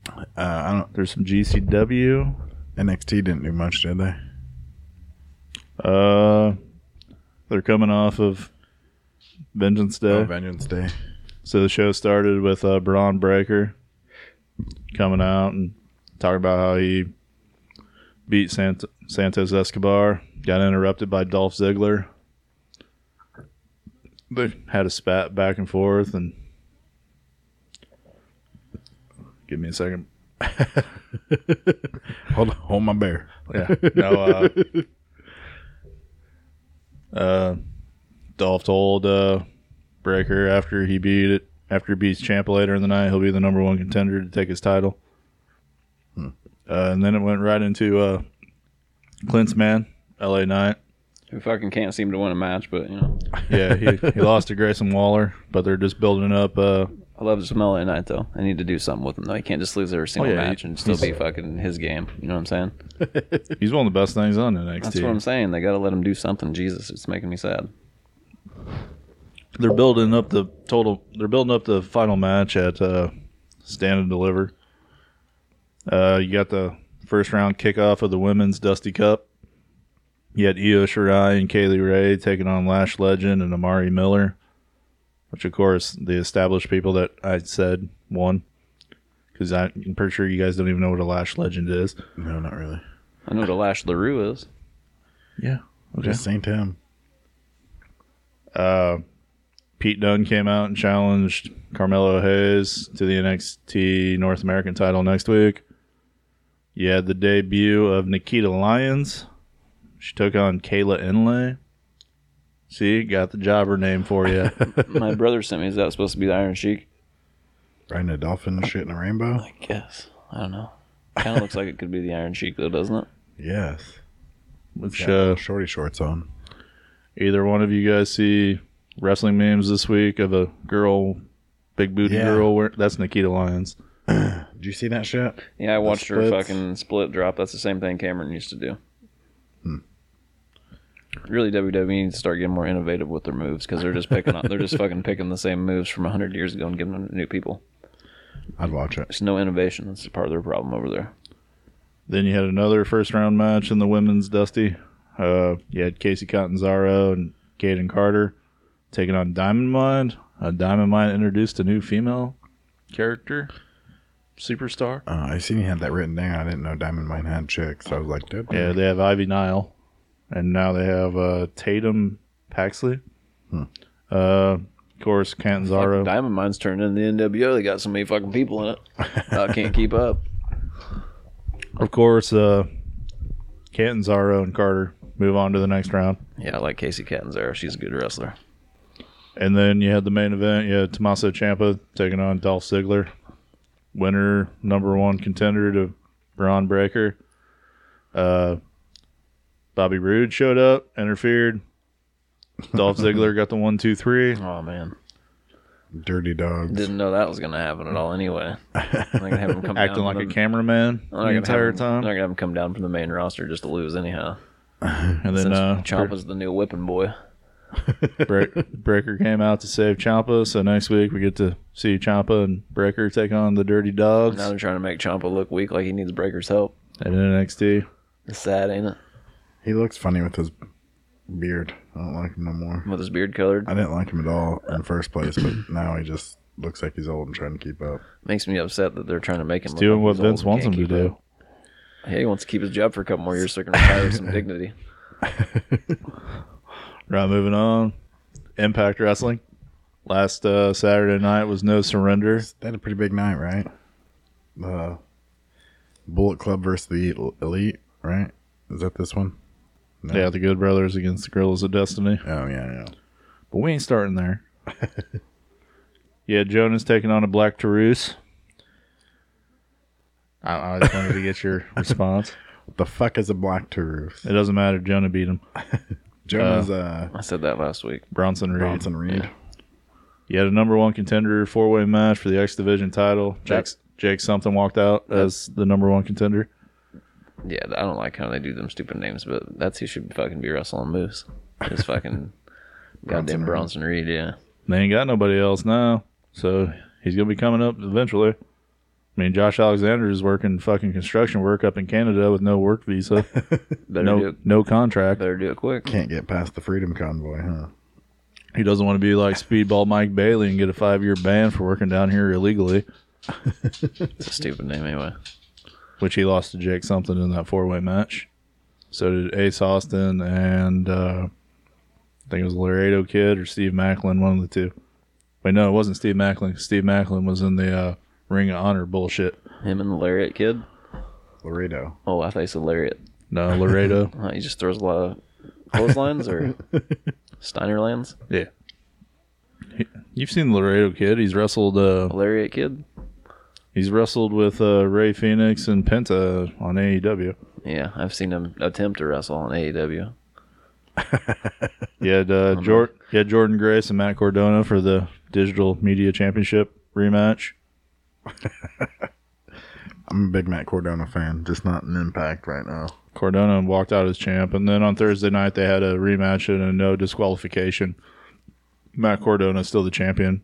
Speaker 1: Uh, I don't.
Speaker 2: There's some GCW.
Speaker 1: NXT didn't do much, did they?
Speaker 2: Uh, they're coming off of Vengeance Day.
Speaker 1: Oh, Vengeance Day.
Speaker 2: So the show started with uh, Braun Breaker coming out and talking about how he beat Sant- Santos Escobar, got interrupted by Dolph Ziggler. They had a spat back and forth, and give me a second.
Speaker 1: Hold, hold my bear.
Speaker 2: Yeah, no. Uh, (laughs) uh, Dolph told uh, Breaker after he beat it, after he beats Champa later in the night, he'll be the number one contender to take his title. Uh, and then it went right into uh, Clint's man, L.A. Knight.
Speaker 4: Who fucking can't seem to win a match, but you know,
Speaker 2: Yeah, he, he (laughs) lost to Grayson Waller, but they're just building up. Uh,
Speaker 4: I love this Mello Knight though. I need to do something with him though. Oh, He can't just lose every single
Speaker 2: yeah,
Speaker 4: match and still be fucking his game. You know what I'm saying?
Speaker 2: he's one of the best things on NXT.
Speaker 4: That's what I'm saying. They gotta let him do something. Jesus, it's making me sad.
Speaker 2: they're building up the total. They're building up the final match at uh, Stand and Deliver. Uh, you got the first round kickoff of the women's Dusty Cup. You had Io Shirai and Kaylee Ray taking on Lash Legend and Amari Miller, which of course the established people that I said won, because I'm pretty sure you guys don't even know what a Lash Legend is.
Speaker 1: No, not really.
Speaker 4: I know what a Lash LaRue is.
Speaker 2: Yeah. Okay.
Speaker 1: Just St. (laughs) Tim.
Speaker 2: uh, Pete Dunne came out and challenged Carmelo Hayes to the NXT North American title next week. You had the debut of Nikita Lyons. She took on Kayla Inlay. See, got the jobber name for you.
Speaker 4: My brother sent me. Is that supposed to be the Iron Sheik?
Speaker 1: Riding a dolphin and shit in a rainbow?
Speaker 4: I guess. I don't know. Kind of looks like it could be the Iron Sheik though, doesn't it?
Speaker 1: Yes.
Speaker 2: Which
Speaker 1: Got
Speaker 2: uh,
Speaker 1: shorty shorts on.
Speaker 2: either one of you guys see wrestling memes this week of a girl, big booty
Speaker 1: Yeah.
Speaker 2: girl? Wear- that's Nikita Lyons.
Speaker 1: Did you see that shit?
Speaker 4: Yeah, I watched her
Speaker 1: splits.
Speaker 4: fucking split drop. That's the same thing Cameron used to do. Really, WWE needs to start getting more innovative with their moves because they're just picking up. They're just fucking picking the same moves from hundred years ago and giving them to new people.
Speaker 1: I'd watch it.
Speaker 4: There's no innovation. That's part of their problem over there.
Speaker 2: Then you had another first round match in the women's Dusty. Uh, you had Casey Catanzaro and Caden Carter taking on Diamond Mind. Uh, Diamond Mind introduced a new female character, superstar.
Speaker 1: Uh, I seen you had that written down. I didn't know Diamond Mine had chicks. I was like, dude.
Speaker 2: Yeah, they have Ivy Nile, and now they have uh, Tatum Paxley. Uh, of course, Catanzaro.
Speaker 4: Fucking Diamond Mine's turned into the NWO. They got so many fucking people in it. I can't keep up.
Speaker 2: of course, uh, Catanzaro and Carter move on to the next round.
Speaker 4: Yeah, I like Casey Catanzaro. She's a good wrestler.
Speaker 2: And then you had the main event. You had Tommaso Ciampa taking on Dolph Ziggler, winner, number one contender to Braun Breaker. Uh, Bobby Roode showed up, interfered. Dolph Ziggler got the one, two,
Speaker 4: (laughs)
Speaker 2: three.
Speaker 4: Oh man,
Speaker 1: Dirty dogs.
Speaker 4: didn't know that was gonna happen at all. Anyway, I'm gonna have him come
Speaker 2: (laughs) Acting
Speaker 4: down
Speaker 2: like
Speaker 4: from
Speaker 2: a
Speaker 4: the-
Speaker 2: cameraman
Speaker 4: I'm not
Speaker 2: the
Speaker 4: gonna have
Speaker 2: entire
Speaker 4: him- I'm not
Speaker 2: time.
Speaker 4: gonna have him come down from the main roster just to lose anyhow.
Speaker 2: And then
Speaker 4: Since
Speaker 2: uh,
Speaker 4: Ciampa's the new whipping boy.
Speaker 2: Bre- Breaker came out to save Ciampa. So next week we get to see Ciampa and Breaker take on the Dirty Dogs
Speaker 4: Now they're trying to make Ciampa look weak, like he needs Breaker's help.
Speaker 2: at NXT.
Speaker 4: It's sad, ain't it?
Speaker 1: He looks funny with his beard. I don't like him no more.
Speaker 4: With his beard colored,
Speaker 1: I didn't like him at all in the first place,
Speaker 2: (clears throat)
Speaker 1: but now he just looks like he's old and trying to keep up.
Speaker 4: makes me upset that they're trying to make him. look
Speaker 2: Doing
Speaker 4: like
Speaker 2: what
Speaker 4: he's old
Speaker 2: Vince
Speaker 4: and
Speaker 2: wants him
Speaker 4: can't
Speaker 2: to
Speaker 4: keep
Speaker 2: do.
Speaker 4: up. Yeah, he wants to keep his job for a couple more years so he can
Speaker 2: (laughs)
Speaker 4: retire with some dignity.
Speaker 2: Right, moving on. Impact Wrestling. Last uh, Saturday night was No Surrender.
Speaker 1: They had a pretty big night, right? Uh, Bullet Club versus the Elite, right? Is that this one? No.
Speaker 2: Yeah, the Good Brothers against the Gorillas of Destiny.
Speaker 1: Oh yeah, yeah.
Speaker 2: But we ain't starting (laughs) there. yeah, Jonah's taking on a Black Tarus. I, I just wanted to get (laughs) your response.
Speaker 1: What the fuck is a black Taruf?
Speaker 2: It doesn't matter. Jonah beat him.
Speaker 1: Jonah's uh,
Speaker 4: I said that last week.
Speaker 2: Bronson Reed.
Speaker 1: Bronson Reed.
Speaker 2: You had a number one contender four way match for the X Division title. Jake,
Speaker 4: That's-
Speaker 2: Jake something walked out as the number one contender.
Speaker 4: Yeah, I don't like how they do them stupid names, but that's who should fucking be wrestling Moose.
Speaker 2: (laughs)
Speaker 4: Just fucking
Speaker 1: Bronson
Speaker 4: goddamn
Speaker 1: Reed.
Speaker 4: Bronson Reed, yeah.
Speaker 2: They ain't got nobody else now, so he's gonna be coming up eventually. I mean, Josh Alexander is working fucking construction work up in Canada with no work visa,
Speaker 4: Better do
Speaker 2: no
Speaker 4: it.
Speaker 2: no contract.
Speaker 4: Better do it quick.
Speaker 1: Can't get past the Freedom Convoy, huh?
Speaker 2: He doesn't want to be like Speedball Mike Bailey and get a five year ban for working down here illegally,
Speaker 4: It's a stupid name anyway.
Speaker 2: which he lost to Jake something in that four way match. So did Ace Austin and uh, I think it was Laredo Kid or Steve Macklin, one of the two. Wait, no, it wasn't Steve Macklin. Steve Macklin was in the uh, Ring of Honor bullshit.
Speaker 4: Him and the Lariat kid.
Speaker 1: Laredo.
Speaker 4: Oh, I thought you said Lariat.
Speaker 2: No, Laredo.
Speaker 4: Uh, he just throws a lot of
Speaker 1: (laughs)
Speaker 4: clotheslines or Steinerlands.
Speaker 2: Yeah. He- You've seen the Laredo Kid. He's wrestled. Uh,
Speaker 4: Lariat kid.
Speaker 2: he's wrestled with uh, Ray Phoenix and Penta on E AEW.
Speaker 4: Yeah, I've seen him attempt to wrestle E on AEW.
Speaker 2: He had uh, Jor- he had Jordan Grace and Matt Cordona for the Digital Media Championship rematch.
Speaker 1: I'm a big Matt Cordona fan, just not an impact right now.
Speaker 2: Cordona walked out as champ, and then on Thursday night they had a rematch and a no disqualification. Matt Cordona is still the champion.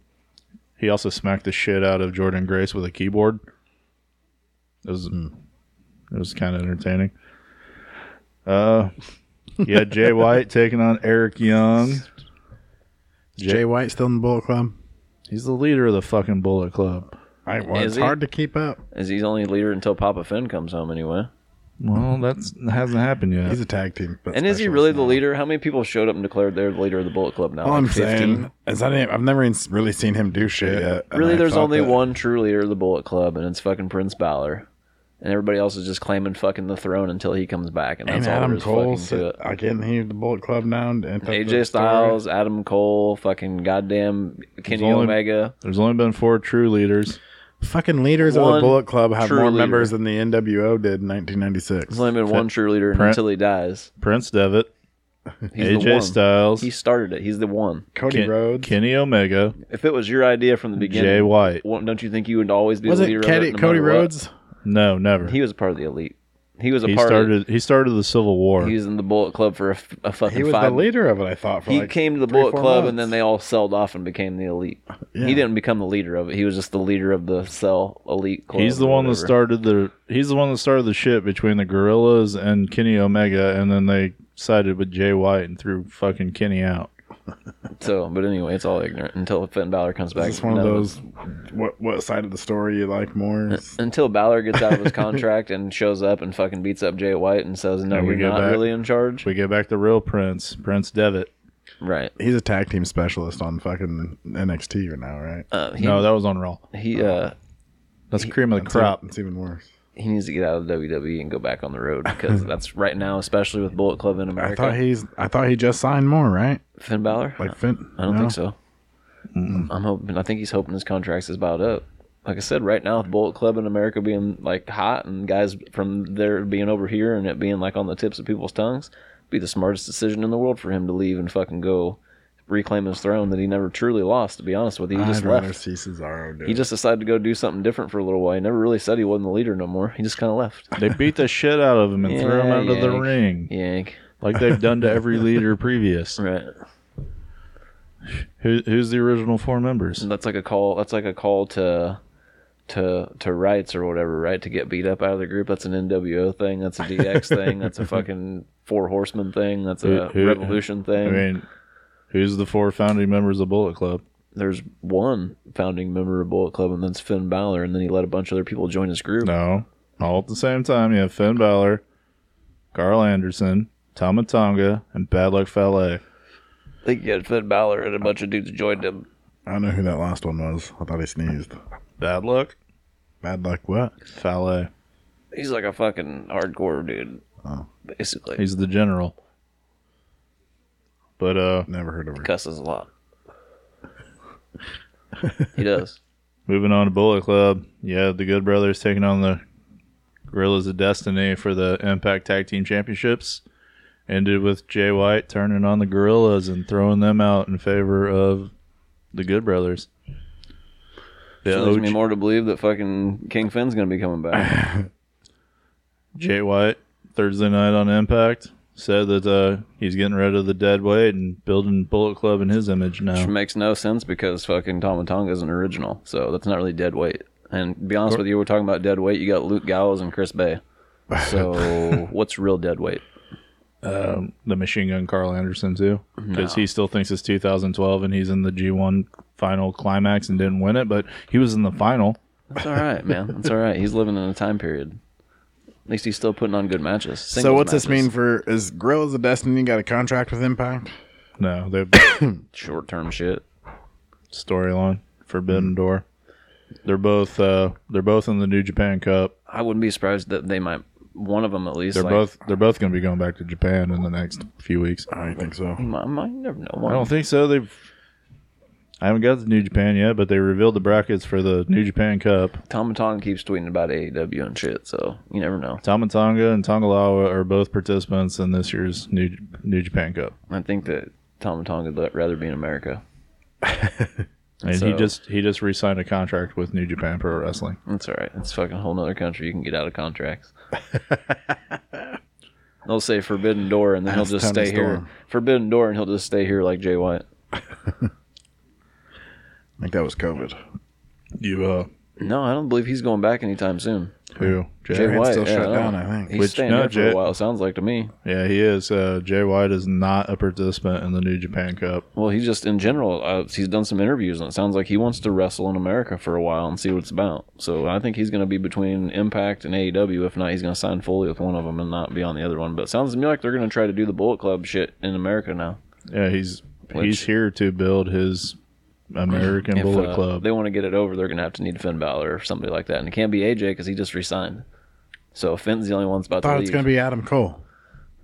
Speaker 2: He also smacked the shit out of Jordan Grace with a keyboard. It was it was kind of entertaining. Uh, you had Jay (laughs) White taking on Eric Young.
Speaker 1: Is Jay White still in the Bullet Club?
Speaker 2: He's the leader of the fucking Bullet Club.
Speaker 1: I, well,
Speaker 4: Is
Speaker 1: it's
Speaker 4: he?
Speaker 1: hard to keep up.
Speaker 4: Is he's only leader until Papa Finn comes home anyway?
Speaker 2: Well, that's that hasn't happened yet.
Speaker 1: He's a tag team.
Speaker 4: And is he
Speaker 1: specialist
Speaker 4: really the
Speaker 1: now.
Speaker 4: leader? How many people showed up and declared they're the leader of the Bullet Club now?
Speaker 1: All I'm
Speaker 4: Like 15?
Speaker 1: saying is I didn't, I've never even really seen him do shit. yet, and
Speaker 4: Really,
Speaker 1: I
Speaker 4: there's
Speaker 1: thought
Speaker 4: only
Speaker 1: that-
Speaker 4: one true leader of the Bullet Club, and it's fucking Prince Balor. And everybody else is just claiming fucking the throne until he comes back, and
Speaker 1: And
Speaker 4: that's all there
Speaker 1: Adam
Speaker 4: is
Speaker 1: Cole,
Speaker 4: fucking to it.
Speaker 1: I can't hear the Bullet Club now. And and that's the
Speaker 4: AJ
Speaker 1: story.
Speaker 4: Styles, Adam Cole, fucking goddamn Kenny
Speaker 2: only-
Speaker 4: Omega.
Speaker 2: There's only been four true leaders.
Speaker 1: Fucking leaders of the
Speaker 4: One
Speaker 1: Bullet Club have
Speaker 4: true
Speaker 1: more
Speaker 4: leader.
Speaker 1: members than the NWO did in 1996.
Speaker 4: There's only been one true leader
Speaker 2: Prince-
Speaker 4: until he dies.
Speaker 2: Prince Devitt,
Speaker 4: He's the one.
Speaker 2: AJ Styles,
Speaker 4: He started it. He's the one.
Speaker 1: Cody
Speaker 2: Ken-
Speaker 1: Rhodes.
Speaker 2: Kenny Omega,
Speaker 4: If it was your idea from the beginning,
Speaker 2: Jay White.
Speaker 4: won't- don't you think you would always be the
Speaker 1: Wasn't
Speaker 4: leader of
Speaker 1: Cody,
Speaker 4: it? no
Speaker 1: Cody
Speaker 4: matter what?
Speaker 1: Rhodes?
Speaker 2: No, never.
Speaker 4: He
Speaker 2: He,
Speaker 4: was a part of the elite. He was a part of.
Speaker 2: started. He started the Civil War.
Speaker 4: He was in the Bullet Club for a, f- a fucking
Speaker 1: He was
Speaker 4: five.
Speaker 1: the leader of it, I thought. For
Speaker 4: he
Speaker 1: like
Speaker 4: came to the
Speaker 1: three,
Speaker 4: Bullet
Speaker 1: four
Speaker 4: Club, and then
Speaker 1: months.
Speaker 4: they all sold off and became the elite.
Speaker 1: Yeah.
Speaker 4: He didn't become the leader of it. He was just the leader of the cell elite club.
Speaker 2: he's the
Speaker 4: or
Speaker 2: one that
Speaker 4: whatever.
Speaker 2: started the. He's the one that started the shit between the Gorillas and Kenny Omega, and then they sided with Jay White and threw fucking Kenny out.
Speaker 4: So, but anyway, it's all ignorant until Finn Balor comes back.
Speaker 1: Is this one of
Speaker 4: No,
Speaker 1: those? What what side of the story you like
Speaker 4: Uh,
Speaker 1: more?
Speaker 4: Until Balor gets out of his contract and shows up and fucking beats up Jay White and says, "No,
Speaker 2: And we
Speaker 4: you're
Speaker 2: go
Speaker 4: not
Speaker 2: back-
Speaker 4: really in charge."
Speaker 2: We get back to real Prince, Prince Devitt.
Speaker 4: Right?
Speaker 1: He's a tag team specialist on fucking NXT right now, right?
Speaker 4: Uh, he,
Speaker 2: No, that was on Raw.
Speaker 4: he uh
Speaker 2: That's cream of the
Speaker 1: It's
Speaker 2: crop.
Speaker 1: even- It's even worse.
Speaker 4: he needs to get out of WWE and go back on the
Speaker 2: (laughs)
Speaker 4: road because that's right now, especially with Bullet Club in
Speaker 1: I
Speaker 4: America.
Speaker 1: thought he's. I thought he just signed more, right?
Speaker 4: Finn Balor,
Speaker 1: Like Finn.
Speaker 4: I don't think so. I'm hoping. I think he's hoping his contract's is about up. Like I said, right now with Bullet Club in America being like hot and guys from there being over here and it being like on the tips of people's tongues, be the smartest decision in the world for him to leave and fucking go reclaim his throne that he never truly lost. To be honest with you, he just
Speaker 1: I'd rather
Speaker 4: left.
Speaker 1: see Cesaro do.
Speaker 4: He
Speaker 1: He
Speaker 4: just decided to go do something different for a little while. He never really said he wasn't the leader no more. He just kind of left.
Speaker 2: They beat the shit out of him and threw him
Speaker 4: Yeah,
Speaker 2: out of the
Speaker 4: yank.
Speaker 2: ring,
Speaker 4: Yank.
Speaker 2: like they've done to every leader
Speaker 4: (laughs)
Speaker 2: previous.
Speaker 4: Right.
Speaker 2: Who, who's the original four members?
Speaker 4: And that's like a call. That's like a call to to to rights or whatever, right? To get beat up out of the group. That's an NWO thing. That's
Speaker 2: (laughs)
Speaker 4: a DX thing. That's a fucking Four Horsemen thing. That's a
Speaker 2: Who- who-
Speaker 4: Revolution
Speaker 2: I
Speaker 4: thing.
Speaker 2: mean, who's the four founding members of Bullet Club?
Speaker 4: There's one founding member of Bullet Club, and that's Finn Balor, and then he let a bunch of other people join his group.
Speaker 2: No. All at the same time, you have Finn Balor, Carl Anderson, Tama Tonga, and Bad Luck Fale.
Speaker 4: I think you had Finn Balor and a bunch of dudes joined him.
Speaker 1: I don't know who that last one was. I thought he sneezed.
Speaker 2: Bad Luck?
Speaker 1: Bad luck. What?
Speaker 2: Fale.
Speaker 4: he's like a fucking hardcore dude,
Speaker 1: Oh.
Speaker 4: basically.
Speaker 2: He's the general. But uh
Speaker 1: Never heard of (laughs) her.
Speaker 4: cusses a lot.
Speaker 2: (laughs)
Speaker 4: he does.
Speaker 2: moving on to Bullet Club, yeah, the Good Brothers taking on the Gorillas of Destiny for the Impact Tag Team Championships. Ended with Jay White turning on the Gorillas and throwing them out in favor of the Good Brothers. The
Speaker 9: So
Speaker 4: Gives
Speaker 2: OG
Speaker 4: me more to believe that fucking King Finn's gonna be coming back.
Speaker 2: Jay White Thursday night on Impact said that uh, he's getting rid of the dead weight and building Bullet Club in his image
Speaker 4: Which
Speaker 2: now.
Speaker 4: makes no sense because fucking Tama Tonga is an original, so that's not really dead weight. And to be honest with you, we're talking about dead weight. You got Luke Gallows and Chris Bay. So what's real dead weight?
Speaker 2: Um, the Machine Gun Carl Anderson too, because he still thinks it's 2012 and he's in the G1 final climax and didn't win it, but he was in the final.
Speaker 4: That's all right, man. That's all right. He's living in a time period. At least he's still putting on good matches.
Speaker 1: So
Speaker 4: singles
Speaker 1: what's this
Speaker 4: matches.
Speaker 1: mean for is Gorillas of Destiny got a contract with Impact?
Speaker 2: No, the (coughs)
Speaker 4: Short term shit.
Speaker 2: storyline Forbidden Door. They're both uh, they're both in the New Japan Cup.
Speaker 4: I wouldn't be surprised that they might one of them at least.
Speaker 2: They're
Speaker 4: like,
Speaker 2: both they're both going to be going back to Japan in the next few weeks.
Speaker 1: I don't think so.
Speaker 4: I might never know.
Speaker 2: I don't think so. They've I haven't got the New Japan yet, but they revealed the brackets for the New Japan Cup.
Speaker 4: Tom Tong keeps tweeting about AEW and shit, so you never know.
Speaker 2: Tamatanga and Tongalawa are both participants in this year's New New Japan Cup.
Speaker 4: I think that Tom Tong would let- rather be in America.
Speaker 2: And he
Speaker 4: So-
Speaker 2: just he just re-signed a contract with New Japan Pro Wrestling.
Speaker 4: That's all right. It's fucking a whole nother country. You can get out
Speaker 1: (laughs)
Speaker 4: of contracts. They'll say Forbidden Door, and then he'll
Speaker 1: That's
Speaker 4: just
Speaker 1: Tony
Speaker 4: stay here.
Speaker 1: Storm.
Speaker 4: Forbidden Door, and he'll just stay here like Jay White.
Speaker 1: I think that was COVID.
Speaker 2: You uh
Speaker 4: No, I don't believe he's going back anytime soon.
Speaker 2: who? Jay?
Speaker 4: Jay
Speaker 1: It's
Speaker 4: White,
Speaker 1: still
Speaker 4: yeah,
Speaker 1: shut
Speaker 4: I
Speaker 1: down,
Speaker 4: don't-
Speaker 1: I think.
Speaker 4: He's
Speaker 2: Which-
Speaker 4: staying
Speaker 2: no,
Speaker 4: here for
Speaker 2: Jay-
Speaker 4: a while. Sounds like to me.
Speaker 2: Yeah, he is. Uh, Jay White is not a participant in the New Japan Cup.
Speaker 4: Well, he just in general, uh, he's done some interviews, and it sounds like he wants to wrestle in America for a while and see what it's about. So I think he's going to be between Impact and AEW. If not, he's going to sign fully with one of them and not be on the other one. But it sounds to me like they're going to try to do the Bullet Club shit in America now.
Speaker 2: Yeah, he's
Speaker 4: Which-
Speaker 2: he's here to build his American
Speaker 4: (clears throat) If,
Speaker 2: Bullet
Speaker 4: uh,
Speaker 2: Club.
Speaker 4: They want to get it over. They're going to have to need Finn Balor or somebody like that, and it can't be AJ because he just resigned. So Finn's the only one that's about to
Speaker 1: thought
Speaker 4: leave.
Speaker 1: it's gonna be Adam Cole.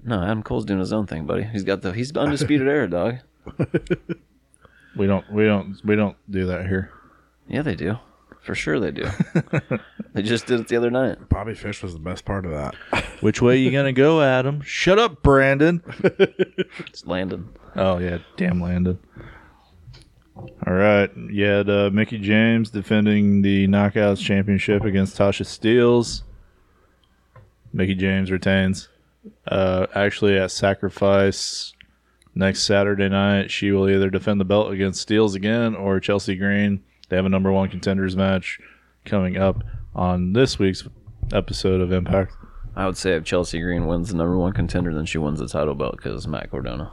Speaker 4: no, Adam Cole's doing his own thing, buddy. He's got the he's (laughs) undisputed era, dog.
Speaker 2: we don't we don't we don't do that here.
Speaker 4: Yeah, they do. For sure,
Speaker 1: (laughs)
Speaker 4: they do. they just did it the other night.
Speaker 1: Bobby Fish was the best part of that.
Speaker 2: Which way you gonna go, Adam? Shut up, Brandon.
Speaker 4: It's Landon.
Speaker 2: Oh yeah, damn Landon. All right, you had uh, Mickey James defending the Knockouts Championship against Tasha Steeles. Mickey James retains. Uh, actually, at Sacrifice next Saturday night, she will either defend the belt against Steeles again or Chelsea Green. They have a number one contenders match coming up on this week's episode of Impact.
Speaker 4: I would say if Chelsea Green wins the number one contender, then she wins the title belt because Matt
Speaker 1: (laughs)
Speaker 4: Cordona.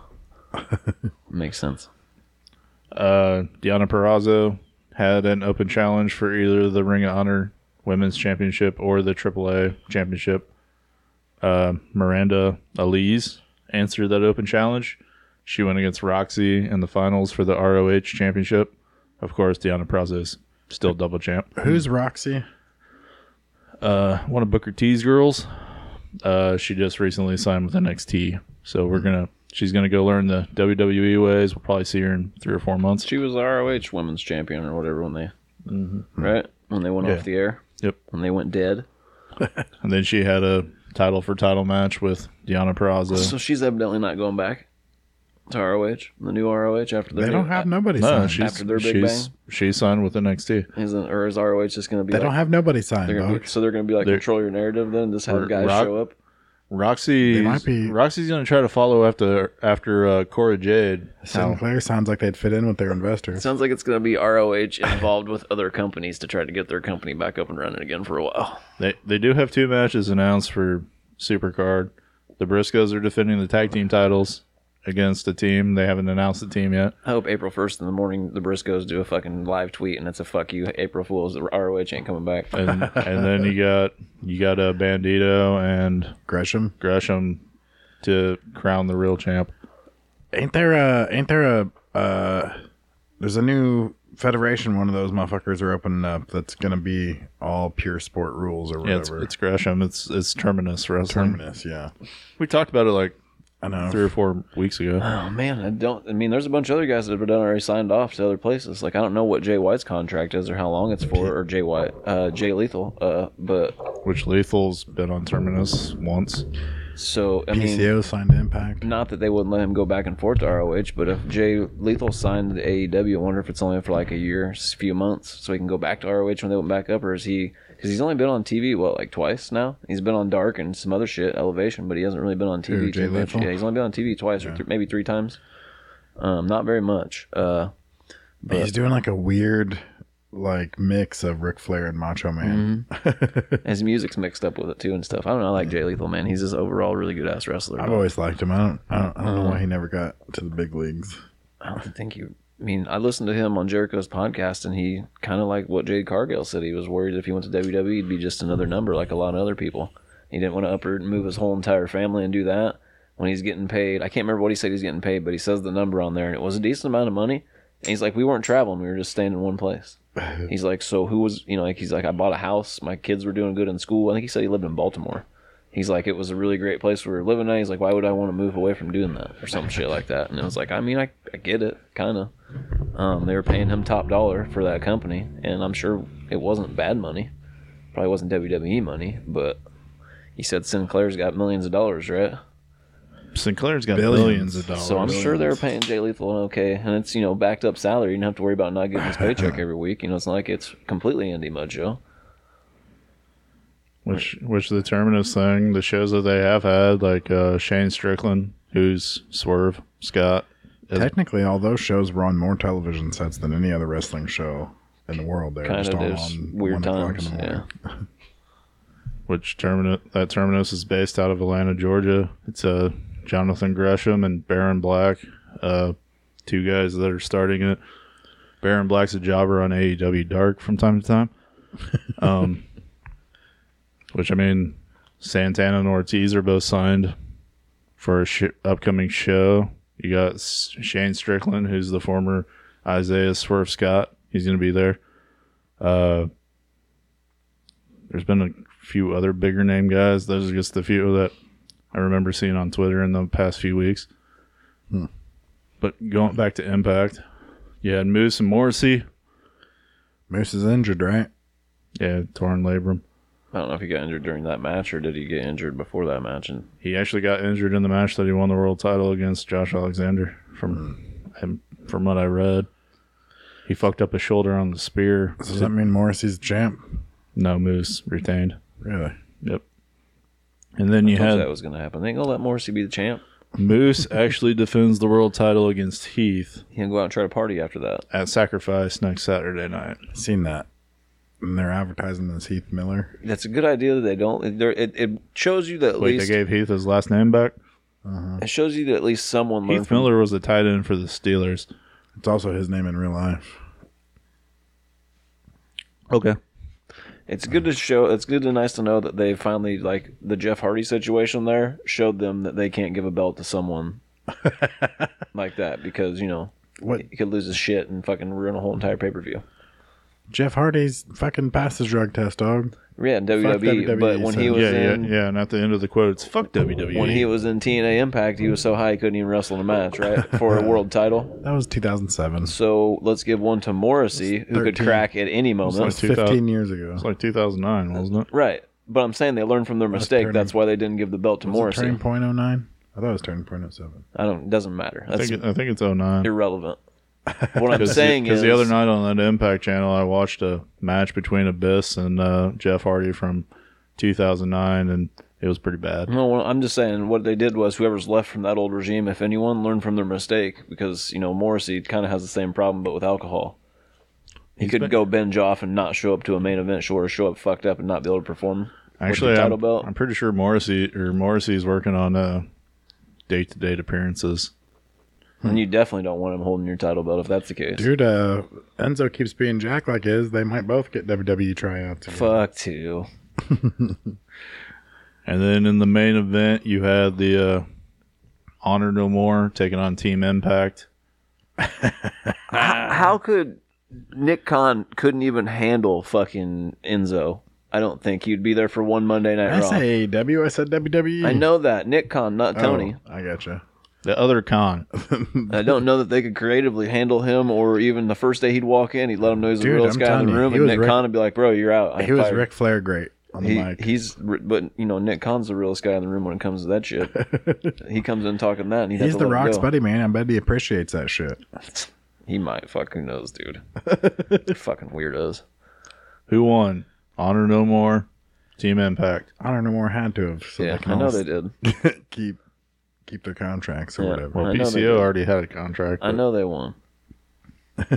Speaker 4: Makes sense.
Speaker 2: uh, Deanna Perrazzo had an open challenge for either the Ring of Honor Women's Championship or the AAA Championship. Uh, Miranda Elise answered that open challenge. She went against Roxy in the finals for the ROH Championship. Of course, Deanna Perrazzo is still double champ.
Speaker 1: Who's Roxy?
Speaker 2: Uh, one of Booker T's girls. Uh, she just recently signed with NXT, so we're gonna. She's gonna go learn the WWE ways. We'll probably see her in three or four months.
Speaker 4: She was the ROH Women's Champion or whatever when they,
Speaker 1: Mm-hmm.
Speaker 4: right when they went
Speaker 2: Yeah.
Speaker 4: off the air.
Speaker 2: Yep.
Speaker 4: When they went dead.
Speaker 2: And then she had a title for title match with Deanna Peraza.
Speaker 4: So she's evidently not going back to ROH, the new ROH after their
Speaker 1: They don't have nobody
Speaker 2: no,
Speaker 1: signed.
Speaker 2: she's
Speaker 4: after their Big
Speaker 2: she's she signed with NXT.
Speaker 4: Isn't or is ROH just going to be?
Speaker 1: they
Speaker 4: like,
Speaker 1: don't have nobody signed,
Speaker 4: they're gonna
Speaker 1: dog.
Speaker 4: be, so they're going to be like
Speaker 2: They're-
Speaker 4: control your narrative then. Just have
Speaker 2: Or
Speaker 4: guys
Speaker 2: Rock-
Speaker 4: show up.
Speaker 2: Roxy
Speaker 1: They might be-
Speaker 2: Roxy's gonna try to follow after after uh, Cora Jade.
Speaker 1: Sinclair sounds like they'd fit in with their investors.
Speaker 4: Sounds like it's going to be ROH involved with other companies to try to get their company back up and running again for a while.
Speaker 2: They they do have two matches announced for Supercard. The Briscoes are defending the tag team titles against a team. They haven't announced the team yet.
Speaker 4: I hope April 1st in the morning the Briscoes do a fucking live tweet and it's a fuck you, April Fools. The ROH ain't coming
Speaker 1: (laughs)
Speaker 4: back.
Speaker 2: And and then you got you got a Bandito and
Speaker 1: Gresham,
Speaker 2: Gresham to crown the real champ.
Speaker 1: ain't there a ain't there a uh? There's a new Federation, one of those motherfuckers are opening up. That's gonna be all pure sport rules or
Speaker 2: Yeah, it's,
Speaker 1: whatever.
Speaker 2: it's Gresham. It's it's Terminus Wrestling.
Speaker 1: terminus. Yeah,
Speaker 2: We talked about it like
Speaker 1: I know.
Speaker 2: three or four weeks ago.
Speaker 4: Oh man, I don't. I mean, there's a bunch of other guys that have done already signed off to other places. Like I don't know what Jay White's contract is or how long it's for, or Jay White, uh, Jay Lethal. Uh, but
Speaker 2: Which Lethal's been on Terminus once.
Speaker 4: so I mean,
Speaker 1: PCO signed to Impact.
Speaker 4: not that they wouldn't let him go back and forth to ROH, but if Jay Lethal signed to AEW, I wonder if it's only for like a year, s- few months, so he can go back to ROH when they went back up, or is he? Because he's only been on TV what like twice now. He's been on Dark and some other shit, Elevation, but he hasn't really been on TV
Speaker 1: Who, Jay
Speaker 4: too much.
Speaker 1: Lethal?
Speaker 4: Yeah, he's only been on TV twice or th- maybe three times. Um, not very much.
Speaker 1: (laughs)
Speaker 4: Uh,
Speaker 1: He's doing like a weird, like mix of Ric Flair and Macho Man.
Speaker 4: His music's mixed up with it too and stuff. I don't know. I like Jay Lethal, man. He's just overall really good ass wrestler.
Speaker 1: I've always liked him. I don't. I don't, I don't know why he never got to the big leagues.
Speaker 4: I don't think you. I mean, I listened to him on Jericho's podcast, and he kind of like what Jade Cargill said. He was worried if he went to WWE, he'd be just another number like a lot of other people. He didn't want to uproot and move his whole entire family and do that when he's getting paid. I can't remember what he said he's getting paid, but he says the number on there, and it was a decent amount of money. And he's like, we weren't traveling; we were just staying in one place. He's like, so who was you know? Like he's like, I bought a house. My kids were doing good in school. I think he said he lived in Baltimore. He's like, it was a really great place we were living at. He's like, why would I want to move away from doing that or some shit like that? And it was like, I mean, I, I get it, kind of. Um, they were paying him top dollar for that company, and I'm sure it wasn't bad money. Probably wasn't WWE money, but he said Sinclair's got millions of dollars, right?
Speaker 2: Sinclair's got
Speaker 1: Billions.
Speaker 2: billions, of dollars.
Speaker 4: So I'm sure they were paying Jay Lethal an okay, and it's you know backed up salary. You don't have to worry about not getting his paycheck every week. You know, it's not like it's completely indie mojo.
Speaker 2: which which the Terminus thing, the shows that they have had, like uh, Shane Strickland, who's Swerve Scott. is-
Speaker 1: Technically, all those shows were on more television sets than any other wrestling show in the world. They're
Speaker 4: Kind
Speaker 1: just
Speaker 4: of
Speaker 1: all
Speaker 4: there's
Speaker 1: on
Speaker 4: weird
Speaker 1: one o'clock
Speaker 4: times.
Speaker 1: in the morning.
Speaker 4: Yeah.
Speaker 2: which Terminus that Terminus is based out of Atlanta, Georgia. It's uh, Jonathan Gresham and Baron Black, uh, two guys that are starting it. Baron Black's a jobber on AEW Dark from time to time. Um, which I mean, Santana and Ortiz are both signed for a sh- upcoming show. You got S- Shane Strickland, who's the former Isaiah Swerve Scott. He's going to be there. Uh, there's been a few other bigger name guys. Those are just the few that I remember seeing on Twitter in the past few weeks. But going back to Impact, you had Moose and Morrissey.
Speaker 1: Moose is injured, right?
Speaker 2: Yeah, torn labrum.
Speaker 4: I don't know if he got injured during that match or did he get injured before that match. And
Speaker 2: He actually got injured in the match that he won the world title against Josh Alexander. From and from what I read, he fucked up his shoulder on the spear.
Speaker 1: So does that mean Morrissey's champ?
Speaker 2: No, Moose retained.
Speaker 1: Really?
Speaker 2: Yep. And then you
Speaker 4: I thought
Speaker 2: had
Speaker 4: that was going to happen. They ain't going to let Morrissey be the champ.
Speaker 2: Moose actually defends the world title against Heath
Speaker 4: He'll go out and try to party after that.
Speaker 2: at Sacrifice next Saturday night.
Speaker 1: Seen that? And they're advertising as Heath Miller.
Speaker 4: That's a good idea that they don't. there- It, it shows you that at
Speaker 2: Wait,
Speaker 4: least
Speaker 2: they gave Heath his last name back.
Speaker 4: it shows you that at least someone learned
Speaker 2: Heath
Speaker 4: from
Speaker 2: Miller was the tight end for the Steelers.
Speaker 1: It's also his name in real life.
Speaker 2: Okay.
Speaker 4: It's good to show. It's good and nice to know that they finally like the Jeff Hardy situation. There showed them that they can't give a belt
Speaker 2: (laughs)
Speaker 4: to someone like that because you know
Speaker 1: What
Speaker 4: he could lose his shit and fucking ruin a whole entire pay per view.
Speaker 1: Jeff Hardy's fucking passed his drug test, dog.
Speaker 4: Yeah, in WWE,
Speaker 1: WWE,
Speaker 4: But when he
Speaker 1: so-
Speaker 4: was
Speaker 2: Yeah, E yeah,
Speaker 4: in
Speaker 2: yeah. And at the end of the quote, it's fuck E." WWE.
Speaker 4: when he was in TNA Impact, he was so high he couldn't even wrestle in a match, right, for a
Speaker 2: (laughs)
Speaker 4: world title.
Speaker 1: That was 2007. So
Speaker 4: So let's give one to Morrissey, who could
Speaker 1: 13.
Speaker 4: crack at any moment.
Speaker 1: it's 15 years ago.
Speaker 2: it's like 2009, wasn't it?
Speaker 4: Right. But I'm saying they learned from their mistake.
Speaker 1: turning-
Speaker 4: That's why they didn't give the belt to
Speaker 1: Was it
Speaker 4: Morrissey.
Speaker 1: turning point oh nine? I thought it was turning point oh seven.
Speaker 4: I don't. It doesn't matter.
Speaker 2: I
Speaker 4: That's
Speaker 2: think, it- I think it's 09. (laughs)
Speaker 4: irrelevant. What I'm
Speaker 2: Because
Speaker 4: saying is
Speaker 2: the other night on that Impact channel, I watched a match between Abyss and uh, Jeff Hardy from 2009, and it was pretty bad.
Speaker 4: No, well, I'm just saying what they did was whoever's left from that old regime, if anyone, learned from their mistake because you know Morrissey kind of has the same problem, but with alcohol. He could
Speaker 2: been-
Speaker 4: go binge off and not show up to a main event, or show up fucked up and not be able to perform.
Speaker 2: Actually,
Speaker 4: title
Speaker 2: I'm,
Speaker 4: belt?
Speaker 2: I'm pretty sure Morrissey or Morrissey's working on uh, day-to-day appearances.
Speaker 4: And you definitely don't want him holding your title belt if that's the case.
Speaker 1: Dude, uh, Enzo keeps being Jack like his. They might both get WWE tryouts. again.
Speaker 4: Fuck too.
Speaker 2: And then in the main event, you had the uh, Honor No More taking on Team Impact.
Speaker 4: How could Nick Khan couldn't even handle fucking Enzo. I don't think you'd be there for one Monday Night
Speaker 1: I
Speaker 4: Raw.
Speaker 1: say AEW. I said WWE.
Speaker 4: I know that Nick Khan, not
Speaker 1: Oh,
Speaker 4: Tony.
Speaker 1: I gotcha.
Speaker 2: The other con.
Speaker 4: I don't know that they could creatively handle him, or even the first day he'd walk in, he'd let him know he's the
Speaker 1: Dude,
Speaker 4: realest
Speaker 1: I'm
Speaker 4: guy in
Speaker 1: telling
Speaker 4: the
Speaker 1: you,
Speaker 4: room,
Speaker 1: he
Speaker 4: and
Speaker 1: was
Speaker 4: Nick
Speaker 1: Ric-
Speaker 4: Khan would be like, "Bro, you're out." I'm
Speaker 1: he was
Speaker 4: fired."
Speaker 1: Ric Flair great on the
Speaker 4: He-
Speaker 1: mic.
Speaker 4: he's, r- but you know, Nick Khan's the realest guy in the room when it comes to that
Speaker 1: (laughs)
Speaker 4: shit. he comes in talking that, and he'd have
Speaker 1: He's
Speaker 4: to
Speaker 1: the
Speaker 4: let it
Speaker 1: Rock's
Speaker 4: go.
Speaker 1: buddy, man. I bet he appreciates that shit.
Speaker 4: He might. Fuck, who
Speaker 1: (laughs)
Speaker 4: knows, dude? fucking weirdos.
Speaker 2: Who won? Honor No More, Team Impact.
Speaker 1: I don't know more had to have. So
Speaker 4: yeah,
Speaker 1: they can
Speaker 4: I know
Speaker 1: all
Speaker 4: they did.
Speaker 1: s- (laughs) keep keep their contracts or
Speaker 4: Yeah.
Speaker 1: whatever.
Speaker 2: Well,
Speaker 4: I know they
Speaker 2: PCO
Speaker 4: did.
Speaker 2: already had a contract.
Speaker 4: I
Speaker 2: but
Speaker 4: know they won.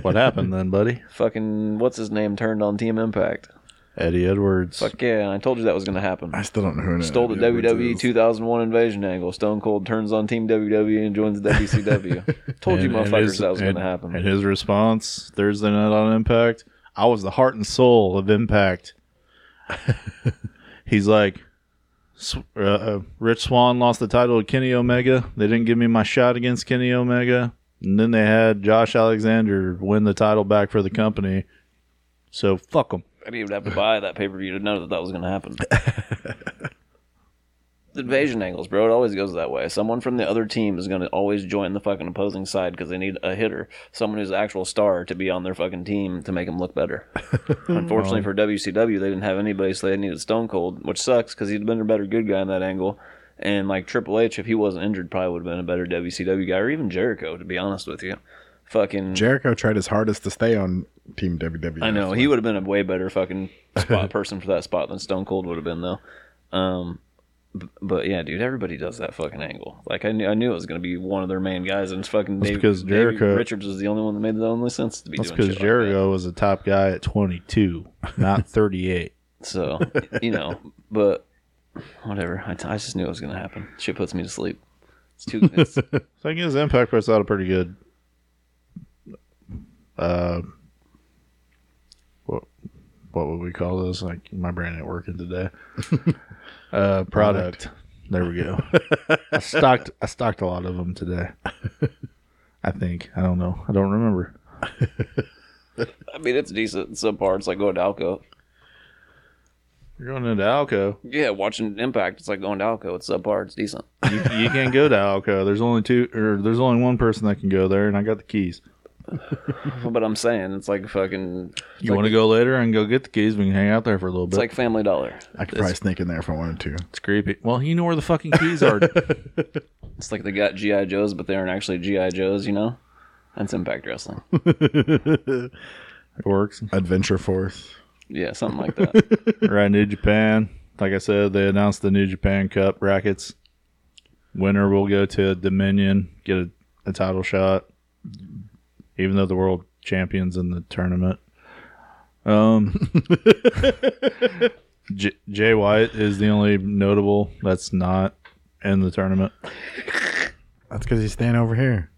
Speaker 2: What happened then, buddy?
Speaker 4: Fucking what's his name turned on Team Impact.
Speaker 2: Eddie Edwards.
Speaker 4: Fuck yeah, I told you that was gonna happen.
Speaker 1: I still don't know who
Speaker 4: Stole the E
Speaker 1: Eddie Edwards
Speaker 4: WWE
Speaker 1: is.
Speaker 4: 2001 invasion angle. Stone Cold turns on Team WWE and joins
Speaker 2: (laughs)
Speaker 4: the WCW. told you,
Speaker 2: And- and
Speaker 4: motherfuckers,
Speaker 2: his-
Speaker 4: that was
Speaker 2: and-
Speaker 4: gonna happen.
Speaker 2: And his response Thursday night on Impact, I was the heart and soul of
Speaker 4: (laughs)
Speaker 2: Impact. He's like, "S- uh, uh, Rich Swan lost the title to Kenny Omega. They didn't give me my shot against Kenny Omega. And then they had Josh Alexander win the title back for the company. So fuck them.
Speaker 4: I didn't even have to buy that pay per view to know that that was gonna happen. The invasion angles, bro. It always goes that way. Someone from the other team is going to always join the fucking opposing side because they need a hitter, someone who's an actual star to be on their fucking team to make them look better. Unfortunately for WCW, they didn't have anybody, so they needed Stone Cold, which sucks because he'd been a better good guy in that angle. And like Triple H, if he wasn't injured, probably would have been a better WCW guy, or even Jericho, to be honest with you. Fucking,
Speaker 1: Jericho tried his hardest to stay on Team E, WWE.
Speaker 4: I know he would have been a way better fucking
Speaker 2: (laughs)
Speaker 4: spot person for that spot than Stone Cold would have been though. Um, b- but yeah, dude, everybody does that fucking angle. Like I knew, I knew it was gonna be one of their main guys, and it's fucking Dave,
Speaker 2: because
Speaker 4: Davey
Speaker 2: Jericho-
Speaker 4: Richards was the only one that made the only sense to be
Speaker 2: That's
Speaker 4: doing shit
Speaker 2: because
Speaker 4: like
Speaker 2: Jericho was a top guy at 22, not (laughs) 38.
Speaker 4: that. So
Speaker 2: (laughs)
Speaker 4: you know, but whatever. I, I just knew it was gonna happen. Shit puts me to sleep. It's too. It's,
Speaker 2: So I guess Impact puts out a pretty good. Uh, what what would we call this? Like my brain ain't working (laughs) today. uh, product. There we (laughs) go. I stocked I stocked a lot of them today. I think I don't know. I don't remember.
Speaker 4: I mean, it's decent subpar. It's like going to Alco.
Speaker 2: You're going into Alco.
Speaker 4: Yeah, watching Impact, it's like going to Alco. It's subpar. It's decent.
Speaker 2: You, you can't go to Alco. There's only two, or there's only one person that can go there, and I got the keys.
Speaker 4: but I'm saying it's like fucking.
Speaker 2: You want to go later and go get the keys? We can hang out there for a little bit.
Speaker 4: It's like Family Dollar.
Speaker 1: I could probably sneak in there if I wanted to.
Speaker 2: it's creepy. Well, you know where the fucking keys (laughs) are.
Speaker 4: It's like they got GI Joes, but they aren't actually GI Joes. You know, that's Impact Wrestling.
Speaker 2: it works.
Speaker 1: Adventure Force.
Speaker 4: Yeah, something like
Speaker 1: (laughs)
Speaker 4: that.
Speaker 2: right, New Japan. Like I said, they announced the New Japan Cup brackets. Winner will go to Dominion, get a, a title shot, even though the world champions in the tournament. Um, (laughs) J- Jay White is the only notable that's not in the tournament.
Speaker 1: That's because he's staying over here.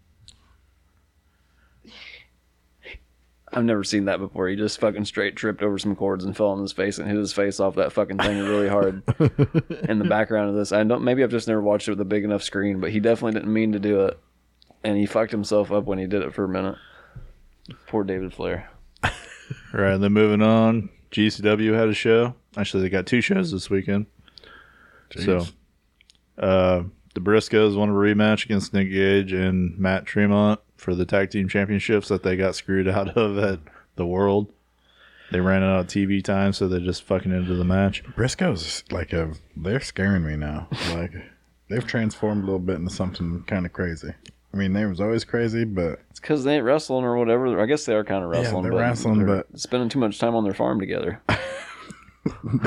Speaker 4: I've never seen that before. He just fucking straight tripped over some cords and fell on his face and hit his face off that fucking thing
Speaker 1: (laughs)
Speaker 4: really hard. in the background of this, I don't. Maybe I've just never watched it with a big enough screen, but he definitely didn't mean to do it, and he fucked himself up when he did it for a minute. Poor David Flair.
Speaker 2: All right, then moving on. GCW had a show. Actually, they got two shows this weekend. So, uh, the Briscoes won a rematch against Nick Gage and Matt Tremont for the tag team championships that they got screwed (laughs) out of at the World. They ran out of TV time, so they just fucking ended the match.
Speaker 1: Briscoe's like a. They're scaring me now. Like they've transformed a little bit into something kind of crazy. I mean, they was always crazy, but (laughs)
Speaker 4: It's because they ain't wrestling or whatever. I guess they are kind of
Speaker 1: yeah,
Speaker 4: wrestling.
Speaker 1: they're
Speaker 4: but
Speaker 1: wrestling, but
Speaker 4: Spending too much time on their farm together.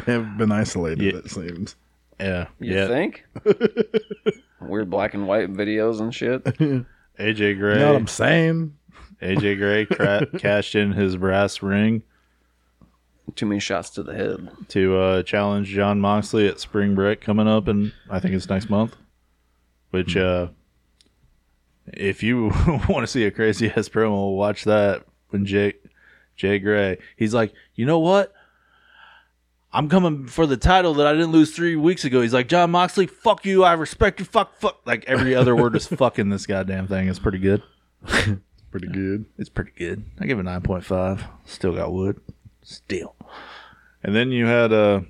Speaker 1: they've been isolated.
Speaker 2: Yeah.
Speaker 1: It seems.
Speaker 2: Yeah,
Speaker 4: You
Speaker 2: yeah.
Speaker 4: think? Weird black and white videos and shit. (laughs)
Speaker 2: AJ
Speaker 1: You know what
Speaker 2: Gray,
Speaker 1: I'm saying?
Speaker 2: AJ Gray cra- cashed in his brass ring
Speaker 4: Too many shots to the head.
Speaker 2: to uh, challenge John Moxley at Spring Break coming up, and I think it's next month. Which, uh, if you (laughs) want to see a crazy ass promo, watch that when Jay Jay Gray he's like, you know what? I'm coming for the title that I didn't lose three weeks ago. He's like, John Moxley, fuck you. I respect you. Fuck, fuck. Like every other word is fucking this goddamn thing. It's pretty good.
Speaker 1: pretty good.
Speaker 5: It's pretty good. I give it nine point five. Still got wood. Still.
Speaker 2: And then you had uh,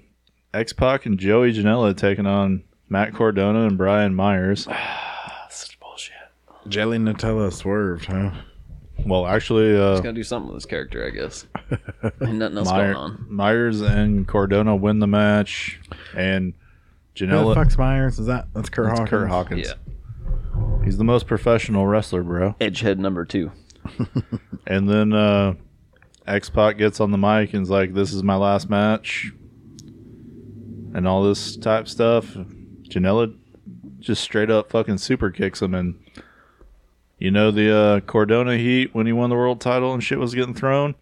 Speaker 2: X Pac and Joey Janela taking on Matt Cordona and Brian Myers.
Speaker 6: Such bullshit.
Speaker 1: Jelly Nutella swerved, huh?
Speaker 2: Well, actually,
Speaker 4: He's
Speaker 2: uh,
Speaker 4: gonna do something with this character, I guess. Ain't nothing else
Speaker 2: Meyer-
Speaker 4: going on.
Speaker 2: Myers and Cordona win the match, and
Speaker 1: Who the
Speaker 2: Janela.
Speaker 1: fuck's Myers? Is that that's Kurt
Speaker 2: That's
Speaker 1: Hawkins?
Speaker 2: Kurt Hawkins.
Speaker 4: Yeah.
Speaker 2: He's the most professional wrestler, bro.
Speaker 4: Edgehead number two.
Speaker 2: And then uh, X Pac gets on the mic and's like, "This is my last match," and all this type stuff. Janela just straight up fucking super kicks him, and you know the uh, Cordona heat when he won the world title and shit was getting thrown.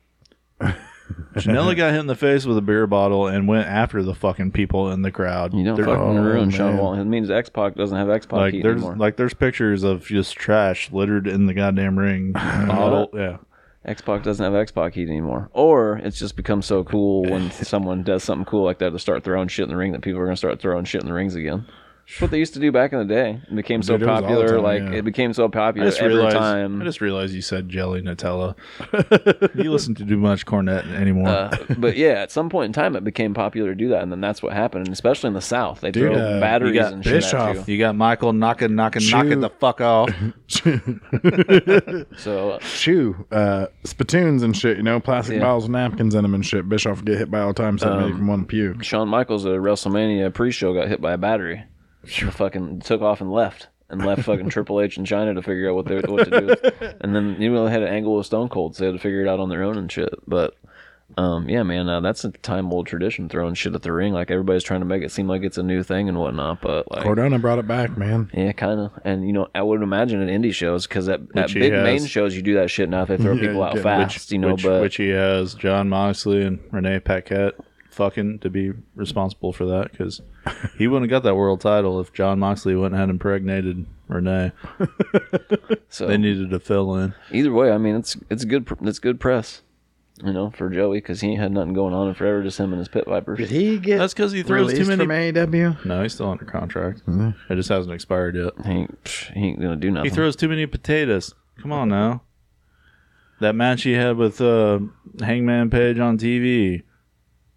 Speaker 2: Janela got hit in the face with a beer bottle and went after the fucking people in the crowd.
Speaker 4: You don't
Speaker 2: They're-
Speaker 4: fucking
Speaker 1: oh,
Speaker 4: ruin Sean
Speaker 1: man.
Speaker 4: Wall. It means X Pac doesn't have X Pac
Speaker 2: like
Speaker 4: heat
Speaker 2: there's
Speaker 4: anymore.
Speaker 2: like there's pictures of just trash littered in the goddamn ring. bottle, yeah.
Speaker 4: X Pac doesn't have X Pac heat anymore. Or it's just become so cool when someone does something cool like that to start throwing shit in the ring that people are gonna start throwing shit in the rings again. That's what they used to do back in the day. It became so
Speaker 1: Dude, it was all the
Speaker 4: popular.
Speaker 1: time,
Speaker 4: like
Speaker 1: yeah.
Speaker 4: it became so
Speaker 2: I
Speaker 4: popular
Speaker 2: just
Speaker 4: every
Speaker 2: realized.
Speaker 4: time.
Speaker 2: I just realized you said jelly
Speaker 4: (laughs)
Speaker 2: Nutella. you listen to too much cornet anymore.
Speaker 4: Uh, but yeah, at some point in time, it became popular to do that, and then that's what happened. And especially in the South, they
Speaker 1: Dude,
Speaker 4: throw
Speaker 1: uh,
Speaker 4: batteries
Speaker 2: you got
Speaker 4: and shit at
Speaker 1: Bischoff.
Speaker 4: you.
Speaker 2: Oh, you got Michael knocking, knocking, knocking the fuck off.
Speaker 1: (laughs)
Speaker 4: So
Speaker 1: Chew, uh, spittoons and shit. You know, plastic
Speaker 4: Yeah.
Speaker 1: bottles, with napkins in them and shit. Bischoff get hit by all the time, so
Speaker 2: Um,
Speaker 1: it make him want to puke.
Speaker 4: Shawn Michaels at a WrestleMania pre-show got hit by a battery. fucking took off and left, and left fucking Triple H in China to figure out what they what to do. with- and then you know they had an angle with Stone Cold, so they had to figure it out on their own and shit. But um, yeah, man, uh, that's a time-old tradition throwing shit at the ring. Like everybody's trying to make it seem like it's a new thing and whatnot, but like.
Speaker 1: Cordona brought it back, man.
Speaker 4: Yeah, kind of. And you know, I would imagine at indie shows because at, at
Speaker 2: he
Speaker 4: big
Speaker 2: has.
Speaker 4: main shows you do that shit now. They
Speaker 2: (laughs)
Speaker 4: throw
Speaker 1: Yeah,
Speaker 4: people out
Speaker 1: yeah.
Speaker 4: fast, (laughs) you know.
Speaker 2: which,
Speaker 4: but
Speaker 2: which he has John Moxley and Renee Paquette fucking to be responsible for that
Speaker 4: (laughs)
Speaker 2: because he wouldn't have got that world title if John Moxley wouldn't have impregnated Renee.
Speaker 4: so
Speaker 2: They needed to fill in.
Speaker 4: either way, I mean, it's it's good pr- it's good press, you know, for Joey because he ain't had nothing going on in forever, just him and his pit vipers.
Speaker 1: he get
Speaker 2: That's because he throws too many.
Speaker 1: AEW?
Speaker 2: no, he's still under contract. It just hasn't expired yet.
Speaker 4: He ain't, psh, he ain't gonna do
Speaker 2: He
Speaker 4: nothing.
Speaker 2: throws too many potatoes. Come on now. That match he had with uh, Hangman Page on TV.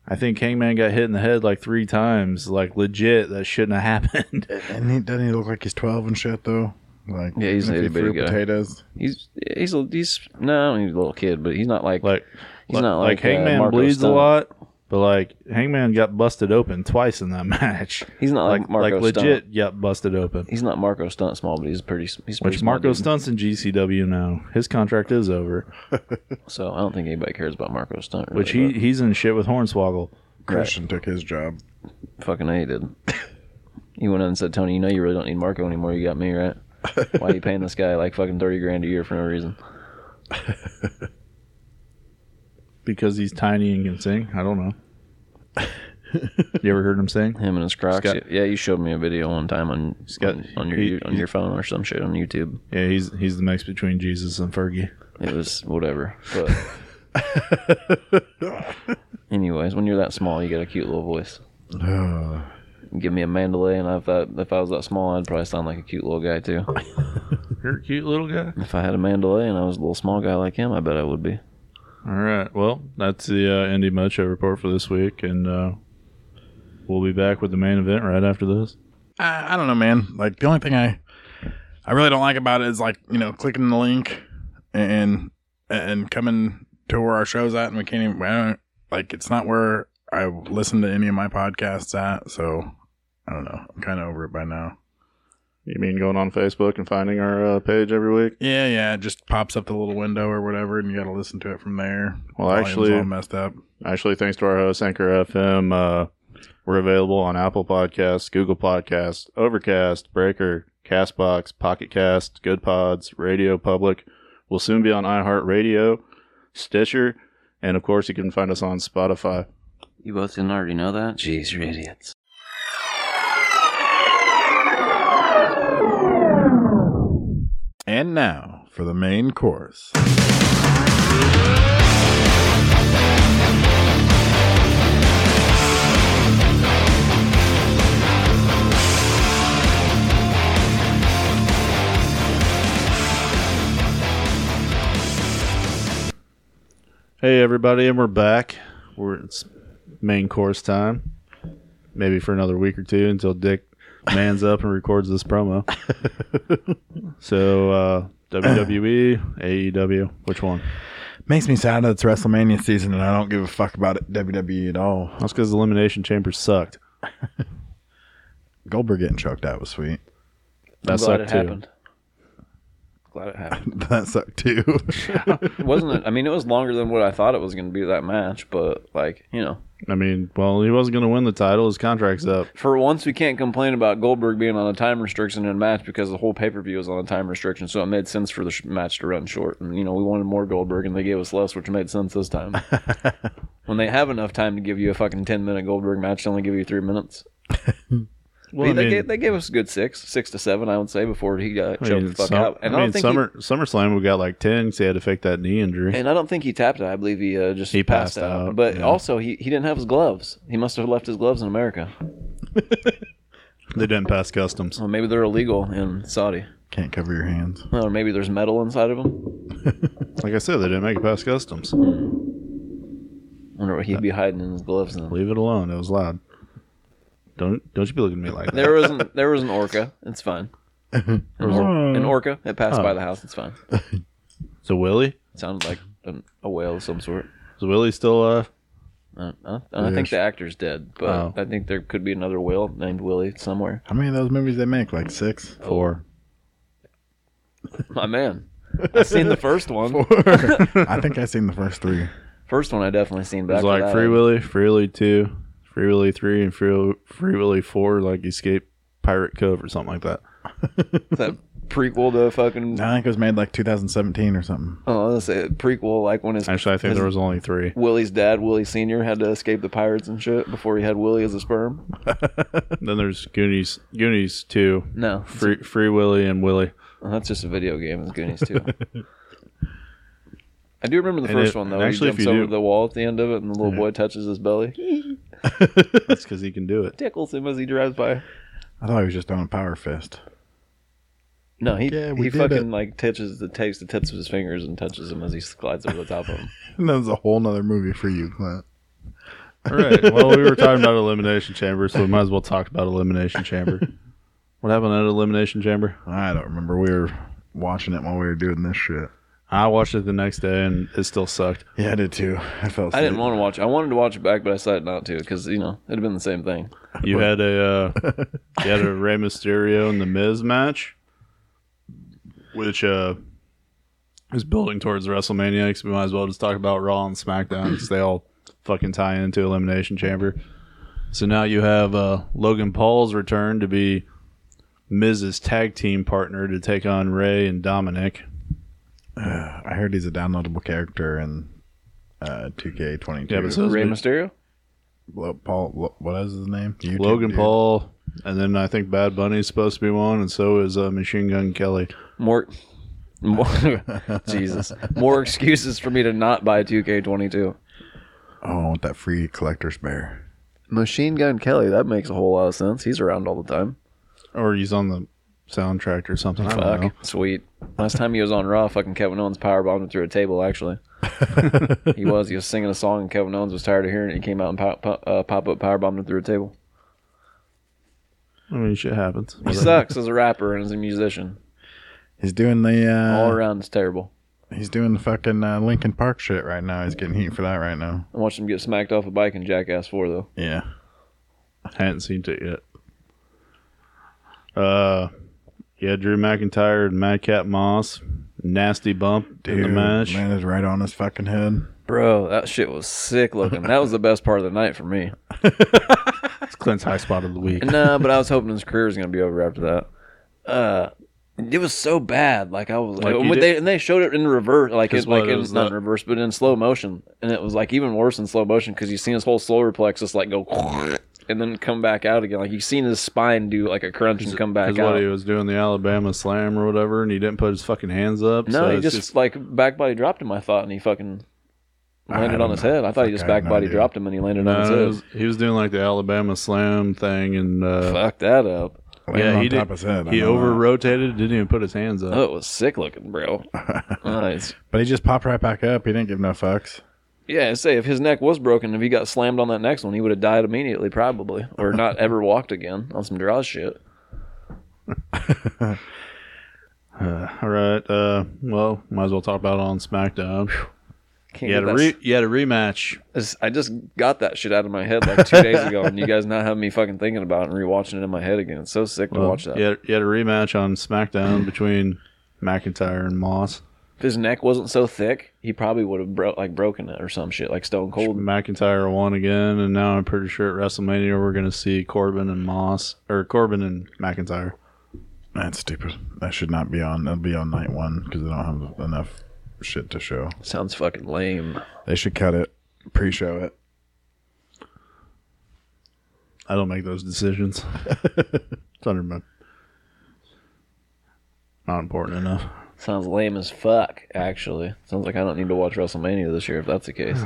Speaker 2: I think Hangman got hit in the head like three times. Like legit, that shouldn't have (laughs) happened.
Speaker 1: And he doesn't he look like he's twelve and shit though? Like
Speaker 4: Yeah,
Speaker 1: if
Speaker 4: he's an
Speaker 1: he
Speaker 4: itty-bitty
Speaker 1: threw
Speaker 4: guy.
Speaker 1: potatoes.
Speaker 4: he's he's a, he's no, I don't mean he's a little kid, but he's not like,
Speaker 2: like,
Speaker 4: He's not like, uh,
Speaker 2: Hangman
Speaker 4: Marco
Speaker 2: bleeds
Speaker 4: Stunt.
Speaker 2: a lot, but like Hangman got busted open twice in that (laughs) match.
Speaker 4: he's not like,
Speaker 2: Like, like
Speaker 4: Marco
Speaker 2: legit,
Speaker 4: Stunt.
Speaker 2: got busted open.
Speaker 4: He's not Marco Stunt small, but he's pretty. s- He's pretty
Speaker 2: Which
Speaker 4: small
Speaker 2: Marco
Speaker 4: dude.
Speaker 2: Stunt's in GCW now. His contract is over.
Speaker 4: So I don't think anybody cares about Marco Stunt. Really,
Speaker 2: Which he
Speaker 4: but
Speaker 2: he's in shit with Hornswoggle.
Speaker 1: Christian took his (sighs) job.
Speaker 4: fucking a did. He went in and said, "Tony, you know you really don't need Marco anymore. You got me, right? Why are you paying this guy like fucking thirty grand a year for no reason?"
Speaker 2: because he's tiny and can sing. I don't know. you ever heard him sing?
Speaker 4: Him and his Crocs.
Speaker 2: got-
Speaker 4: yeah, you showed me a video one time on
Speaker 2: got-
Speaker 4: on, on your
Speaker 2: he-
Speaker 4: on your phone or some shit on YouTube.
Speaker 2: Yeah, he's he's the mix between Jesus and Fergie.
Speaker 4: It was whatever. But
Speaker 2: (laughs)
Speaker 4: anyways, when you're that small, you got a cute little voice. Give me a Mandalay, and I thought if I was that small, I'd probably sound like a cute little guy too.
Speaker 2: You're a cute little guy.
Speaker 4: If I had a Mandalay and I was a little small guy like him, I bet I would be.
Speaker 2: All right. Well, that's the uh, Indy Mud Show report for this week, and uh, we'll be back with the main event right after this.
Speaker 1: I, I don't know, man. Like the only thing I I really don't like about it is like you know clicking the link and and coming to where our show's at, and we can't even I don't, like it's not where I listen to any of my podcasts at. So I don't know. I'm kind of over it by now.
Speaker 2: You mean going on Facebook and finding our uh, page every week?
Speaker 1: Yeah, yeah. It just pops up the little window or whatever, and you got to listen to it from there.
Speaker 2: Well,
Speaker 1: Volume's
Speaker 2: actually-
Speaker 1: all messed up.
Speaker 2: Actually, thanks to our host Anchor FM, uh, we're available on Apple Podcasts, Google Podcasts, Overcast, Breaker, Castbox, Pocket Cast, Good Pods, Radio Public. We'll soon be on iHeartRadio, Stitcher, and of course, you can find us on Spotify.
Speaker 4: You both didn't already know that? Jeez, you're idiots.
Speaker 1: And now for the main course.
Speaker 2: Hey everybody, and we're back. We're it's main course time. Maybe for another week or two until Dick mans up and records this (laughs) promo. so uh, E, WWE, AEW, which one?
Speaker 1: Makes me sad that it's WrestleMania season and I don't give a fuck about it, WWE at all.
Speaker 2: That's because Elimination Chamber sucked.
Speaker 1: Goldberg getting choked out was sweet. (laughs)
Speaker 2: That
Speaker 6: glad it
Speaker 2: sucked too.
Speaker 6: happened. Glad it
Speaker 2: (laughs)
Speaker 6: happened.
Speaker 1: that sucked too. (laughs)
Speaker 4: Wasn't it? I mean, it was longer than what I thought it was going to be that match, but like you know,
Speaker 2: I mean, well, he wasn't going to win the title. His contract's up.
Speaker 4: for once we can't complain about Goldberg being on a time restriction in a match because the whole pay per view was on a time restriction, so it made sense for the sh- match to run short. And you know, we wanted more Goldberg, and they gave us less, which made sense
Speaker 2: (laughs)
Speaker 4: this time. when they have enough time to give you a fucking ten minute Goldberg match, they only give you three minutes.
Speaker 2: Well,
Speaker 4: they, gave, they gave us a good six, six to seven, I would say, before he got
Speaker 2: I
Speaker 4: choked
Speaker 2: mean,
Speaker 4: the fuck
Speaker 2: some-
Speaker 4: out. And I,
Speaker 2: I mean,
Speaker 4: don't
Speaker 2: Summer
Speaker 4: think
Speaker 2: SummerSlam we got like ten because he had to fake that knee
Speaker 4: he,
Speaker 2: injury.
Speaker 4: and I don't think he tapped it. I believe he uh, just
Speaker 2: He
Speaker 4: passed,
Speaker 2: passed
Speaker 4: out.
Speaker 2: out,
Speaker 4: But
Speaker 2: yeah.
Speaker 4: also, he, he didn't have his gloves. He must have left his gloves in America.
Speaker 2: They didn't pass customs.
Speaker 4: Well, maybe they're illegal in Saudi,
Speaker 1: Can't cover your hands.
Speaker 4: or maybe there's metal inside of them.
Speaker 2: Like I said, they didn't make it past customs.
Speaker 4: Wonder what he'd be hiding in his gloves. Now.
Speaker 2: Leave it alone. It was loud. Don't don't you be looking at me like that.
Speaker 4: There was an, there was an orca. It's fine. An, or-
Speaker 2: (laughs)
Speaker 4: an orca. It passed by
Speaker 2: Oh.
Speaker 4: the house. It's fine.
Speaker 2: So Willie
Speaker 4: It sounded like an, a whale of some sort.
Speaker 2: is Willie still uh, alive?
Speaker 4: I, don't- I, don't- I think the actor's dead, but
Speaker 2: Oh.
Speaker 4: I think there could be another whale named Willie somewhere.
Speaker 1: How many of those movies they make? Like six?
Speaker 2: Four.
Speaker 4: My
Speaker 2: (laughs)
Speaker 4: man. I've seen the first one.
Speaker 1: I think I seen the first three.
Speaker 4: First one I definitely seen, but
Speaker 2: There's
Speaker 4: after
Speaker 2: like
Speaker 4: that,
Speaker 2: Free
Speaker 4: I-
Speaker 2: Willie, Free Willie two, Free Willie three, and Free Free Willie four. Like escape Pirate Cove or something like that.
Speaker 4: that prequel to fucking.
Speaker 1: I think it was made like 2017 or something.
Speaker 4: Oh, let's say prequel, like when his
Speaker 2: Actually, I think there was only three.
Speaker 4: Willie's dad, Willie Senior, had to escape the pirates and shit before he had Willie as a sperm.
Speaker 2: Then there's Goonies, Goonies two,
Speaker 4: No,
Speaker 2: Free Free Willie and Willie.
Speaker 4: Well, Oh, that's just a video game. It's Goonies too.
Speaker 2: (laughs)
Speaker 4: I do remember the
Speaker 2: And
Speaker 4: first
Speaker 2: it-
Speaker 4: one though.
Speaker 2: and
Speaker 4: where
Speaker 2: actually,
Speaker 4: he
Speaker 2: if
Speaker 4: jumps
Speaker 2: you
Speaker 4: over
Speaker 2: do-
Speaker 4: the wall at the end of it, and the little boy touches his belly,
Speaker 2: That's because he can do it.
Speaker 4: tickles him as he drives by.
Speaker 1: I thought he was just doing a power fist.
Speaker 4: No, he
Speaker 1: Yeah, we
Speaker 4: he
Speaker 1: did
Speaker 4: fucking like touches the takes the tips of his fingers and touches him as he slides over the top
Speaker 2: (laughs)
Speaker 4: of him.
Speaker 1: And that was a whole nother movie for you, Clint.
Speaker 2: All (laughs) right. Well, we were talking about Elimination Chamber, so we might as well talk about Elimination Chamber. (laughs) What happened at Elimination Chamber?
Speaker 1: I don't remember. We were watching it while we were doing this shit.
Speaker 2: I watched it the next day, and it still sucked.
Speaker 1: Yeah, I did too. I felt.
Speaker 4: I didn't want to watch. it. I wanted to watch it back, but I decided not to because you know it'd have been the same thing.
Speaker 2: You had a (laughs) uh, you had a Rey Mysterio and the Miz match, which uh, is building towards WrestleMania. Because we might as well just talk about Raw and SmackDown because they all fucking tie into Elimination Chamber. So now you have uh, Logan Paul's return to be Miz's tag team partner to take on Ray and Dominic.
Speaker 1: I heard he's a downloadable character in uh, 2K22.
Speaker 2: Yeah, but so
Speaker 4: Rey
Speaker 2: is
Speaker 4: Mysterio.
Speaker 1: Lo- Paul, Lo- what is his name? YouTube
Speaker 2: Logan
Speaker 1: dude.
Speaker 2: Paul, and then I think Bad Bunny's supposed to be one, and so is uh, Machine Gun Kelly.
Speaker 4: More, more (laughs) Jesus, more excuses for me to not buy 2K22.
Speaker 1: Oh, I want that free collector's bear.
Speaker 4: Machine Gun Kelly, that makes a whole lot of sense. He's around all the time.
Speaker 2: or he's on the soundtrack or something. I don't know.
Speaker 4: Fuck, sweet. Last time he was on Raw, fucking Kevin Owens powerbombed him through a table. (laughs) Actually, he was. He was singing a song, and Kevin Owens was tired of hearing it. He came out and pop, pop, uh, pop up powerbombed him through a table.
Speaker 2: I mean, shit happens.
Speaker 4: He sucks as a rapper and as a musician.
Speaker 1: He's doing the
Speaker 4: All
Speaker 1: uh,
Speaker 4: around, it's terrible.
Speaker 1: he's doing the fucking uh, Lincoln Park shit right now. He's getting heat for that right now.
Speaker 4: I watched him get smacked off a bike in Jackass Four, though.
Speaker 1: Yeah,
Speaker 2: Hadn't seen it yet. Uh, yeah, Drew McIntyre and Madcap Moss, nasty bump in the match.
Speaker 1: man is right on his fucking head.
Speaker 4: Bro, that shit was sick looking. That was the best part of the night for me.
Speaker 2: It's Clint's high spot of the week.
Speaker 4: No, but I was hoping his career was gonna be over after that. Uh, it was so bad. Like I was,
Speaker 2: Like you
Speaker 4: and
Speaker 2: did-
Speaker 4: they and they showed it in reverse, like it,
Speaker 2: 'Cause what,
Speaker 4: like
Speaker 2: it
Speaker 4: it
Speaker 2: was
Speaker 4: was not in
Speaker 2: the-
Speaker 4: reverse, but in slow motion, and it was like even worse in slow motion because you seen his whole solar plexus like go (laughs) and then come back out again. Like you seen his spine do like a crunch and come back
Speaker 2: Because what
Speaker 4: out.
Speaker 2: he was doing the Alabama Slam or whatever, and he didn't put his fucking hands up.
Speaker 4: no,
Speaker 2: so
Speaker 4: he
Speaker 2: it's
Speaker 4: just, like back body dropped him. I thought, and he fucking landed on his head. I thought he just
Speaker 1: I had
Speaker 4: back
Speaker 1: no
Speaker 4: body
Speaker 1: idea.
Speaker 4: dropped him and he landed
Speaker 2: no,
Speaker 4: on his
Speaker 2: it
Speaker 4: head.
Speaker 2: was- uh, he was doing like the Alabama Slam thing, and uh,
Speaker 4: Fuck that up.
Speaker 1: Landed
Speaker 2: yeah,
Speaker 1: on
Speaker 2: he
Speaker 1: top
Speaker 2: did.
Speaker 1: of his head. I
Speaker 2: He
Speaker 1: know
Speaker 2: over
Speaker 1: that.
Speaker 2: rotated, didn't even put his hands up. (laughs)
Speaker 4: Oh, it was sick looking, bro. Nice.
Speaker 1: But he just popped right back up. He didn't give no fucks.
Speaker 4: Yeah, say if his neck was broken, if he got slammed on that next one, he would have died immediately, probably, or
Speaker 2: (laughs)
Speaker 4: not ever walked again on some draw shit.
Speaker 2: All right. Uh, well, might as well talk about it on SmackDown.
Speaker 4: Can't
Speaker 2: You had,
Speaker 4: get
Speaker 2: a
Speaker 4: that
Speaker 2: re- you had a rematch.
Speaker 4: It's- I just got that shit out of my head like two days ago, and you guys not having me fucking thinking about it and rewatching it in my head again. It's so sick to
Speaker 2: Well,
Speaker 4: watch that.
Speaker 2: You had, you had a rematch on SmackDown between McIntyre and Moss.
Speaker 4: If his neck wasn't so thick, he probably would have bro- like broken it or some shit, like Stone Cold.
Speaker 2: McIntyre won again, and now I'm pretty sure at WrestleMania we're going to see Corbin and Moss, or Corbin and McIntyre.
Speaker 1: That's stupid. That should not be on. It'll be on night one because they don't have enough shit to show.
Speaker 4: Sounds fucking lame.
Speaker 1: They should cut it, pre-show it.
Speaker 2: I don't make those decisions. (laughs) it's under my, not important enough.
Speaker 4: Sounds lame as fuck. Actually, sounds like I don't need to watch WrestleMania this year if that's
Speaker 2: (laughs)
Speaker 4: the case.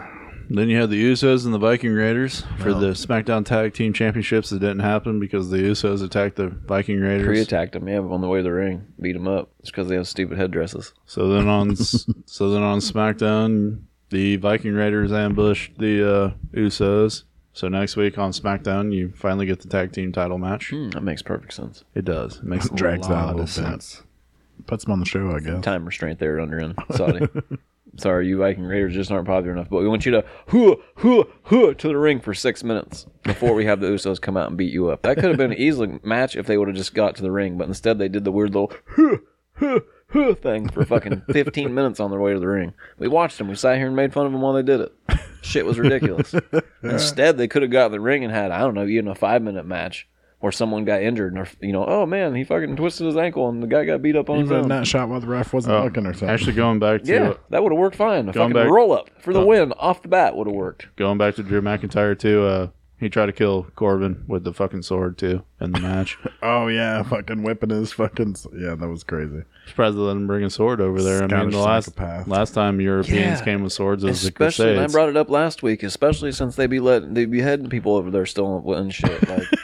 Speaker 2: Then you had the Usos and the Viking Raiders for the SmackDown Tag Team Championships that didn't happen because the Usos attacked the Viking Raiders.
Speaker 4: Pre-attacked him, yeah, on the way to the ring, beat him up. It's because they have stupid headdresses.
Speaker 2: So then
Speaker 1: (laughs)
Speaker 2: on s- so then on SmackDown, the Viking Raiders ambushed the uh, Usos. So next week on SmackDown, you finally get the tag team title match.
Speaker 4: Hmm, that makes perfect sense.
Speaker 2: It does. It makes
Speaker 1: (laughs)
Speaker 2: a
Speaker 1: Drags
Speaker 2: lot
Speaker 1: out a little
Speaker 2: of
Speaker 1: bit.
Speaker 2: sense.
Speaker 1: Puts them on the show, I guess.
Speaker 4: Time restraint there under in Saudi. Sorry, you Viking Raiders just aren't popular enough, but we want you to hoo hoo hoo to the ring for six minutes before we have the Usos come out and beat you up. That could have been an easy match if they would have just got to the ring, but instead they did the weird little hoo hoo hoo thing for fucking fifteen minutes on their way to the ring. We watched them. We sat here and made fun of them while they did it. Shit was ridiculous. Instead, they could have got in the ring and had I don't know even a five minute match. Or someone got injured, and they're- you know, oh man, he fucking twisted his ankle, and the guy got beat up on
Speaker 1: You
Speaker 4: his
Speaker 1: would have
Speaker 4: own.
Speaker 1: not shot while the ref wasn't
Speaker 2: Oh.
Speaker 1: looking or something.
Speaker 2: Actually, going back to
Speaker 4: Yeah, that would have worked fine. A
Speaker 2: Going
Speaker 4: fucking
Speaker 2: back-
Speaker 4: roll up for the win off the bat would have worked.
Speaker 2: going back to Drew McIntyre too. Uh, he tried to kill Corbin with the fucking sword too in the
Speaker 1: (laughs)
Speaker 2: match.
Speaker 1: oh yeah, fucking whipping his fucking. Yeah, that was crazy.
Speaker 2: surprised they let him bring a sword over there. I mean,
Speaker 1: Scottish
Speaker 2: the last
Speaker 1: psychopath.
Speaker 2: last time Europeans
Speaker 4: Yeah.
Speaker 2: came with swords it was the
Speaker 4: Especially, and I
Speaker 2: Crusades.
Speaker 4: brought it up last week. Especially since they be letting they be heading people over there still and shit. Like
Speaker 2: (laughs)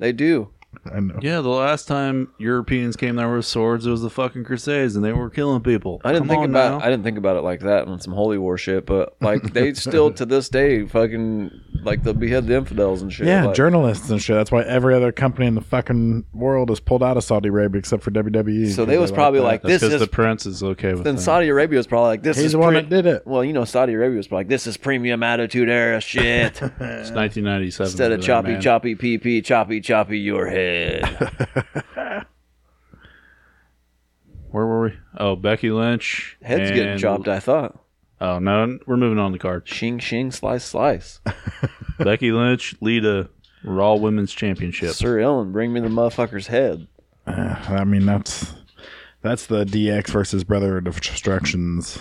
Speaker 4: they do.
Speaker 1: I know.
Speaker 2: yeah, the last time Europeans came there with swords, it was the fucking Crusades, and they were killing people.
Speaker 4: I didn't
Speaker 2: Come
Speaker 4: think
Speaker 2: on
Speaker 4: about
Speaker 2: now.
Speaker 4: I didn't think about it like that on some holy war shit. But
Speaker 2: (laughs)
Speaker 4: like they still to this day fucking like they'll behead the infidels and shit.
Speaker 1: Yeah,
Speaker 4: like,
Speaker 1: journalists and shit. That's why every other company in the fucking world is pulled out of Saudi Arabia except for E. WWE.
Speaker 4: So they was probably like
Speaker 2: That's
Speaker 4: this
Speaker 2: because
Speaker 4: is.
Speaker 2: the prince is okay with
Speaker 4: then
Speaker 2: that.
Speaker 4: Saudi Arabia was probably like this
Speaker 1: he's
Speaker 4: is
Speaker 1: the one
Speaker 4: pre-
Speaker 1: that did it.
Speaker 4: Well, you know Saudi Arabia was probably like this is premium attitude era shit.
Speaker 1: (laughs)
Speaker 2: It's 1997.
Speaker 4: Instead of
Speaker 2: for that
Speaker 4: choppy,
Speaker 2: man.
Speaker 4: choppy, pee, pee, choppy, choppy,
Speaker 2: (laughs)
Speaker 4: your head.
Speaker 2: Where were we? Oh, Becky Lynch.
Speaker 4: Head's getting
Speaker 2: and-
Speaker 4: chopped, I thought.
Speaker 2: Oh no, we're moving on the card. (laughs)
Speaker 4: Shing, shing, slice, slice.
Speaker 2: Becky Lynch, Lita, Raw Women's Championship.
Speaker 4: Sir Ellen, bring me the motherfucker's head.
Speaker 1: I mean, that's that's the DX versus Brother of Destruction's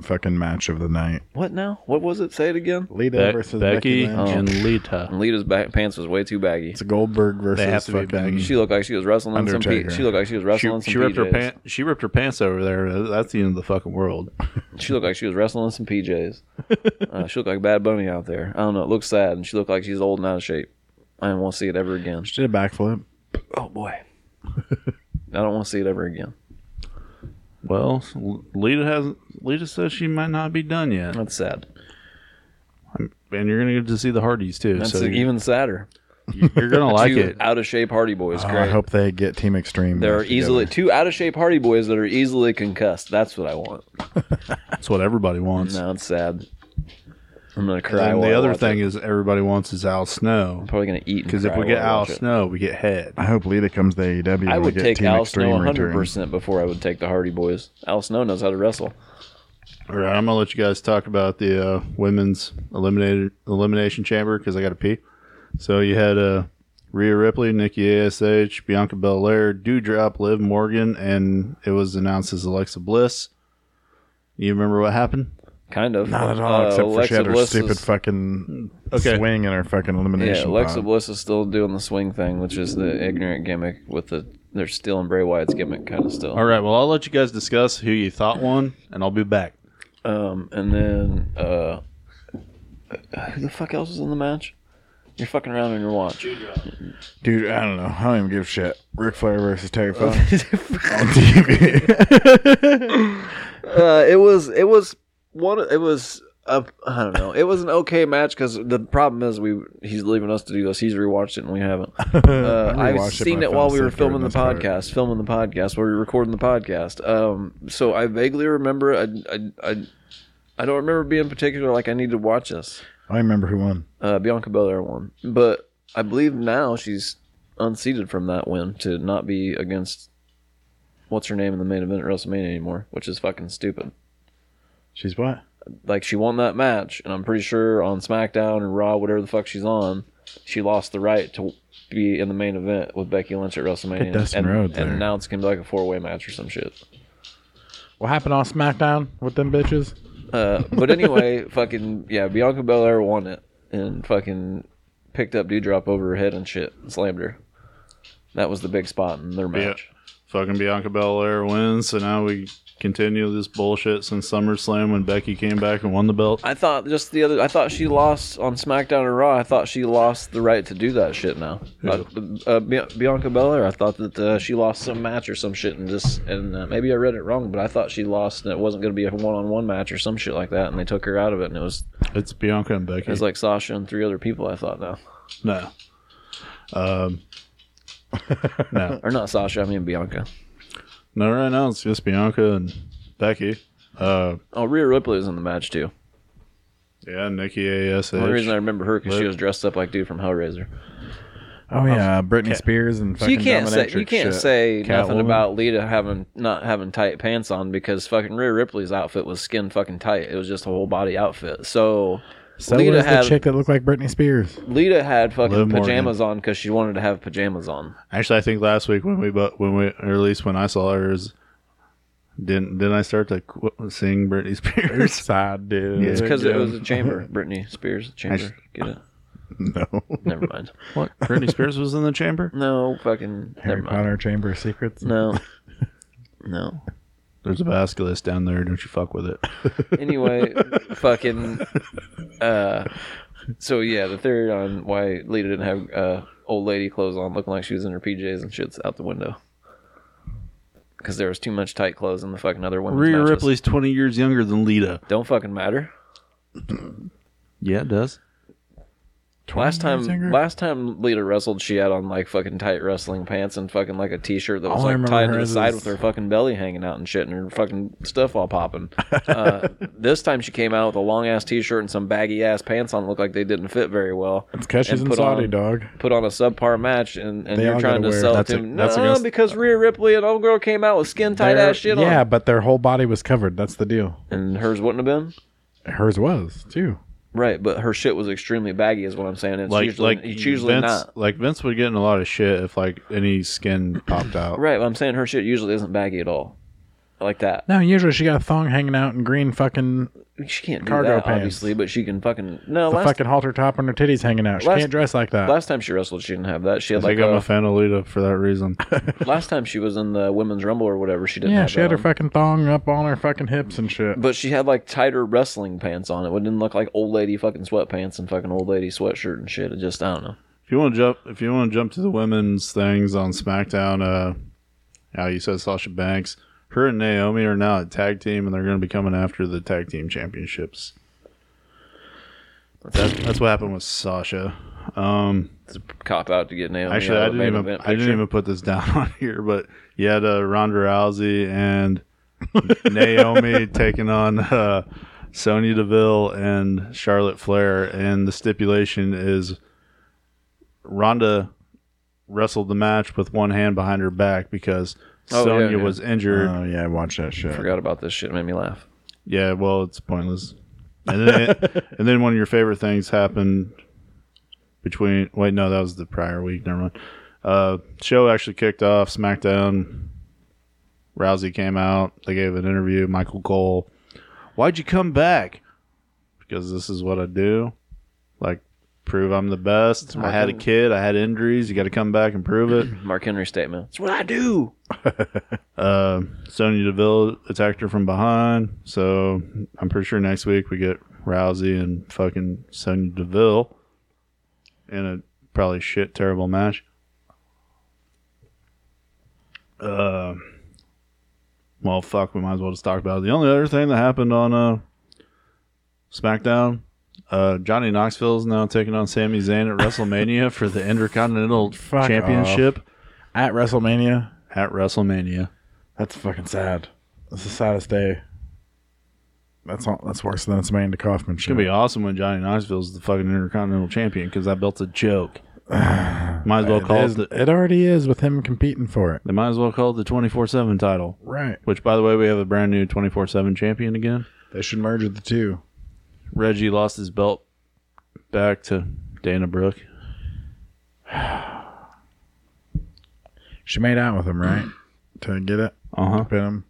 Speaker 1: fucking match of the night.
Speaker 4: What now? What was it? Say it again.
Speaker 1: Lita
Speaker 2: Be-
Speaker 1: versus Becky.
Speaker 2: Becky
Speaker 1: Lynch.
Speaker 4: Oh.
Speaker 2: and Lita.
Speaker 4: And Lita's back, pants was way too baggy.
Speaker 1: It's Goldberg versus
Speaker 2: They have to be
Speaker 1: fucking.
Speaker 2: baggy.
Speaker 4: She looked like she was wrestling in some. P-
Speaker 1: Undertaker.
Speaker 4: she looked like she was
Speaker 2: She,
Speaker 4: wrestling in some.
Speaker 2: she ripped her
Speaker 4: PJs.
Speaker 2: pants. She ripped her pants over there. Uh, That's the end of the fucking world.
Speaker 4: She looked like she was wrestling in some PJs. Uh, she looked like Bad Bunny out there. I don't know. It looks sad, and she looked like she's old and out of shape. I don't want to see it ever again.
Speaker 1: She did a backflip.
Speaker 4: Oh boy, I don't want to see it ever again.
Speaker 2: Well, Lita has Lita says she might not be done yet,
Speaker 4: That's sad.
Speaker 2: and you're gonna get to see the Hardys too.
Speaker 4: That's
Speaker 2: so
Speaker 4: even sadder.
Speaker 2: you're, you're gonna like
Speaker 4: two
Speaker 2: it.
Speaker 4: out of shape Hardy Boys.
Speaker 1: Oh,
Speaker 4: Great.
Speaker 1: I hope they get Team Extreme.
Speaker 4: There are
Speaker 1: back
Speaker 4: easily
Speaker 1: together.
Speaker 4: two out of shape Hardy boys that are easily concussed. That's what I want.
Speaker 2: That's what everybody wants.
Speaker 4: No, it's sad. I'm gonna
Speaker 2: And
Speaker 4: cry.
Speaker 2: then
Speaker 4: while
Speaker 2: the
Speaker 4: I
Speaker 2: other
Speaker 4: watch
Speaker 2: thing
Speaker 4: it.
Speaker 2: is everybody wants is Al Snow
Speaker 4: I'm probably gonna eat
Speaker 2: because if we get Al Snow, we get head.
Speaker 1: I hope Lita comes to AEW.
Speaker 4: I
Speaker 1: and we
Speaker 4: would
Speaker 1: get
Speaker 4: take
Speaker 1: Team
Speaker 4: Al
Speaker 1: Extreme
Speaker 4: Snow 100
Speaker 1: returning.
Speaker 4: percent before I would take the Hardy boys. Al Snow knows how to wrestle.
Speaker 2: All right, I'm gonna let you guys talk about the uh, women's eliminated elimination chamber because I got to pee. So you had uh, Rhea Ripley, Nikki Ash, Bianca Belair, Dewdrop, Liv Morgan, and it was announced as Alexa Bliss. You remember what happened?
Speaker 4: Kind of.
Speaker 1: Not at all,
Speaker 4: Uh,
Speaker 1: except for she had her
Speaker 4: Bliss
Speaker 1: stupid
Speaker 4: is-
Speaker 1: fucking
Speaker 2: Okay.
Speaker 1: swing and her fucking elimination.
Speaker 4: Yeah, Alexa
Speaker 1: pod.
Speaker 4: Bliss is still doing the swing thing, which is the ignorant gimmick with the they're still in Bray Wyatt's gimmick kind of still.
Speaker 2: All right. Well, I'll let you guys discuss who you thought won, and I'll be back.
Speaker 4: Um, and then uh, who the fuck else was in the match? You're fucking around on your watch.
Speaker 1: Dude, I don't know. I don't even give a shit. Ric Flair versus
Speaker 4: (laughs)
Speaker 1: Terry Funk on TV. (laughs)
Speaker 4: Uh, it was it was one it was uh, I don't know. It was an okay match because the problem is we he's leaving us to do this. He's rewatched it and
Speaker 1: (laughs)
Speaker 4: we haven't.
Speaker 1: I
Speaker 4: Uh, I've
Speaker 1: rewatched it,
Speaker 4: seen
Speaker 1: but I
Speaker 4: it
Speaker 1: fell
Speaker 4: while we were
Speaker 1: asleep during
Speaker 4: filming the
Speaker 1: this part.
Speaker 4: podcast, filming the podcast, while we were recording the podcast. Um, so I vaguely remember. I I I, I don't remember being particular like I need to watch this.
Speaker 1: I remember who won.
Speaker 4: Uh, Bianca Belair won, but I believe now she's unseated from that win to not be against what's her name in the main event at WrestleMania anymore, which is fucking stupid
Speaker 1: She's what?
Speaker 4: like she won that match, and I'm pretty sure on SmackDown and Raw, whatever the fuck she's on, she lost the right to be in the main event with Becky Lynch at WrestleMania.
Speaker 1: Dustin
Speaker 4: and,
Speaker 1: Rhodes there.
Speaker 4: and now it's gonna be like a four way match or some shit.
Speaker 1: What happened on SmackDown with them bitches?
Speaker 4: Uh, but
Speaker 1: (laughs)
Speaker 4: anyway, fucking yeah, Bianca Belair won it and fucking picked up Dewdrop over her head and shit and slammed her. That was the big spot in their
Speaker 2: Yeah.
Speaker 4: match.
Speaker 2: Fucking Bianca Belair wins, so now we continue this bullshit since SummerSlam when Becky came back and won the belt.
Speaker 4: I thought just the other. I thought she lost on SmackDown and Raw. I thought she lost the right to do that shit now. Uh, uh, Bian- Bianca Belair. I thought that uh, she lost some match or some shit and just and uh, maybe I read it wrong, but I thought she lost and it wasn't going to be a one-on-one match or some shit like that, and they took her out of it, and it was
Speaker 2: It's Bianca and Becky.
Speaker 4: it was like Sasha and three other people. I thought now,
Speaker 2: no. Um, no.
Speaker 4: or not Sasha. I mean Bianca.
Speaker 2: No, right now it's just Bianca and Becky. Uh,
Speaker 4: Oh, Rhea Ripley was in the match too.
Speaker 2: yeah, Nikki A.S.H.
Speaker 4: The only reason I remember her because she
Speaker 2: Lip.
Speaker 4: was dressed up like dude from Hellraiser.
Speaker 1: Oh yeah, Britney Spears and
Speaker 4: So
Speaker 1: fucking
Speaker 4: you can't say you
Speaker 1: dominatrix
Speaker 4: can't
Speaker 1: shit.
Speaker 4: say nothing
Speaker 1: Catwoman.
Speaker 4: about Lita having not having tight pants on because fucking Rhea Ripley's outfit was skin fucking tight. It was just a whole body outfit. So,
Speaker 1: So
Speaker 4: Lita
Speaker 1: was
Speaker 4: had
Speaker 1: the chick that looked like Britney
Speaker 4: (laughs)
Speaker 1: Spears.
Speaker 4: Lita had fucking
Speaker 2: Liv Morgan.
Speaker 4: pajamas on because she wanted to have pajamas on.
Speaker 2: Actually, I think last week when we bu- when we or at least when I saw hers, didn't didn't I start to qu- sing Britney Spears?
Speaker 1: Side dude.
Speaker 2: Yeah.
Speaker 4: It's because it was
Speaker 1: (laughs)
Speaker 4: a chamber. Britney Spears chamber. Get it?
Speaker 1: no
Speaker 4: (laughs) Never mind.
Speaker 1: (laughs)
Speaker 2: what? Britney Spears was in the chamber.
Speaker 4: No fucking.
Speaker 1: Harry
Speaker 4: never mind.
Speaker 1: Potter Chamber of Secrets. (laughs)
Speaker 4: No. No.
Speaker 2: There's a basculus down there. Don't you fuck with it. (laughs)
Speaker 4: anyway, fucking. Uh, so yeah, the theory on why Lita didn't have uh, old lady clothes on, looking like she was in her PJs and shits, out the window. Because there was too much tight clothes in the fucking other women's
Speaker 2: Rhea
Speaker 4: matches.
Speaker 2: Ripley's 20 years younger than Lita.
Speaker 4: Don't fucking matter.
Speaker 2: Yeah, it does.
Speaker 4: Last time,
Speaker 1: years younger?
Speaker 4: last time Lita wrestled, she had on like fucking tight wrestling pants and fucking like a t-shirt that was
Speaker 1: All I
Speaker 4: like
Speaker 1: remember
Speaker 4: tied to the
Speaker 1: hers
Speaker 4: side
Speaker 1: is-
Speaker 4: with her fucking belly hanging out and shit, and her fucking stuff
Speaker 1: (laughs)
Speaker 4: all popping. Uh, this time she came out with a long ass t-shirt and some baggy ass pants on, that looked like they didn't fit very well.
Speaker 1: It's because she's
Speaker 4: And
Speaker 1: in
Speaker 4: put
Speaker 1: Saudi,
Speaker 4: on-
Speaker 1: dog.
Speaker 4: Put on a subpar match, and, and
Speaker 1: They
Speaker 4: you're
Speaker 1: all
Speaker 4: trying
Speaker 1: gotta
Speaker 4: to
Speaker 1: wear-
Speaker 4: sell it
Speaker 2: that's
Speaker 4: to
Speaker 2: a-
Speaker 4: them.
Speaker 2: that's
Speaker 4: no,
Speaker 2: against-
Speaker 4: because Rhea Ripley and old girl came out with skin tight
Speaker 1: Their-
Speaker 4: ass shit on,
Speaker 1: yeah, but their whole body was covered. That's the deal.
Speaker 4: and hers wouldn't have been.
Speaker 1: Hers was too.
Speaker 4: Right, but her shit was extremely baggy, is what I'm saying. It's
Speaker 2: Like
Speaker 4: usually,
Speaker 2: like
Speaker 4: it's usually
Speaker 2: Vince,
Speaker 4: not.
Speaker 2: Like Vince would get in a lot of shit if like any skin popped out. (laughs)
Speaker 4: Right, but I'm saying her shit usually isn't baggy at all, like that.
Speaker 1: No, usually she got a thong hanging out and green fucking
Speaker 4: She can't do
Speaker 1: Cargo
Speaker 4: that,
Speaker 1: pants.
Speaker 4: obviously, but she can fucking no.
Speaker 1: the
Speaker 4: Last,
Speaker 1: fucking halter top and her titties hanging out. She
Speaker 4: Last-
Speaker 1: can't dress like that.
Speaker 4: last time she wrestled, she didn't have that. She had like
Speaker 2: I think I'm a
Speaker 4: a,
Speaker 2: fan of Lita for that (laughs) reason.
Speaker 4: last time she was in the women's rumble or whatever. She didn't.
Speaker 1: yeah,
Speaker 4: have
Speaker 1: she had
Speaker 4: that
Speaker 1: her
Speaker 4: on.
Speaker 1: fucking thong up on her fucking hips and shit.
Speaker 4: But she had like tighter wrestling pants on. It didn't look like old lady fucking sweatpants and fucking old lady sweatshirt and shit. It just I don't know.
Speaker 2: If you want to jump, if you want to jump to the women's things on SmackDown, uh, how you said Sasha Banks, her and Naomi are now a tag team, and they're going to be coming after the tag team championships. That, that's what happened with Sasha. Um,
Speaker 4: It's a cop out to get Naomi.
Speaker 2: actually,
Speaker 4: out
Speaker 2: I
Speaker 4: of
Speaker 2: didn't
Speaker 4: the main
Speaker 2: even
Speaker 4: event
Speaker 2: I didn't
Speaker 4: picture.
Speaker 2: even put this (laughs) down on here, but you had uh, Ronda Rousey
Speaker 4: (laughs)
Speaker 2: and Naomi taking on uh, Sonya Deville and Charlotte Flair, and the stipulation is Ronda wrestled the match with one hand behind her back because
Speaker 4: Oh, yeah,
Speaker 2: Sonya
Speaker 4: yeah.
Speaker 2: was injured.
Speaker 1: Oh yeah, watch that shit.
Speaker 4: Forgot about this shit. It made me laugh.
Speaker 2: yeah, well, it's pointless. And then, and then one of your favorite things happened between. Wait, no, that was the prior week. Never mind. Uh, show actually kicked off SmackDown. Rousey came out. They gave an interview. Michael Cole, why'd you come back? Because this is what I do. Like, prove I'm the best. I had a kid. I had injuries. You got to come back and prove it.
Speaker 4: Mark Henry statement. It's what I do.
Speaker 2: Uh, Sonya Deville attacked her from behind. So I'm pretty sure next week we get Rousey and fucking Sonya Deville in a probably shit terrible match. Uh, well, fuck, we might as well just talk about it. The only other thing that happened on uh, SmackDown. Uh, Johnny Knoxville is now taking on Sami Zayn at (laughs) WrestleMania for the Intercontinental
Speaker 1: Fuck
Speaker 2: Championship
Speaker 1: At WrestleMania,
Speaker 2: at WrestleMania.
Speaker 1: that's fucking sad. That's the saddest day. That's all, that's worse than it's Amanda Kaufman.
Speaker 2: It's gonna be awesome when Johnny Knoxville is the fucking Intercontinental Champion because that belt's a joke. (sighs) might as well
Speaker 1: It,
Speaker 2: call it.
Speaker 1: is,
Speaker 2: The,
Speaker 1: it already is with him competing for it.
Speaker 2: they might as well call it the twenty four seven title.
Speaker 1: Right.
Speaker 2: Which, by the way, we have a brand new twenty four seven champion again.
Speaker 1: They should merge the two.
Speaker 2: Reggie lost his belt back to Dana Brooke.
Speaker 1: She made out with him, right? to get it,
Speaker 2: Uh huh.
Speaker 1: pin him.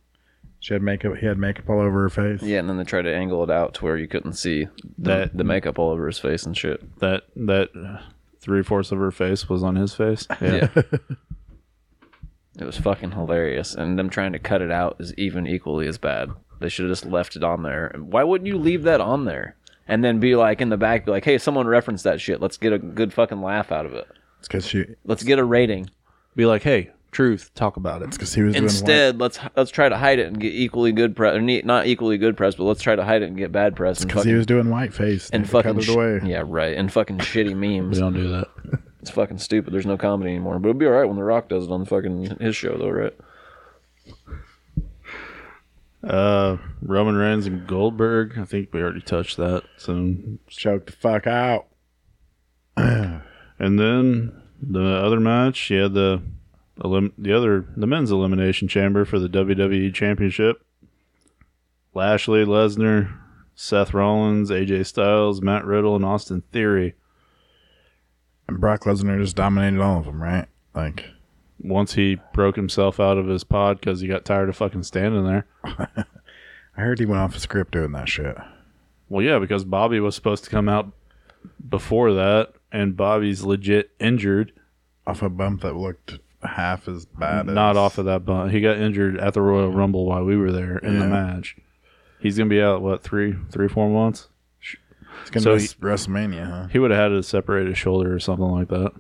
Speaker 1: She had makeup. He had makeup all over her face.
Speaker 4: Yeah, and then they tried to angle it out to where you couldn't see the,
Speaker 2: That-
Speaker 4: the makeup all over his face and shit.
Speaker 2: That that uh, three fourths of her face was on his (laughs) face.
Speaker 4: Yeah. (laughs) it was fucking hilarious. And them trying to cut it out is even equally as bad. They should have just left it on there. And Why wouldn't you leave that on there? And then be like in the back, be like, hey, someone referenced that shit. Let's get a good fucking laugh out of it.
Speaker 1: It's because she.
Speaker 4: Let's get a rating.
Speaker 2: Be like, hey, truth, talk about
Speaker 1: It's
Speaker 2: it.
Speaker 1: because he was Doing
Speaker 4: Instead, let's let's try to hide it and get equally good press, or ne- not equally good press, but let's try to hide it and get bad press and
Speaker 1: because he
Speaker 4: fucking
Speaker 1: was doing white face
Speaker 4: and fucking
Speaker 1: cut
Speaker 4: sh-
Speaker 1: it away.
Speaker 4: yeah right and
Speaker 1: (laughs)
Speaker 4: fucking shitty memes.
Speaker 2: We don't do that.
Speaker 4: It's fucking stupid. There's no comedy anymore. But it'll be all right when The Rock does it on fucking his show though, right?
Speaker 2: Uh, Roman Reigns and Goldberg. I think we already touched that. So,
Speaker 1: Choked the fuck out.
Speaker 2: and then the other match, you had the elim- the other the men's elimination chamber for the WWE Championship. Lashley, Lesnar, Seth Rollins, AJ Styles, Matt Riddle, and Austin Theory.
Speaker 1: And Brock Lesnar just dominated all of them, right? Like
Speaker 2: Once he broke himself out of his pod because he got tired of fucking standing there.
Speaker 1: I heard he went off the script doing that shit.
Speaker 2: Well, yeah, because Bobby was supposed to come out before that, and Bobby's legit injured.
Speaker 1: Off a bump that looked half as bad.
Speaker 2: not
Speaker 1: as,
Speaker 2: off of that bump. He got injured at the Royal Rumble while we were there in the
Speaker 1: Yeah.
Speaker 2: match. He's gonna be out what three, three, four months.
Speaker 1: It's gonna
Speaker 2: so
Speaker 1: be
Speaker 2: he-
Speaker 1: WrestleMania, huh?
Speaker 2: He would have had to separate his shoulder or something like that.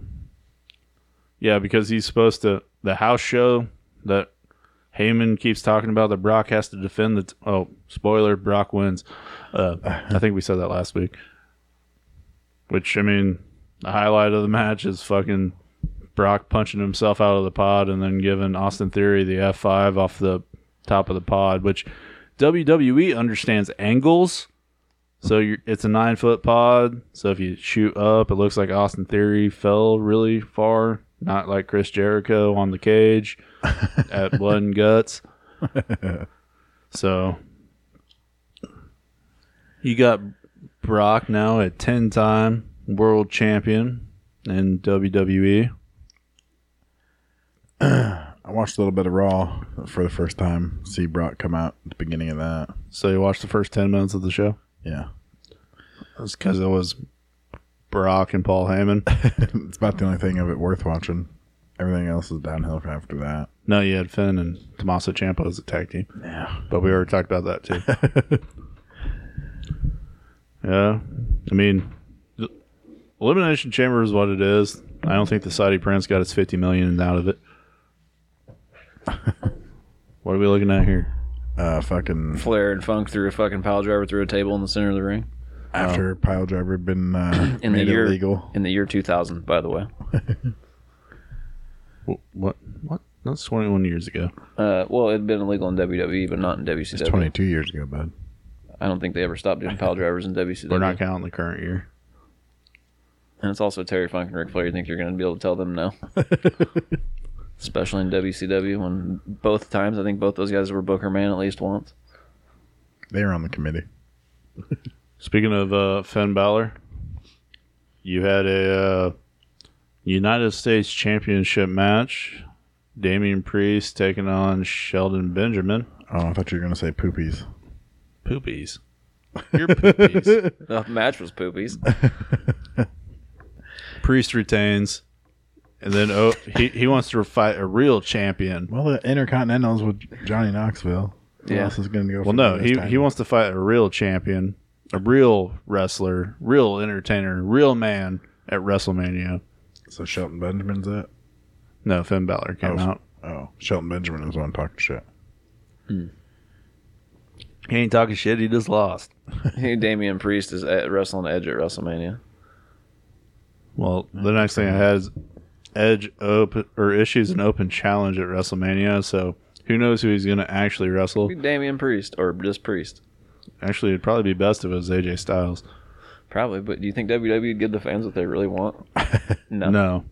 Speaker 2: Yeah, because he's supposed to the house show that Heyman keeps talking about that Brock has to defend the. T- oh, spoiler: Brock wins. Uh, I think we said that last week. Which I mean, the highlight of the match is fucking Brock punching himself out of the pod and then giving Austin Theory the F five off the top of the pod, which WWE understands angles. So you're, it's a nine foot pod. So if you shoot up, it looks like Austin Theory fell really far, not like Chris Jericho on the (laughs) cage at Blood and (laughs) Guts. So you got Brock now a 10 time world champion in E. WWE.
Speaker 1: I watched a little bit of Raw for the first time. See Brock come out at the beginning of that.
Speaker 2: So you watched the first 10 minutes of the show?
Speaker 1: Yeah,
Speaker 2: That's because it was Brock and Paul Heyman.
Speaker 1: (laughs) it's about the only thing of it worth watching. Everything else is downhill after that.
Speaker 2: (laughs) No, you had Finn and Tommaso Ciampa as a tag team.
Speaker 1: Yeah.
Speaker 2: But we already talked about that too. (laughs) yeah. I mean, the Elimination Chamber is what it is. I don't think the Saudi Prince got its 50 million out of it. (laughs) what are we looking at here?
Speaker 1: Uh, fucking
Speaker 4: Flair and Funk threw a fucking pile driver through a table in the center of the ring
Speaker 1: after pile driver been uh,
Speaker 4: oh. (clears throat) in
Speaker 1: made
Speaker 4: the year
Speaker 1: illegal.
Speaker 4: in the year 2000. By the way,
Speaker 2: What? What? what? That's 21 years ago.
Speaker 4: uh, well, it'd been illegal in WWE, but not in WCW.
Speaker 1: It's 22 years ago, bud.
Speaker 4: I don't think they ever stopped doing pile drivers in WCW.
Speaker 2: We're not counting the current year.
Speaker 4: And it's also Terry Funk and Ric Flair. You think you're going to be able to tell them
Speaker 2: (laughs)
Speaker 4: no? Especially in WCW, when both times I think both those guys were Booker Man at least once.
Speaker 1: They were on the committee.
Speaker 2: Speaking of uh, Finn Balor, you had a uh, United States Championship match. Damian Priest taking on Sheldon Benjamin.
Speaker 1: Oh, I thought you were gonna say poopies.
Speaker 2: Poopies. You're poopies.
Speaker 4: The match was poopies.
Speaker 2: (laughs) Priest retains, and then oh, he he wants to fight a real champion.
Speaker 1: Well, the Intercontinentals with Johnny Knoxville. Who
Speaker 4: Yeah.
Speaker 1: else is gonna go?
Speaker 2: Well, no, he he wants to fight a real champion, a real wrestler, real entertainer, real man at WrestleMania.
Speaker 1: So Shelton Benjamin's it.
Speaker 2: No, Finn Balor came
Speaker 1: Oh.
Speaker 2: out.
Speaker 1: Oh, Shelton Benjamin is the one talking shit.
Speaker 2: He ain't talking shit. He just lost.
Speaker 4: Damian Priest is at wrestling Edge at WrestleMania.
Speaker 2: Well, the next thing I had is Edge open or issues an open challenge at WrestleMania. So who knows who he's going to actually wrestle?
Speaker 4: Be Damian Priest or just Priest.
Speaker 2: Actually, it'd probably be best if it was AJ Styles.
Speaker 4: Probably, but do you think WWE would give the fans what they really want?
Speaker 2: (laughs)
Speaker 4: No.
Speaker 2: No,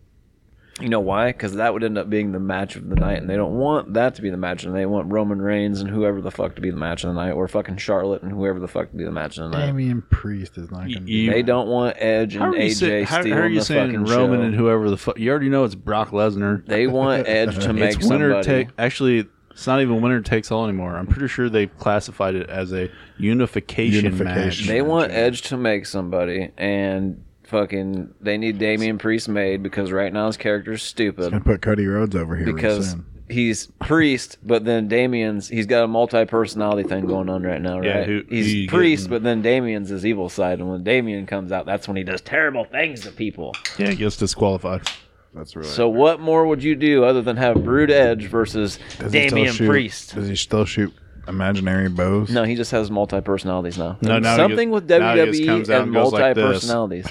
Speaker 4: You know why? Because that would end up being the match of the night, and they don't want that to be the match, and they want Roman Reigns and whoever the fuck to be the match of the night, or fucking Charlotte and whoever the fuck to be the match of the night.
Speaker 1: Damian Priest is not going to be.
Speaker 2: You-
Speaker 4: They don't want Edge and
Speaker 2: how are you,
Speaker 4: AJ
Speaker 2: say, how,
Speaker 4: stealing
Speaker 2: how are you
Speaker 4: the
Speaker 2: saying
Speaker 4: fucking
Speaker 2: Roman
Speaker 4: show.
Speaker 2: and whoever the fuck? You already know it's Brock Lesnar.
Speaker 4: They want Edge to
Speaker 2: (laughs)
Speaker 4: make
Speaker 2: it's winner
Speaker 4: somebody.
Speaker 2: take. Actually, it's not even winner takes all anymore. I'm pretty sure they've classified it as a unification,
Speaker 1: Unification.
Speaker 2: match.
Speaker 4: They want Edge to make somebody, and fucking they need Damian Priest made because right now his character's stupid.
Speaker 1: Gonna put Cody Rhodes over here real
Speaker 4: because
Speaker 1: soon.
Speaker 4: he's priest, but then Damien's he's got a multi personality thing going on right now, right?
Speaker 2: Yeah, who- who you
Speaker 4: he's priest, but then Damien's his evil side, and when Damien comes out, that's when he does terrible things to people.
Speaker 2: Yeah, it gets disqualified.
Speaker 1: That's really.
Speaker 4: So what more would you do other than have Brood Edge versus
Speaker 1: Does he still
Speaker 4: Damien
Speaker 1: shoot-
Speaker 4: Priest?
Speaker 1: Does he still shoot imaginary bows?
Speaker 4: No, he just has multi personalities now.
Speaker 2: No, now he
Speaker 4: something
Speaker 2: just-
Speaker 4: with
Speaker 2: now he just
Speaker 4: WWE
Speaker 2: comes out
Speaker 4: and
Speaker 2: and goes
Speaker 4: multi
Speaker 2: like this.
Speaker 1: (laughs)
Speaker 4: personalities.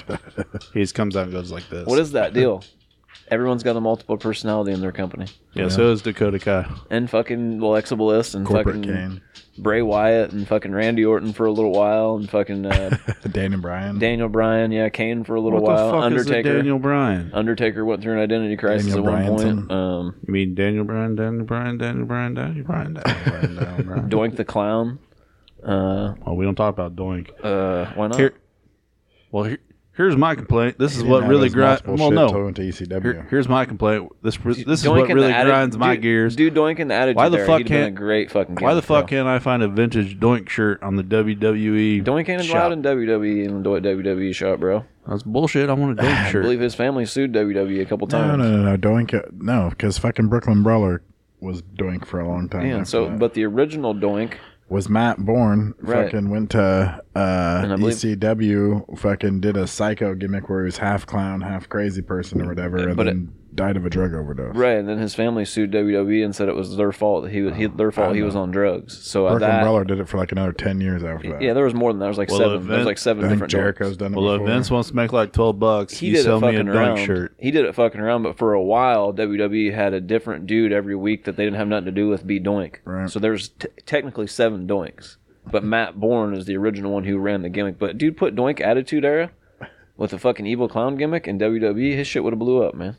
Speaker 2: He just comes out and goes like this.
Speaker 4: what is that deal? Everyone's got a multiple personality in their company,
Speaker 2: Yeah, so is Dakota Kai.
Speaker 4: and fucking Alexa Bliss and
Speaker 1: Corporate
Speaker 4: fucking
Speaker 1: Kane.
Speaker 4: Bray Wyatt and fucking Randy Orton for a little while, and
Speaker 1: (laughs)
Speaker 4: fucking uh,
Speaker 1: Daniel Bryan.
Speaker 4: Daniel Bryan, yeah, Kane for a little
Speaker 2: What
Speaker 4: while.
Speaker 2: the fuck is
Speaker 4: Undertaker,
Speaker 2: the Daniel Bryan?
Speaker 4: Undertaker went through an identity crisis
Speaker 1: Daniel
Speaker 4: at one
Speaker 1: Bryan's
Speaker 4: point. Um,
Speaker 2: Uh, You mean Daniel Bryan, Daniel Bryan, Daniel Bryan, Daniel Bryan, Daniel Bryan, Daniel
Speaker 1: um,
Speaker 2: Bryan.
Speaker 4: (laughs) Doink the Clown. Uh,
Speaker 2: Well, we don't talk about Doink.
Speaker 4: uh, why not?
Speaker 2: Here- Well, here, here's my complaint. This is
Speaker 1: He
Speaker 2: what
Speaker 1: didn't have
Speaker 2: really
Speaker 1: his
Speaker 2: grinds.
Speaker 1: multiple
Speaker 2: Well,
Speaker 1: shit till he
Speaker 2: no.
Speaker 1: went to E ECW.
Speaker 2: Here, here's my complaint. This this is
Speaker 4: Doink
Speaker 2: what
Speaker 4: and the
Speaker 2: really
Speaker 4: Atti-
Speaker 2: grinds my
Speaker 4: do,
Speaker 2: gears.
Speaker 4: Do Doink and the Attitude
Speaker 2: Why the
Speaker 4: Era.
Speaker 2: fuck
Speaker 4: He'd have been
Speaker 2: can't-
Speaker 4: a great fucking.
Speaker 2: Why the
Speaker 4: gimmick, bro.
Speaker 2: fuck can't I find a vintage Doink shirt on the E? WWE?
Speaker 4: Doink ain't allowed
Speaker 2: shop?
Speaker 4: in E, WWE and the WWE shop, bro.
Speaker 2: That's bullshit. I
Speaker 4: (laughs)
Speaker 2: want a Doink
Speaker 4: I
Speaker 2: shirt.
Speaker 4: believe his family sued WWE a couple
Speaker 1: no,
Speaker 4: times.
Speaker 1: no, no, no. Doink. No, because fucking Brooklyn Brawler was Doink for a long time.
Speaker 4: Yeah,
Speaker 1: after
Speaker 4: so
Speaker 1: that.
Speaker 4: but the original Doink,
Speaker 1: was Matt Bourne
Speaker 4: Right.
Speaker 1: fucking went to uh,
Speaker 4: I believe-
Speaker 1: ECW, fucking did a psycho gimmick where he was half clown, half crazy person or whatever, and
Speaker 4: but it-
Speaker 1: then died of a drug overdose.
Speaker 4: right? And then his family sued WWE and said it was their fault. That he
Speaker 2: Oh,
Speaker 4: was he, their fault. He was on drugs. So uh,
Speaker 1: Brooklyn
Speaker 4: that
Speaker 1: Brawler did it for like another ten years after that.
Speaker 4: yeah, there was more than that. There was like
Speaker 2: Well,
Speaker 4: seven.
Speaker 2: the
Speaker 4: there was
Speaker 2: event-
Speaker 4: like seven
Speaker 1: I think
Speaker 4: different Doinks.
Speaker 1: Jericho's done it
Speaker 2: Well, if
Speaker 1: before.
Speaker 2: Vince wants to make like twelve bucks,
Speaker 4: he
Speaker 2: you
Speaker 4: did
Speaker 2: sell
Speaker 4: it
Speaker 2: me a
Speaker 4: fucking
Speaker 2: Doink
Speaker 4: around.
Speaker 2: shirt.
Speaker 4: He did it fucking around, but for a while, WWE had a different dude every week that they didn't have nothing to do with be Doink.
Speaker 1: Right.
Speaker 4: So there's t- technically seven Doinks, but Matt Bourne is the original one who ran the gimmick. But dude, put Doink Attitude Era with the fucking evil clown gimmick in WWE, E, his shit would have blew up, man.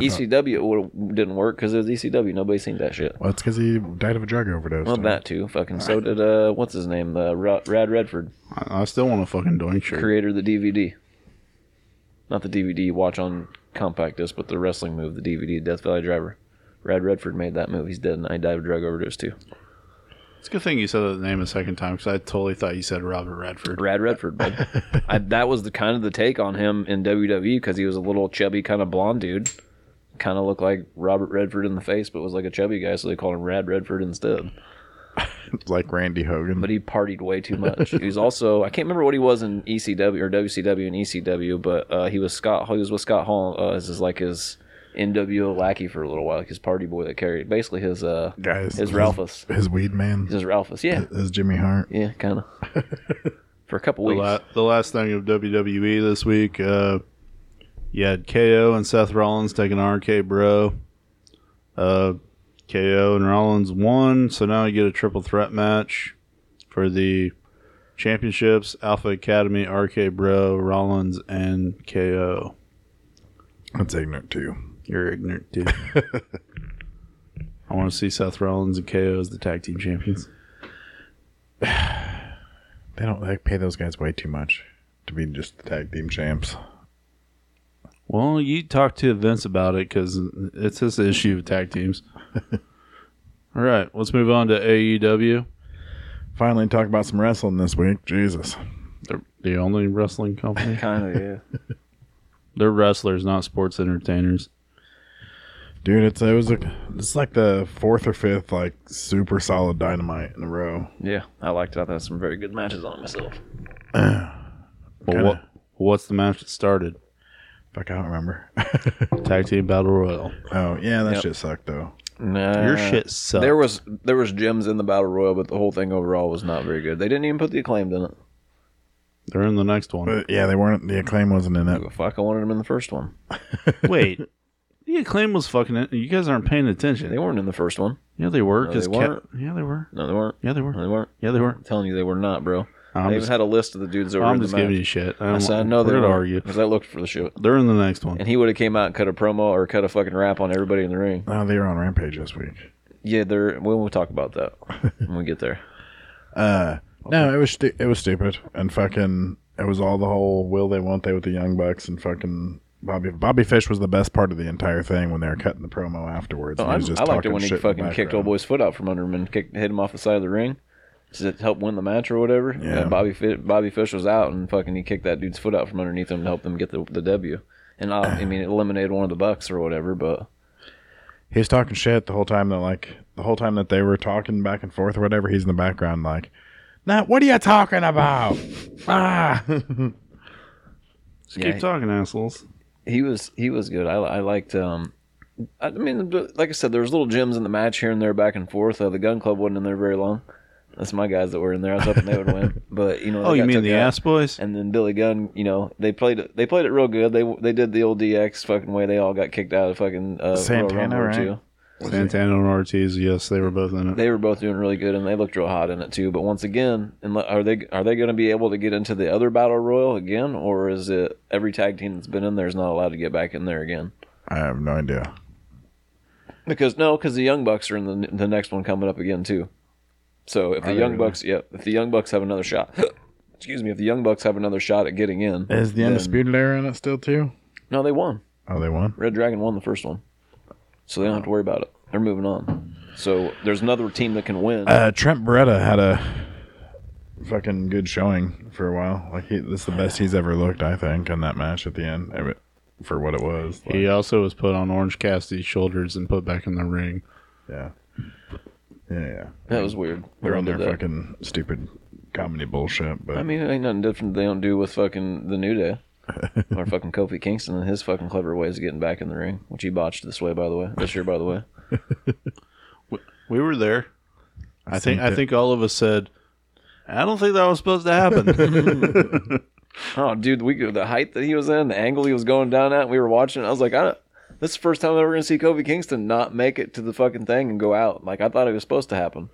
Speaker 4: ECW it would've- didn't work because it was ECW. Nobody seen that shit.
Speaker 1: Well, it's because he died of a drug overdose.
Speaker 4: Well,
Speaker 1: dude.
Speaker 4: that too. Fucking so did uh, what's his name? Uh, Ra- Rad Redford,
Speaker 2: I, I still want a fucking Doink shirt.
Speaker 4: creator of the DVD. Not the DVD you watch on compact disc, but the wrestling move, the DVD, Death Valley Driver. Rad Redford made that move. He's dead, and I died of drug overdose too.
Speaker 2: It's a good thing you said the name a second time because I totally thought you said Robert Redford.
Speaker 4: Rad Redford, bud. I, that was the kind of the take on him in WWE because he was a little chubby, kind of blonde dude. Kind of looked like Robert Redford in the face, but was like a chubby guy, so they called him Rad Redford instead.
Speaker 1: like Randy Hogan.
Speaker 4: but he partied way too much. he was also I can't remember what he was in ECW or WCW and ECW, but uh, he was Scott. He was with Scott Hall uh, as his like his NWO lackey for a little while, like his party boy that carried basically his uh
Speaker 1: Guys,
Speaker 4: his Ralphus,
Speaker 1: his weed man,
Speaker 4: his Ralphus, yeah,
Speaker 1: his Jimmy Hart.
Speaker 4: yeah, kind (laughs) of for a couple
Speaker 2: The,
Speaker 4: weeks.
Speaker 2: la- the last thing of WWE this week, uh, you had KO and Seth Rollins taking RK Bro. Uh, KO and Rollins won, so now you get a triple threat match for the championships Alpha Academy, RK Bro, Rollins, and KO.
Speaker 1: That's ignorant too.
Speaker 2: You're ignorant, dude. I want to see Seth Rollins and KO as the tag team champions.
Speaker 1: They don't they pay those guys way too much to be just the tag team champs.
Speaker 2: Well, you talk to Vince about it because it's his issue with tag
Speaker 4: (laughs)
Speaker 2: teams. All right, let's move on to E AEW,
Speaker 1: Finally, talk about some wrestling this week. Jesus,
Speaker 2: They're the only wrestling
Speaker 4: (laughs)
Speaker 2: company.
Speaker 4: Kind of, yeah.
Speaker 2: They're wrestlers, not sports entertainers.
Speaker 1: dude, it's it was a, it's like the fourth or fifth like super solid dynamite in a row.
Speaker 4: Yeah, I liked it. I thought some very good matches on it myself.
Speaker 2: But
Speaker 1: Kinda.
Speaker 2: what, what's the match that started?
Speaker 1: Fuck, I don't remember. (laughs)
Speaker 2: Tag team battle royal.
Speaker 1: oh yeah, that
Speaker 4: Yep.
Speaker 1: shit sucked though.
Speaker 4: Nah,
Speaker 2: Your shit sucks.
Speaker 4: There was there was gems in the battle royal, but the whole thing overall was not very good. They didn't even put the acclaimed in it.
Speaker 2: They're in the next one.
Speaker 4: (laughs)
Speaker 1: But yeah, they weren't. The acclaim wasn't in it.
Speaker 4: Well, fuck, I wanted him in the first one.
Speaker 2: Wait. The acclaim was fucking it. You guys aren't paying attention.
Speaker 4: They weren't in the first one.
Speaker 2: yeah, they were.
Speaker 4: No,
Speaker 2: 'cause
Speaker 4: they
Speaker 2: Ca-
Speaker 4: weren't.
Speaker 2: yeah, they were.
Speaker 4: No, they weren't.
Speaker 2: Yeah, they were.
Speaker 4: No, they weren't.
Speaker 2: Yeah, they were.
Speaker 4: I'm telling you, they were not, bro.
Speaker 2: I'm
Speaker 4: they
Speaker 2: just-
Speaker 4: even had a list of the dudes that were
Speaker 2: I'm
Speaker 4: in the
Speaker 2: just giving
Speaker 4: match.
Speaker 2: you shit. I
Speaker 4: I
Speaker 2: don't
Speaker 4: said, I know they
Speaker 2: we're
Speaker 4: were
Speaker 2: gonna argue.
Speaker 4: because I looked for the shit.
Speaker 2: They're in the next one.
Speaker 4: And he would have came out and cut a promo or cut a fucking rap on everybody in the ring.
Speaker 1: Oh, they were on Rampage this week.
Speaker 4: Yeah, they're. We'll, we'll talk
Speaker 1: (laughs)
Speaker 4: about that when we get there.
Speaker 1: Uh, no, it was stu- it was stupid and fucking. It was all the whole will they won't they with the Young Bucks and fucking Bobby. Bobby Fish was the best part of the entire thing when they were cutting the promo afterwards.
Speaker 4: Oh,
Speaker 1: and he
Speaker 4: I'm-
Speaker 1: was just
Speaker 4: I liked it
Speaker 1: talking
Speaker 4: when he
Speaker 1: shit in the
Speaker 4: fucking kicked old
Speaker 1: background.
Speaker 4: boy's foot out from under him and kicked, hit him off the side of the ring to help win the match or whatever.
Speaker 1: Yeah.
Speaker 4: And Bobby Fi- Bobby Fish was out and fucking he kicked that dude's foot out from underneath him to help them get the, the W. And uh, I, I mean, it eliminated one of the Bucks or whatever, but
Speaker 1: He was talking shit the whole time that like the whole time that they were talking back and forth or whatever. He's in the background like, "Now what are you talking about?" (laughs) ah, (laughs)
Speaker 2: Just
Speaker 4: Yeah,
Speaker 2: keep
Speaker 4: he-
Speaker 2: talking, assholes.
Speaker 4: he was he was good. I, I liked. um I I mean, like I said, there was little gems in the match here and there, back and forth. Uh, the Gun Club wasn't in there very long. That's my guys that were in there. I was hoping they
Speaker 2: (laughs)
Speaker 4: would win, but you know.
Speaker 2: Oh,
Speaker 4: they
Speaker 2: you
Speaker 4: got
Speaker 2: mean
Speaker 4: took
Speaker 2: the
Speaker 4: out.
Speaker 2: ass boys?
Speaker 4: And then Billy Gunn, you know, they played it. They played it real good. They they did the old DX fucking way. They all got kicked out of fucking uh, Royal
Speaker 1: Santana,
Speaker 4: Rumble or
Speaker 1: right?
Speaker 4: two.
Speaker 2: Santana and Ortiz. Yes, they were both in it.
Speaker 4: They were both doing really good, and they looked real hot in it too. But once again, and le- are they are they going to be able to get into the other battle royal again, or is it every tag team that's been in there is not allowed to get back in there again?
Speaker 1: I have no idea.
Speaker 4: Because no, because the Young Bucks are in the the next one coming up again too. So if the Young Bucks, yep, if the Young Bucks have another shot, (laughs) excuse me, if the Young Bucks have another shot at getting in,
Speaker 1: Is the undisputed era in it still too?
Speaker 4: no, they won.
Speaker 1: Oh, they won.
Speaker 4: Red Dragon won the first one, so they don't have to worry about it. They're moving on. So there's another team that can win.
Speaker 1: Uh, Trent Beretta had a fucking good showing for a while. Like he, this is the best he's ever looked, I think, in that match at the end I mean, for what it was. Like,
Speaker 2: He also was put on Orange Cassidy's shoulders and put back in the ring.
Speaker 1: yeah, yeah, yeah.
Speaker 4: that was weird.
Speaker 1: They're on their
Speaker 4: They did that.
Speaker 1: fucking stupid comedy bullshit. But
Speaker 4: I mean, it ain't nothing different they don't do with fucking the
Speaker 1: (laughs)
Speaker 4: New Day or fucking Kofi Kingston and his fucking clever ways of getting back in the ring, which he botched this way, by the way, this year, by the way.
Speaker 2: We were there. I
Speaker 1: think
Speaker 2: think. I think all of us said, "I don't think that was supposed to happen."
Speaker 4: Oh, dude, we the height that he was in, the angle he was going down at, we were watching. it. I was like, I don't. This is the first time I'm ever gonna see Kofi Kingston not make it to the fucking thing and go out. Like I thought it was supposed to happen.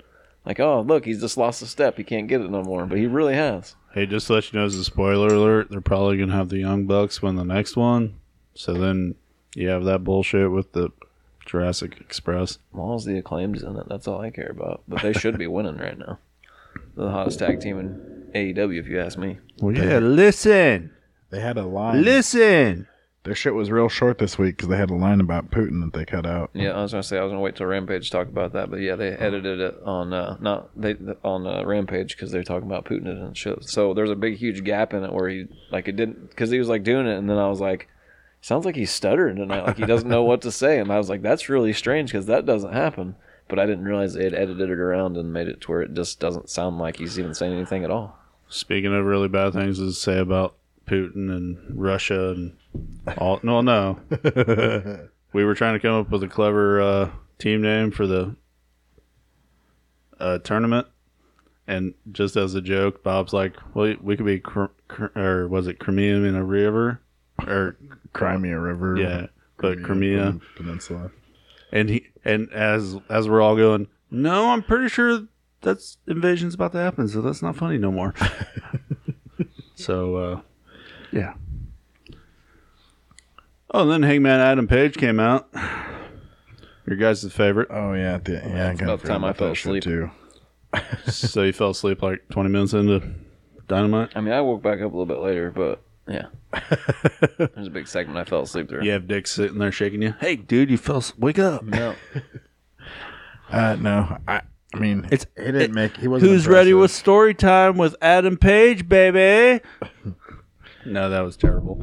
Speaker 4: Like, oh look, he's just lost a step. He can't get it no more. But he really has.
Speaker 2: (laughs) hey, just to let you know, as a spoiler alert, they're probably gonna have the Young Bucks win the next one. So then you have that bullshit with the Jurassic Express.
Speaker 4: As long as the acclaim's in it, that's all I care about. But they should be winning right now. They're the hottest tag team in AEW, if you ask me.
Speaker 2: Well, yeah. Listen,
Speaker 1: they had a line.
Speaker 2: listen.
Speaker 1: Their shit was real short this week because they had a line about Putin that they cut out.
Speaker 4: Yeah, I was gonna say I was gonna wait till Rampage to talk about that, but yeah, they edited it on uh, not they on uh, Rampage because they're talking about Putin and shit. So there's a big huge gap in it where he like it didn't because he was like doing it, and then I was like, sounds like he's stuttering tonight, like he doesn't know what to say, and I was like, that's really strange because that doesn't happen. But I didn't realize they had edited it around and made it to where it just doesn't sound like he's even saying anything at all.
Speaker 2: Speaking of really bad things to say about Putin and Russia and all, no, no. we were trying to come up with a clever uh, team name for the uh, tournament, and just as a joke, Bob's like, "Well, we could be, cr- cr- or was it Crimea in a river, or
Speaker 1: Crimea River.
Speaker 2: yeah, but Crimea."
Speaker 1: Pen- Peninsula.
Speaker 2: and he and as as we're all going, no, I'm pretty sure that's invasion's about to happen, so that's not funny no more. so, uh, yeah. Oh, and then Hangman Adam Page came out. Your guys' favorite. (laughs)
Speaker 1: Oh yeah, at the, yeah. I kind
Speaker 4: about
Speaker 1: of
Speaker 4: the time I fell asleep.
Speaker 1: too.
Speaker 2: so you fell asleep like 20 minutes into Dynamite.
Speaker 4: I mean, I woke back up a little bit later, but yeah, there's a big segment I fell asleep through.
Speaker 2: You have Dick sitting there shaking you. Hey, dude, you fell. as- Wake up.
Speaker 4: No.
Speaker 1: Uh, no, I. I mean,
Speaker 2: It's-
Speaker 1: he didn't
Speaker 2: it-
Speaker 1: make. He wasn't
Speaker 2: Who's ready
Speaker 1: impressive.
Speaker 2: with story time with Adam Page, baby? (laughs) no, that was terrible.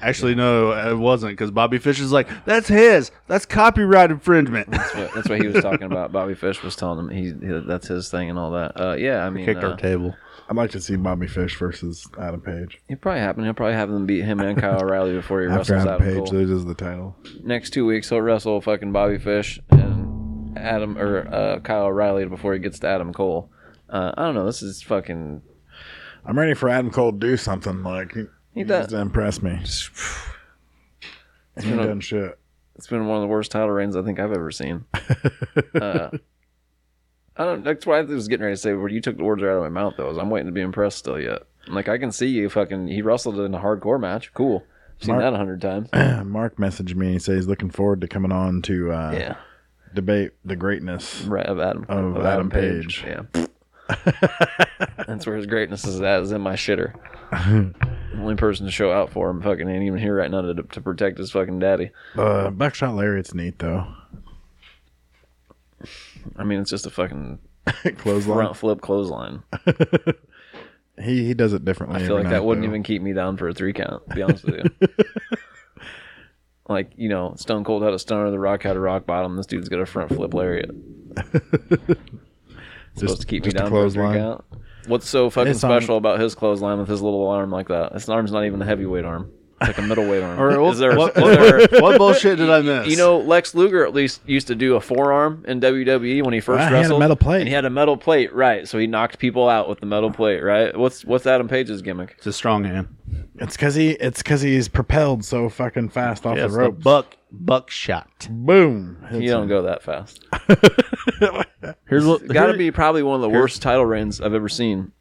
Speaker 2: Actually, no, it wasn't because Bobby Fish is like, that's his. That's copyright infringement. (laughs)
Speaker 4: That's what- that's what he was talking about. Bobby Fish was telling him he, he- that's his thing and all that. Uh, yeah, I mean,
Speaker 2: Kicked
Speaker 4: uh,
Speaker 2: our table.
Speaker 1: I'd like to see Bobby Fish versus Adam Page.
Speaker 4: it probably happened. He'll probably have them beat him and Kyle O'Reilly before
Speaker 1: (laughs)
Speaker 4: he
Speaker 1: After
Speaker 4: wrestles
Speaker 1: Adam
Speaker 4: out.
Speaker 1: Page
Speaker 4: Cole.
Speaker 1: loses the title,
Speaker 4: Next two weeks, he'll wrestle fucking Bobby Fish and Adam or uh, Kyle O'Reilly before he gets to Adam Cole. Uh, I don't know. This is fucking.
Speaker 1: I'm ready for Adam Cole to do something. Like he, he
Speaker 4: done-
Speaker 1: does to impress me. And (sighs) he
Speaker 4: been a-
Speaker 1: done shit. (clears throat)
Speaker 4: It's been one of the worst title reigns I think I've
Speaker 1: (laughs)
Speaker 4: ever seen. uh, I don't. That's why I was getting ready to say. Where you took the words right out of my mouth, though, is I'm waiting to be impressed still yet. Like I can see you fucking. He wrestled in a hardcore match. Cool. I've seen
Speaker 1: Mark- Uh,
Speaker 4: that a hundred times.
Speaker 1: Mark messaged me and he says he's looking forward to coming on to uh,
Speaker 4: Yeah.
Speaker 1: debate the greatness.
Speaker 4: Right of Adam.
Speaker 1: Of Adam Page. (laughs)
Speaker 4: Yeah. That's where his greatness is at. Is in
Speaker 1: (laughs)
Speaker 4: my shitter. the only person to show out for him fucking ain't even here right now to, to protect his fucking daddy.
Speaker 1: Uh, Buckshot Lariat's neat though. (laughs)
Speaker 4: I mean, it's just a fucking
Speaker 1: Clothesline.
Speaker 4: front flip clothesline.
Speaker 1: He he does it differently.
Speaker 4: I feel
Speaker 1: every
Speaker 4: like
Speaker 1: night,
Speaker 4: that wouldn't
Speaker 1: though.
Speaker 4: even keep me down for a three count, to be honest with you.
Speaker 1: (laughs)
Speaker 4: like, you know, Stone Cold had a stunner, The Rock had a rock bottom. This dude's got a front
Speaker 1: (laughs)
Speaker 4: flip lariat. supposed to keep me
Speaker 1: just a
Speaker 4: down for a three
Speaker 1: clothesline.
Speaker 4: count. What's so fucking
Speaker 1: It's on-
Speaker 4: special about his clothesline with his little arm like that? His arm's not even a heavyweight arm. It's like a
Speaker 1: (laughs)
Speaker 4: middleweight arm.
Speaker 2: Or
Speaker 4: is there,
Speaker 2: what,
Speaker 4: is there-
Speaker 2: what, what bullshit (laughs) did I miss?
Speaker 4: you know, Lex Luger at least used to do a forearm in WWE when he
Speaker 1: Well,
Speaker 4: first
Speaker 1: he had a
Speaker 4: wrestled.
Speaker 1: metal plate.
Speaker 4: And he had a metal plate, right? So he knocked people out with the metal plate, right? What's what's Adam Page's gimmick?
Speaker 2: it's a strong hand.
Speaker 1: It's because he it's because he's propelled so fucking fast off
Speaker 2: Yes,
Speaker 1: the
Speaker 2: the
Speaker 1: ropes.
Speaker 2: buck buckshot.
Speaker 1: Boom. Hits
Speaker 4: You don't
Speaker 1: him.
Speaker 4: go that fast.
Speaker 2: Uh, Here's what
Speaker 4: Got to
Speaker 2: here-
Speaker 4: be probably one of the worst title reigns I've ever seen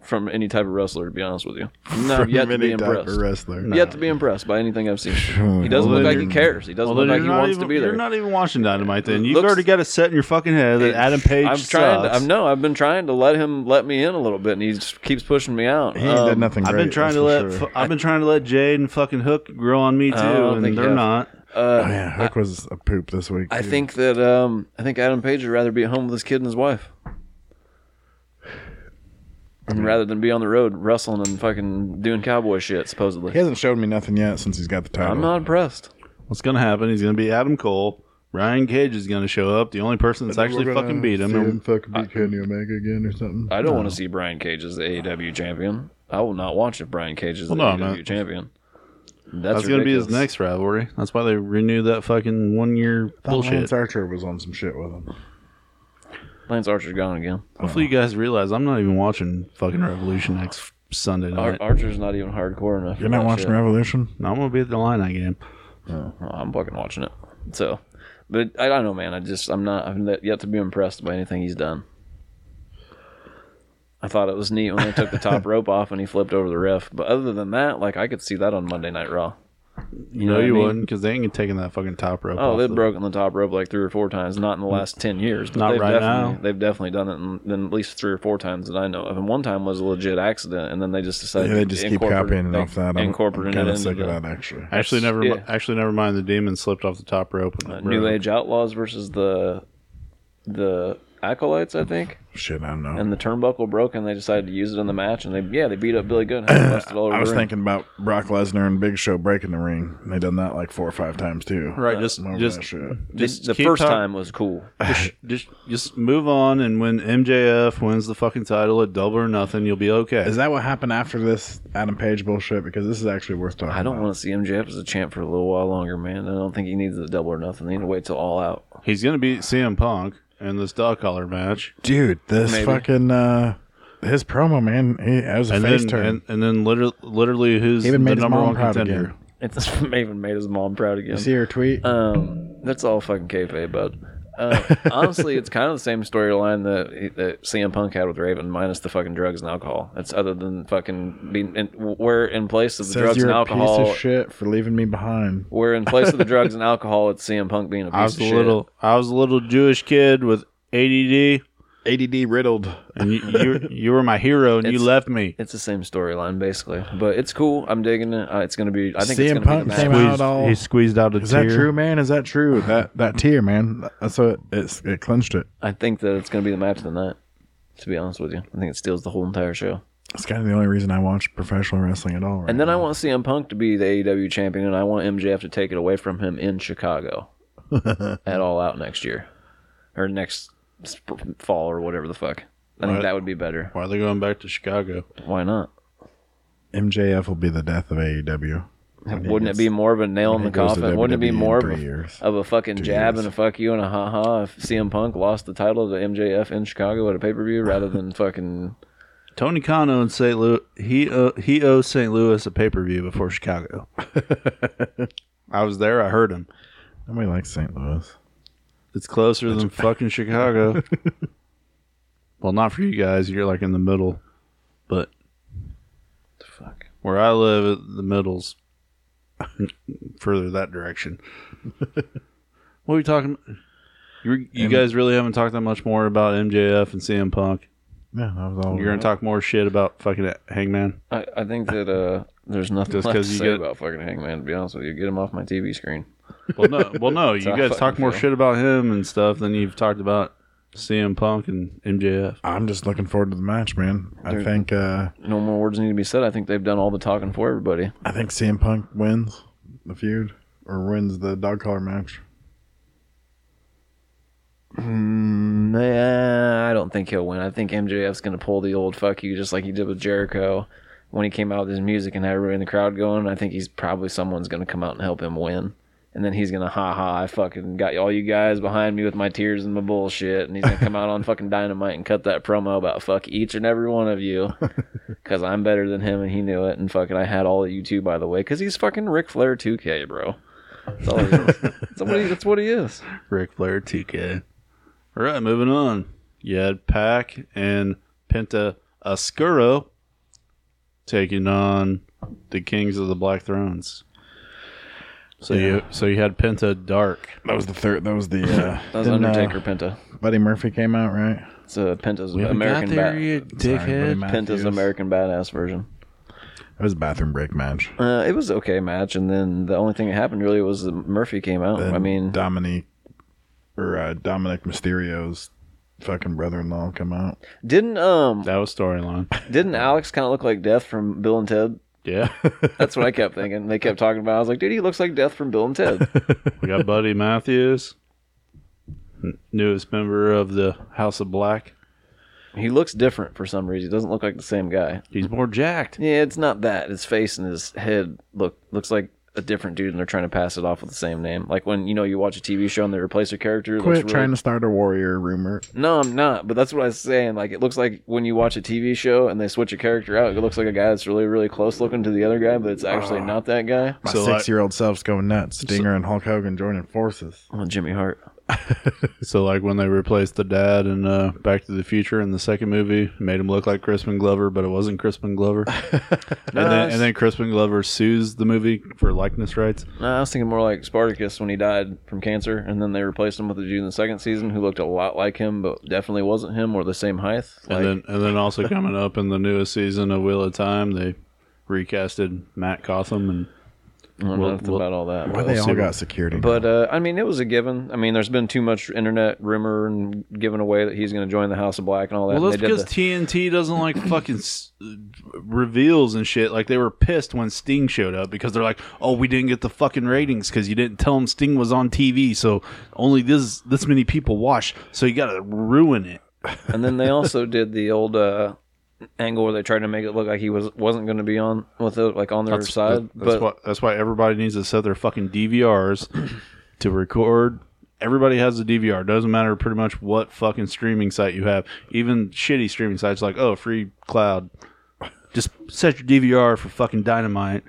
Speaker 4: from any type of wrestler. To be honest with you, no,
Speaker 1: From
Speaker 4: I've yet to
Speaker 1: any
Speaker 4: be
Speaker 1: type of
Speaker 4: impressed.
Speaker 1: wrestler.
Speaker 4: Yet to be impressed by anything I've seen. He doesn't look like he cares. He doesn't
Speaker 2: Well,
Speaker 4: look
Speaker 2: then
Speaker 4: like
Speaker 2: you're
Speaker 4: he
Speaker 2: not
Speaker 4: wants
Speaker 2: even,
Speaker 4: to be there.
Speaker 2: You're not even watching Dynamite. Then you've
Speaker 4: looks-
Speaker 2: already got it set in your fucking head that Adam Page
Speaker 4: I'm
Speaker 2: sucks.
Speaker 4: trying. To, I'm no. I've been trying to let him let me in a little bit, and he just keeps pushing me out.
Speaker 1: He ain't did
Speaker 4: Um,
Speaker 1: nothing.
Speaker 2: I've
Speaker 1: great,
Speaker 2: been trying
Speaker 1: that's
Speaker 2: to
Speaker 1: for
Speaker 2: let
Speaker 1: sure.
Speaker 2: fu- I've been trying to let Jade and fucking Hook grow on me too,
Speaker 4: don't think
Speaker 2: and
Speaker 4: you
Speaker 2: they're
Speaker 4: have.
Speaker 2: not.
Speaker 1: Oh yeah, Hook was a poop this week.
Speaker 4: I
Speaker 1: dude.
Speaker 4: think that um, I think Adam Page would rather be at home with his kid and his wife, rather than be on the road wrestling and fucking doing cowboy shit. Supposedly,
Speaker 1: he hasn't showed me nothing yet since he's got the title.
Speaker 4: I'm not impressed.
Speaker 2: What's gonna happen? He's gonna be Adam Cole. Ryan Cage is gonna show up. The only person that's actually
Speaker 1: We're gonna
Speaker 2: fucking beat him.
Speaker 1: see fucking beat Kenny Omega again or something.
Speaker 4: I don't want to see Brian Cage as the AEW champion. I will not watch if Brian Cage is the
Speaker 2: Well, no,
Speaker 4: AEW
Speaker 2: man.
Speaker 4: champion. That's,
Speaker 2: that's gonna be his
Speaker 4: ridiculous.
Speaker 2: next rivalry. That's why they renewed that fucking one year
Speaker 1: Thought
Speaker 2: bullshit.
Speaker 1: Lance Archer was on some shit with him.
Speaker 4: Lance Archer's gone again.
Speaker 2: Hopefully, you guys realize I'm not even watching fucking Revolution next Sunday night.
Speaker 4: Ar- Archer's not even hardcore enough.
Speaker 1: You're not watching Revolution?
Speaker 2: No, I'm gonna be at the line game.
Speaker 4: Well, I'm fucking watching it. So, but I don't know, man. I just I'm not I'm not- yet to be impressed by anything he's done. I thought it was neat when they took
Speaker 1: (laughs)
Speaker 4: the top rope off and he flipped over the ref. But other than that, like I could see that on Monday Night Raw.
Speaker 2: You know
Speaker 4: know what I
Speaker 2: you
Speaker 4: mean?
Speaker 2: wouldn't, because they ain't taking that fucking top rope.
Speaker 4: Oh,
Speaker 2: off
Speaker 4: they've
Speaker 2: the-
Speaker 4: broken the top rope like three or four times, not in
Speaker 1: Mm.
Speaker 4: the last ten years, but
Speaker 2: Not
Speaker 4: they've
Speaker 2: right
Speaker 4: definitely
Speaker 2: now.
Speaker 4: they've definitely done it in, in at least three or four times that I know of. And one time was a legit accident, and then they just decided
Speaker 1: Yeah, they just
Speaker 4: to
Speaker 1: keep
Speaker 4: incorporate-
Speaker 1: copying it
Speaker 4: they
Speaker 1: off that. I'm,
Speaker 4: incorporated
Speaker 1: kind
Speaker 4: it
Speaker 1: of
Speaker 4: into
Speaker 1: sick of
Speaker 4: the-
Speaker 1: that actually.
Speaker 2: Actually, never. mi-
Speaker 4: yeah.
Speaker 2: Actually, never mind. The demon slipped off the top rope. And
Speaker 4: uh,
Speaker 2: it
Speaker 4: New
Speaker 2: broke.
Speaker 4: Age Outlaws versus the the acolytes, I think.
Speaker 1: Shit, I don't know.
Speaker 4: and the turnbuckle broke, and they decided to use it in the match, and they yeah they beat up Billy Gunn. And busted all over
Speaker 1: I was
Speaker 4: the ring.
Speaker 1: thinking about Brock Lesnar and Big Show breaking the ring. They done that like four or five times too.
Speaker 4: Uh,
Speaker 2: Right. Just,
Speaker 1: I'm over that
Speaker 2: just,
Speaker 1: shit.
Speaker 2: just
Speaker 4: the
Speaker 2: keep
Speaker 4: first
Speaker 2: talk-
Speaker 4: time was cool.
Speaker 2: Just, just, just move on, and when MJF wins the fucking title at Double or Nothing, you'll be okay.
Speaker 1: Is that what happened after this Adam Page bullshit? Because this is actually worth talking.
Speaker 4: I don't
Speaker 1: About.
Speaker 4: want to see MJF as a champ for a little while longer, man. I don't think he needs a double or nothing. They need to wait till All Out.
Speaker 2: He's gonna beat CM Punk in this dog collar match,
Speaker 1: Dude, this
Speaker 4: Maybe.
Speaker 1: fucking uh, his promo man. He that was a
Speaker 2: and
Speaker 1: face
Speaker 2: then
Speaker 1: turn.
Speaker 2: and, and then literally, literally who's
Speaker 1: He even
Speaker 2: the
Speaker 1: made his
Speaker 2: number
Speaker 1: mom
Speaker 2: one
Speaker 1: proud
Speaker 2: contender?
Speaker 1: again.
Speaker 4: It's (laughs) even made his mom proud again.
Speaker 1: you see her tweet?
Speaker 4: Um, that's all fucking kayfabe, bud. Uh, honestly, it's kind of the same storyline that that CM Punk had with Raven, minus the fucking drugs and alcohol. That's other than fucking being in, we're in place of the
Speaker 1: Says
Speaker 4: drugs
Speaker 1: you're
Speaker 4: and
Speaker 1: a
Speaker 4: alcohol.
Speaker 1: piece of shit for leaving me behind.
Speaker 4: We're in place of the
Speaker 1: (laughs)
Speaker 4: drugs and alcohol. It's CM Punk being a piece
Speaker 2: I was
Speaker 4: of
Speaker 2: a
Speaker 4: shit.
Speaker 2: little, I was a little Jewish kid with ADD,
Speaker 1: ADD riddled.
Speaker 2: and you, you,
Speaker 1: (laughs)
Speaker 2: you were my hero, and you
Speaker 4: It's-
Speaker 2: left me.
Speaker 4: It's the same storyline basically, but it's cool. I'm digging it. Uh, it's gonna be. I think it's
Speaker 1: CM
Speaker 4: gonna
Speaker 1: Punk
Speaker 4: be the
Speaker 1: came
Speaker 4: match.
Speaker 1: out-
Speaker 2: Squeezed-
Speaker 1: all-
Speaker 2: He squeezed out a
Speaker 1: Is
Speaker 2: tear.
Speaker 1: that true, man? Is that true? That that tear, man. That's what it's it clinched it.
Speaker 4: I think that it's gonna be the match of the night. To be honest with you, I think it steals the whole entire show.
Speaker 1: It's kind of the only reason I watch professional wrestling at all. Right?
Speaker 4: And then I want CM Punk to be the AEW champion, and I want MJF to take it away from him in Chicago at All Out next year, or next sp- fall, or whatever the fuck. I think
Speaker 2: Right.
Speaker 4: that would be better.
Speaker 2: Why are they going back to Chicago?
Speaker 4: Why not?
Speaker 1: MJF will be the death of E AEW.
Speaker 4: Wouldn't it be more of a nail in
Speaker 1: when
Speaker 4: the
Speaker 1: he goes to
Speaker 4: coffin? Wouldn't it be
Speaker 1: WWE in
Speaker 4: more of
Speaker 1: three
Speaker 4: a,
Speaker 1: years,
Speaker 4: of a fucking jab and a fuck you and a ha ha if CM Punk lost the title to MJF in Chicago at a pay per view rather than fucking
Speaker 2: Tony Khan owned St. Louis. He uh, he owes St. Louis a pay per view
Speaker 1: (laughs)
Speaker 2: before Chicago. I was there. I heard him.
Speaker 1: Nobody likes St. Louis.
Speaker 2: It's closer than fucking (laughs) Chicago. well, not for you guys. You're like in the middle, but
Speaker 4: Fuck.
Speaker 2: where I live, the middle's (laughs) further that (laughs) direction. what are we talking? You you
Speaker 1: M-
Speaker 2: guys really haven't talked that much more about MJF and CM Punk.
Speaker 1: Yeah, that was all.
Speaker 2: You're gonna talk more shit about fucking Hangman.
Speaker 4: I, I think that uh, there's nothing
Speaker 2: Just
Speaker 4: left to
Speaker 2: 'cause you
Speaker 4: say
Speaker 2: get-
Speaker 4: about fucking Hangman. To be honest with you, get him off my TV screen.
Speaker 2: (laughs) Well, no, well, (laughs) no. you
Speaker 4: how I
Speaker 2: guys talk
Speaker 4: fucking
Speaker 2: more
Speaker 4: feel.
Speaker 2: shit about him and stuff than you've talked about CM Punk and MJF.
Speaker 1: I'm just looking forward to the match, man. I
Speaker 4: Dude.
Speaker 1: think uh
Speaker 4: No more words need to be said. I think they've done all the talking for everybody.
Speaker 1: I think CM Punk wins the feud or wins the dog collar match.
Speaker 4: Mm, nah, I don't think he'll win. I think MJF's going to pull the old fuck you, just like he did with Jericho when he came out with his music and had everybody in the crowd going. I think he's probably someone's going to come out and help him win. And then he's going to, ha ha, I fucking got all you guys behind me with my tears and my bullshit. And he's going to come out on fucking dynamite and cut that promo about fuck each and every one of you because I'm better than him and he knew it. And fucking, I had all of you too, by the way, because he's fucking Ric Flair 2K, bro. That's all he is. that's, what he, that's what he is.
Speaker 2: Ric Flair 2K. All right, moving on. You had Pac and Penta Oscuro taking on the Kings of the Black Thrones. So you so you had Penta Dark.
Speaker 1: That was the third. That was the. Uh,
Speaker 4: That was
Speaker 1: didn't, uh,
Speaker 4: Undertaker Penta.
Speaker 1: Buddy Murphy came out, right?
Speaker 4: It's a Penta's American bad
Speaker 2: dickhead.
Speaker 1: Sorry, Buddy
Speaker 4: Penta's
Speaker 1: Matthews.
Speaker 4: American badass version.
Speaker 1: It was a bathroom break match.
Speaker 4: Uh, it was okay match, and then the only thing that happened really was that Murphy came out. Oh, I
Speaker 1: And
Speaker 4: mean,
Speaker 1: Dominique or uh, Dominic Mysterio's fucking brother-in-law come out.
Speaker 4: didn't
Speaker 1: (laughs)
Speaker 4: um
Speaker 2: That was storyline. (laughs)
Speaker 4: didn't Alex kind of look like Death from Bill and Ted?
Speaker 2: Yeah,
Speaker 4: That's what I kept thinking. They kept talking about. it. I was like, dude, he looks like Death from Bill
Speaker 1: (laughs)
Speaker 4: and Ted.
Speaker 2: we got Buddy Matthews, n- newest member of the House of Black.
Speaker 4: he looks different for some reason. He doesn't look like the same guy.
Speaker 2: He's more jacked.
Speaker 4: Yeah, it's not that. His face and his head look looks like a different dude, and they're trying to pass it off with the same name. Like when you know you watch a TV show and they replace a character. it
Speaker 1: Quit
Speaker 4: looks really
Speaker 1: trying to start a warrior rumor.
Speaker 4: No, I'm not. But that's what I was saying. Like, it looks like when you watch a TV show and they switch a character out, it looks like a guy that's really, really close looking to the other guy, but it's
Speaker 2: Ah.
Speaker 4: actually not that guy.
Speaker 1: My
Speaker 2: So, like-
Speaker 1: six-year-old self's going nuts. Stinger and Hulk Hogan joining forces.
Speaker 4: Oh, Jimmy Hart.
Speaker 2: So like when they replaced the dad in uh, Back to the Future in the second movie, made him look like Crispin Glover, but it wasn't Crispin Glover. and, then, and then Crispin Glover sues the movie for likeness rights.
Speaker 4: No, I was thinking more like Spartacus when he died from cancer, and then they replaced him with a dude in the second season who looked a lot like him, but definitely wasn't him or the same height. Like,
Speaker 2: and then and then also coming up in the newest season of Wheel of Time, they recasted Matt Cotham and
Speaker 4: I don't know
Speaker 2: well,
Speaker 4: nothing
Speaker 2: well-
Speaker 4: about all that.
Speaker 1: Why
Speaker 4: but-
Speaker 1: they all
Speaker 2: see
Speaker 1: got
Speaker 2: what-
Speaker 1: security?
Speaker 4: But uh, I mean, it was a given. I mean, there's been too much internet rumor and giving away that he's going to join the House of Black and all that.
Speaker 2: Well,
Speaker 4: and
Speaker 2: that's
Speaker 4: they did
Speaker 2: because
Speaker 4: the-
Speaker 2: TNT doesn't like fucking s- reveals and shit. Like they were pissed when Sting showed up because they're like, "Oh, we didn't get the fucking ratings because you didn't tell them Sting was on TV, so only this this many people watch. So you got to ruin it."
Speaker 4: and then they also did the old uh, angle where they tried to make it look like he was wasn't going to be on with it, like on their side.
Speaker 2: That's
Speaker 4: but
Speaker 2: why that's why everybody needs to set their fucking DVRs (clears throat) to record. Everybody has a DVR. Doesn't matter pretty much what fucking streaming site you have. Even shitty streaming sites like oh free cloud. Just set your DVR for fucking dynamite,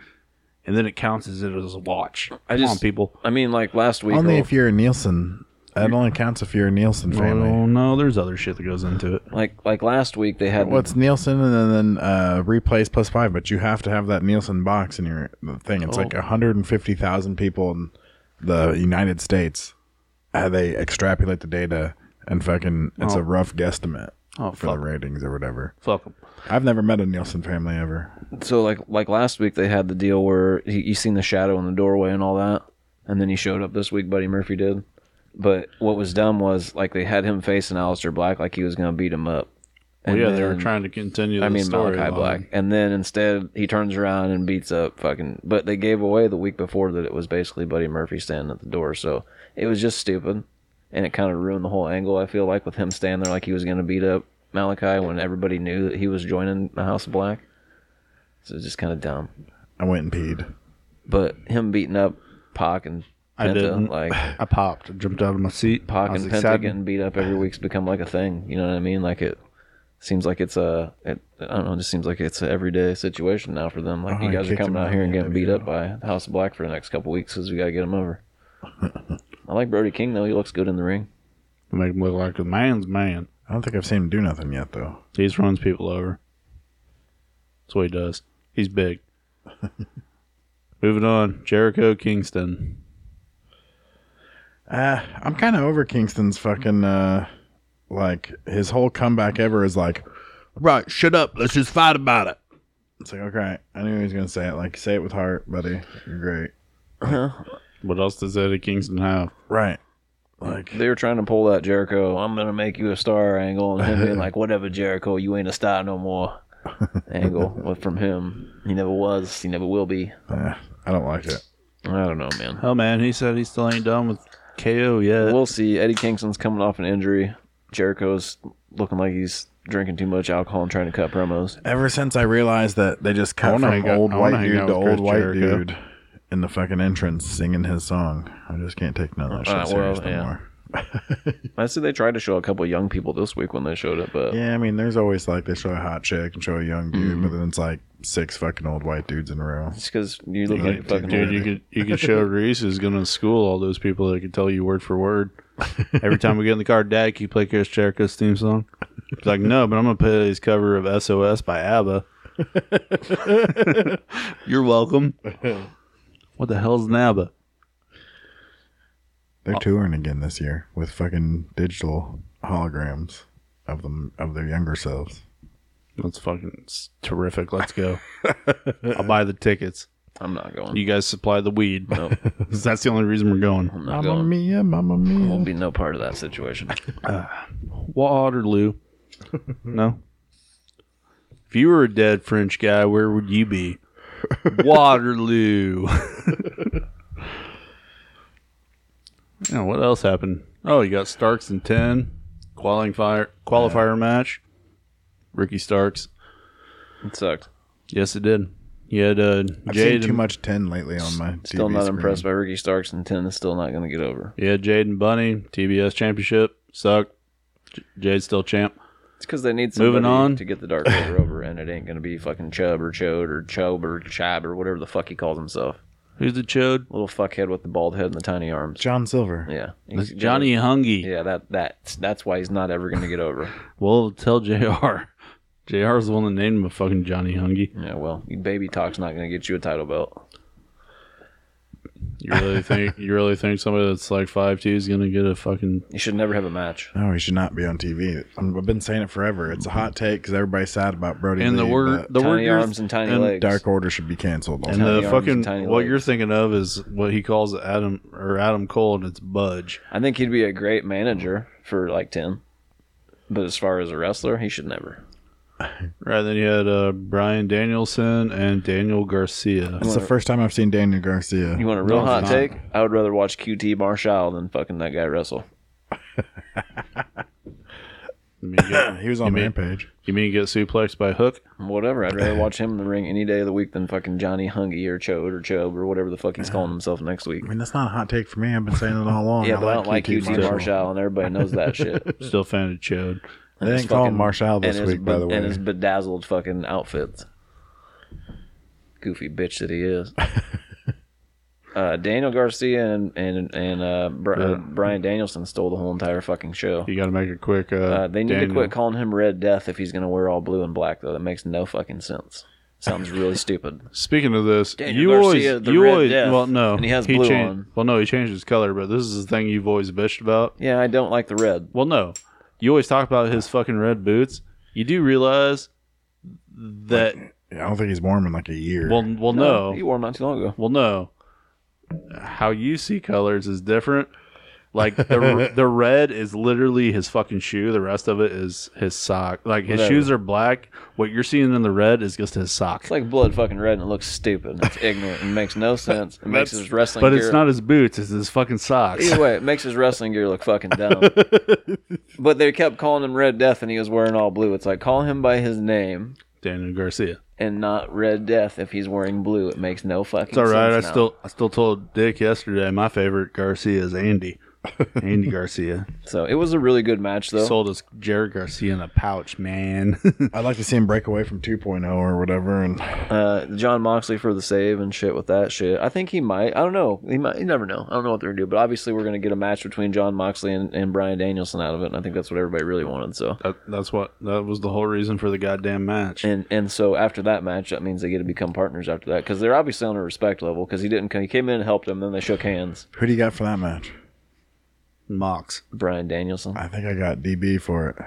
Speaker 2: and then it counts as it as a watch. Come
Speaker 4: I
Speaker 2: on,
Speaker 4: just-
Speaker 2: people.
Speaker 4: I mean, like last week,
Speaker 1: only
Speaker 4: or-
Speaker 1: if you're a Nielsen. That only counts if you're a Nielsen family.
Speaker 2: Oh no, there's other shit that goes into it.
Speaker 4: like like last week they had
Speaker 1: Well, it's
Speaker 2: Mm-hmm.
Speaker 1: Nielsen and then, then uh, replays plus five, but you have to have that Nielsen box in your thing. It's
Speaker 2: Oh.
Speaker 1: like 150,000 people in the United States. How they extrapolate the data and fucking, it's a rough guesstimate
Speaker 2: Oh,
Speaker 1: for the
Speaker 2: fuck.
Speaker 1: ratings or whatever.
Speaker 2: Fuck 'em.
Speaker 1: I've never met a Nielsen family ever.
Speaker 4: so like like last week they had the deal where he, you seen the shadow in the doorway and all that, and then he showed up this week. Buddy Murphy did, but what was dumb was like they had him facing Alistair Black like he was going to beat him up.
Speaker 2: Well,
Speaker 4: And
Speaker 2: yeah, they were
Speaker 4: then-
Speaker 2: trying to continue. The
Speaker 4: I mean
Speaker 2: story
Speaker 4: Malachi Black, and then instead he turns around and beats up fucking. But they gave away the week before that it was basically Buddy Murphy standing at the door, so it was just stupid, and it kind of ruined the whole angle. I feel like with him standing there like he was gonna beat up Malachi when everybody knew that he was joining the House of Black, so it's just kind of dumb.
Speaker 1: I went and peed.
Speaker 4: But him beating up Pac and
Speaker 2: I
Speaker 4: Penta,
Speaker 2: didn't. (laughs)
Speaker 4: like
Speaker 2: I popped, jumped out of my seat.
Speaker 4: Pac
Speaker 2: I was
Speaker 4: and Penta
Speaker 2: excited.
Speaker 4: getting beat up every week's become like a thing. You know what I mean? Like it. Seems like it's a, it, I don't know, it just seems like it's an everyday situation now for them. Like
Speaker 1: Oh,
Speaker 4: you
Speaker 1: I
Speaker 4: guys are
Speaker 1: kicked him
Speaker 4: coming out
Speaker 1: out
Speaker 4: here
Speaker 1: of
Speaker 4: and
Speaker 1: the
Speaker 4: getting beat
Speaker 1: NWO.
Speaker 4: up by the House of Black for the next couple weeks because we got to get them over. I like Brody King though; he looks good in the ring.
Speaker 2: Make him look like a man's man.
Speaker 1: I don't think I've seen him do nothing yet, though.
Speaker 2: He just runs people over. That's what he does. He's big. Moving on, Jericho Kingston.
Speaker 1: Uh, I'm kind of over Kingston's fucking uh, like his whole comeback ever is like, right, shut up, let's just fight about it. It's like okay, I knew he was gonna say it. Like, say it with heart, buddy. You're great,
Speaker 2: What else does Eddie Kingston have?
Speaker 1: right? Like,
Speaker 4: They were trying to pull that Jericho, I'm gonna make you a star angle, and him being like, whatever, Jericho, you ain't a star no more angle with- from him. He never was, he never will be.
Speaker 1: eh, I don't like it.
Speaker 4: I don't know, man.
Speaker 2: Oh man, he said he still ain't done with KO yet.
Speaker 4: We'll see. Eddie Kingston's coming off an injury. Jericho's looking like he's drinking too much alcohol and trying to cut promos.
Speaker 1: Ever since I realized that they just cut
Speaker 2: wanna
Speaker 1: from
Speaker 2: hang out-
Speaker 1: old
Speaker 2: I wanna
Speaker 1: white
Speaker 2: hang
Speaker 1: dude
Speaker 2: out
Speaker 1: to
Speaker 2: with Chris
Speaker 1: old white
Speaker 2: Jericho.
Speaker 1: dude in the fucking entrance singing his song, I just can't take none of that shit
Speaker 4: Uh, well,
Speaker 1: serious no
Speaker 4: yeah.
Speaker 1: more.
Speaker 4: I see they tried to show a couple of young people this week when they showed up, but
Speaker 1: Yeah, I mean, there's always like they show a hot chick and show a young dude, but then it's like six fucking old white dudes in a row.
Speaker 4: it's because you look like a fucking
Speaker 2: Dude, you could you could show Reese is going to school all those people that can tell you word for word. Every time we get in the car, Dad, can you play Chris Jericho's theme song? He's like, no, but I'm going to play his cover of SOS by ABBA. (laughs) You're welcome. What the hell's an ABBA?
Speaker 1: They're
Speaker 4: Uh,
Speaker 1: touring again this year with fucking digital holograms of them of their younger selves.
Speaker 2: That's fucking it's terrific. Let's go. I'll buy the tickets.
Speaker 4: I'm not going.
Speaker 2: You guys supply the weed.
Speaker 4: Nope.
Speaker 2: 'Cause (laughs) that's the only reason we're going. (laughs)
Speaker 4: I'm not
Speaker 1: Mamma
Speaker 4: going.
Speaker 1: mia, mamma
Speaker 4: Won't
Speaker 1: mia.
Speaker 4: be no part of that situation.
Speaker 2: Waterloo. (laughs) no. If you were a dead French guy, where would you be? Waterloo. (laughs) Yeah, what else happened? Oh, you got Starks in ten qualifier qualifier match. Ricky Starks.
Speaker 4: It sucked.
Speaker 2: Yes, it did. You had uh,
Speaker 1: I've
Speaker 2: Jade.
Speaker 1: seen too much ten lately on my
Speaker 4: Still
Speaker 1: TV
Speaker 4: not
Speaker 1: screen.
Speaker 4: impressed by Ricky Starks and ten is still not going to get over.
Speaker 2: Yeah, Jade and Bunny TBS championship sucked. J- Jade's still champ.
Speaker 4: It's because they need somebody
Speaker 2: Moving on.
Speaker 4: to get the Dark Order over, and it ain't going to be fucking Chubb or Chode or Chobe or Chab or whatever the fuck he calls himself.
Speaker 2: Who's the chode?
Speaker 4: Little fuckhead with the bald head and the tiny arms.
Speaker 1: John Silver.
Speaker 4: Yeah,
Speaker 2: It's
Speaker 4: He's-
Speaker 2: Johnny Hungy.
Speaker 4: Yeah, that that's that's why he's not ever going to get over.
Speaker 2: Well, tell JR. (laughs) JR's the one that named him a fucking Johnny Hungy.
Speaker 4: yeah, well, you baby talk's not going to get you a title belt.
Speaker 2: You
Speaker 4: (laughs)
Speaker 2: really think you really think somebody that's like five two is gonna get a fucking
Speaker 4: You should never have a match.
Speaker 1: No, Oh, he should not be on TV. I'm, I've been saying it forever. It's a hot take because everybody's sad about Brody.
Speaker 2: and the
Speaker 1: Lee,
Speaker 2: word
Speaker 1: but
Speaker 2: the word
Speaker 4: tiny
Speaker 2: you're-
Speaker 4: arms and tiny
Speaker 2: and
Speaker 4: legs.
Speaker 1: Dark Order should be canceled.
Speaker 2: and
Speaker 4: Tiny
Speaker 2: the
Speaker 4: arms and
Speaker 2: fucking
Speaker 4: tiny
Speaker 2: what you're
Speaker 4: legs.
Speaker 2: thinking of is what he calls Adam or Adam Cole and it's Budge.
Speaker 4: I think he'd be a great manager for like ten, but as far as a wrestler, he should never.
Speaker 2: Right then you had uh, Brian Danielson and Daniel Garcia.
Speaker 1: It's the first time I've seen Daniel Garcia.
Speaker 4: You want a real
Speaker 2: No,
Speaker 4: hot
Speaker 2: it's
Speaker 4: take? I would rather watch QT Marshall than fucking that guy wrestle.
Speaker 2: You mean get,
Speaker 1: (clears throat) he was on
Speaker 2: mean-
Speaker 1: Rampage.
Speaker 2: you mean get suplexed by Hook?
Speaker 4: Whatever. I'd rather watch him in the ring any day of the week than fucking Johnny Hungy or Chode or Chobe or whatever the fuck he's calling himself next week.
Speaker 1: I mean, that's not a hot take for me. I've been saying it all along.
Speaker 4: Yeah, but I don't like QT Marshall. and everybody knows that shit.
Speaker 2: Still fan of Chode.
Speaker 1: They didn't call him
Speaker 4: fucking-
Speaker 1: Marshall this
Speaker 4: and his
Speaker 1: week, by
Speaker 4: be-
Speaker 1: the way.
Speaker 4: And his bedazzled fucking outfits. Goofy bitch that he
Speaker 1: (laughs)
Speaker 4: is. uh, Daniel Garcia and and and uh, Bri- uh, Brian Danielson stole the whole entire fucking show.
Speaker 2: You gotta make a quick uh,
Speaker 4: Uh, they need to
Speaker 2: Daniel.
Speaker 4: quit calling him Red Death if he's gonna wear all blue and black though. That makes no fucking sense. Sounds
Speaker 1: (laughs)
Speaker 4: really stupid.
Speaker 2: Speaking of this,
Speaker 4: Daniel
Speaker 2: you
Speaker 4: Garcia,
Speaker 2: always,
Speaker 4: the
Speaker 2: you
Speaker 4: Red
Speaker 2: always,
Speaker 4: Death,
Speaker 2: well, no,
Speaker 4: and he has blue
Speaker 2: changed,
Speaker 4: on.
Speaker 2: Well, no, he changed his color, but this is the thing you've always bitched about.
Speaker 4: Yeah, I don't like the red.
Speaker 2: Well, no, you always talk about his fucking red boots. You do realize that?
Speaker 1: I don't think he's warm in like a year.
Speaker 2: Well, well, no,
Speaker 4: Uh, he wore them not too long ago.
Speaker 2: well, no. How you see colors is different. Like
Speaker 4: (laughs)
Speaker 2: the the red is literally his fucking shoe. The rest of it is his sock. Like his
Speaker 4: Whatever.
Speaker 2: shoes are black. What you're seeing in the red is just his sock.
Speaker 4: It's like blood fucking red and it looks stupid. It's ignorant and makes no sense.
Speaker 1: (laughs)
Speaker 4: It makes his wrestling
Speaker 2: but
Speaker 4: gear
Speaker 2: it's not his boots. It's his fucking socks.
Speaker 4: Either way, it makes his wrestling gear look fucking dumb.
Speaker 2: (laughs)
Speaker 4: but they kept calling him Red Death and he was wearing all blue. It's like call him by his name
Speaker 2: Daniel Garcia.
Speaker 4: and not Red Death if he's wearing blue. It makes no fucking
Speaker 2: It's all right. I
Speaker 4: sense.
Speaker 2: (laughs)
Speaker 4: now.
Speaker 2: still I still told Dick yesterday my favorite Garcia is Andy. Andy Garcia
Speaker 4: So it was a really good match, though.
Speaker 2: sold us Jared Garcia in a pouch, man. (laughs)
Speaker 1: I'd like to see him break away from 2.0 or whatever. And
Speaker 4: uh, John Moxley for the save and shit with that shit. I think he might. I don't know. He might. You never know. I don't know what they're gonna do. But obviously, we're gonna get a match between John Moxley and, and Brian Danielson out of it. And I think that's what everybody really wanted. So
Speaker 2: that, that's what that was the whole reason for the goddamn match.
Speaker 4: and and so after that match, that means they get to become partners after that because they're obviously on a respect level. Because he didn't. He came in and helped him. Then they shook hands.
Speaker 1: who do you got for that match?
Speaker 2: Mox.
Speaker 4: Brian Danielson.
Speaker 1: I think I got DB for it.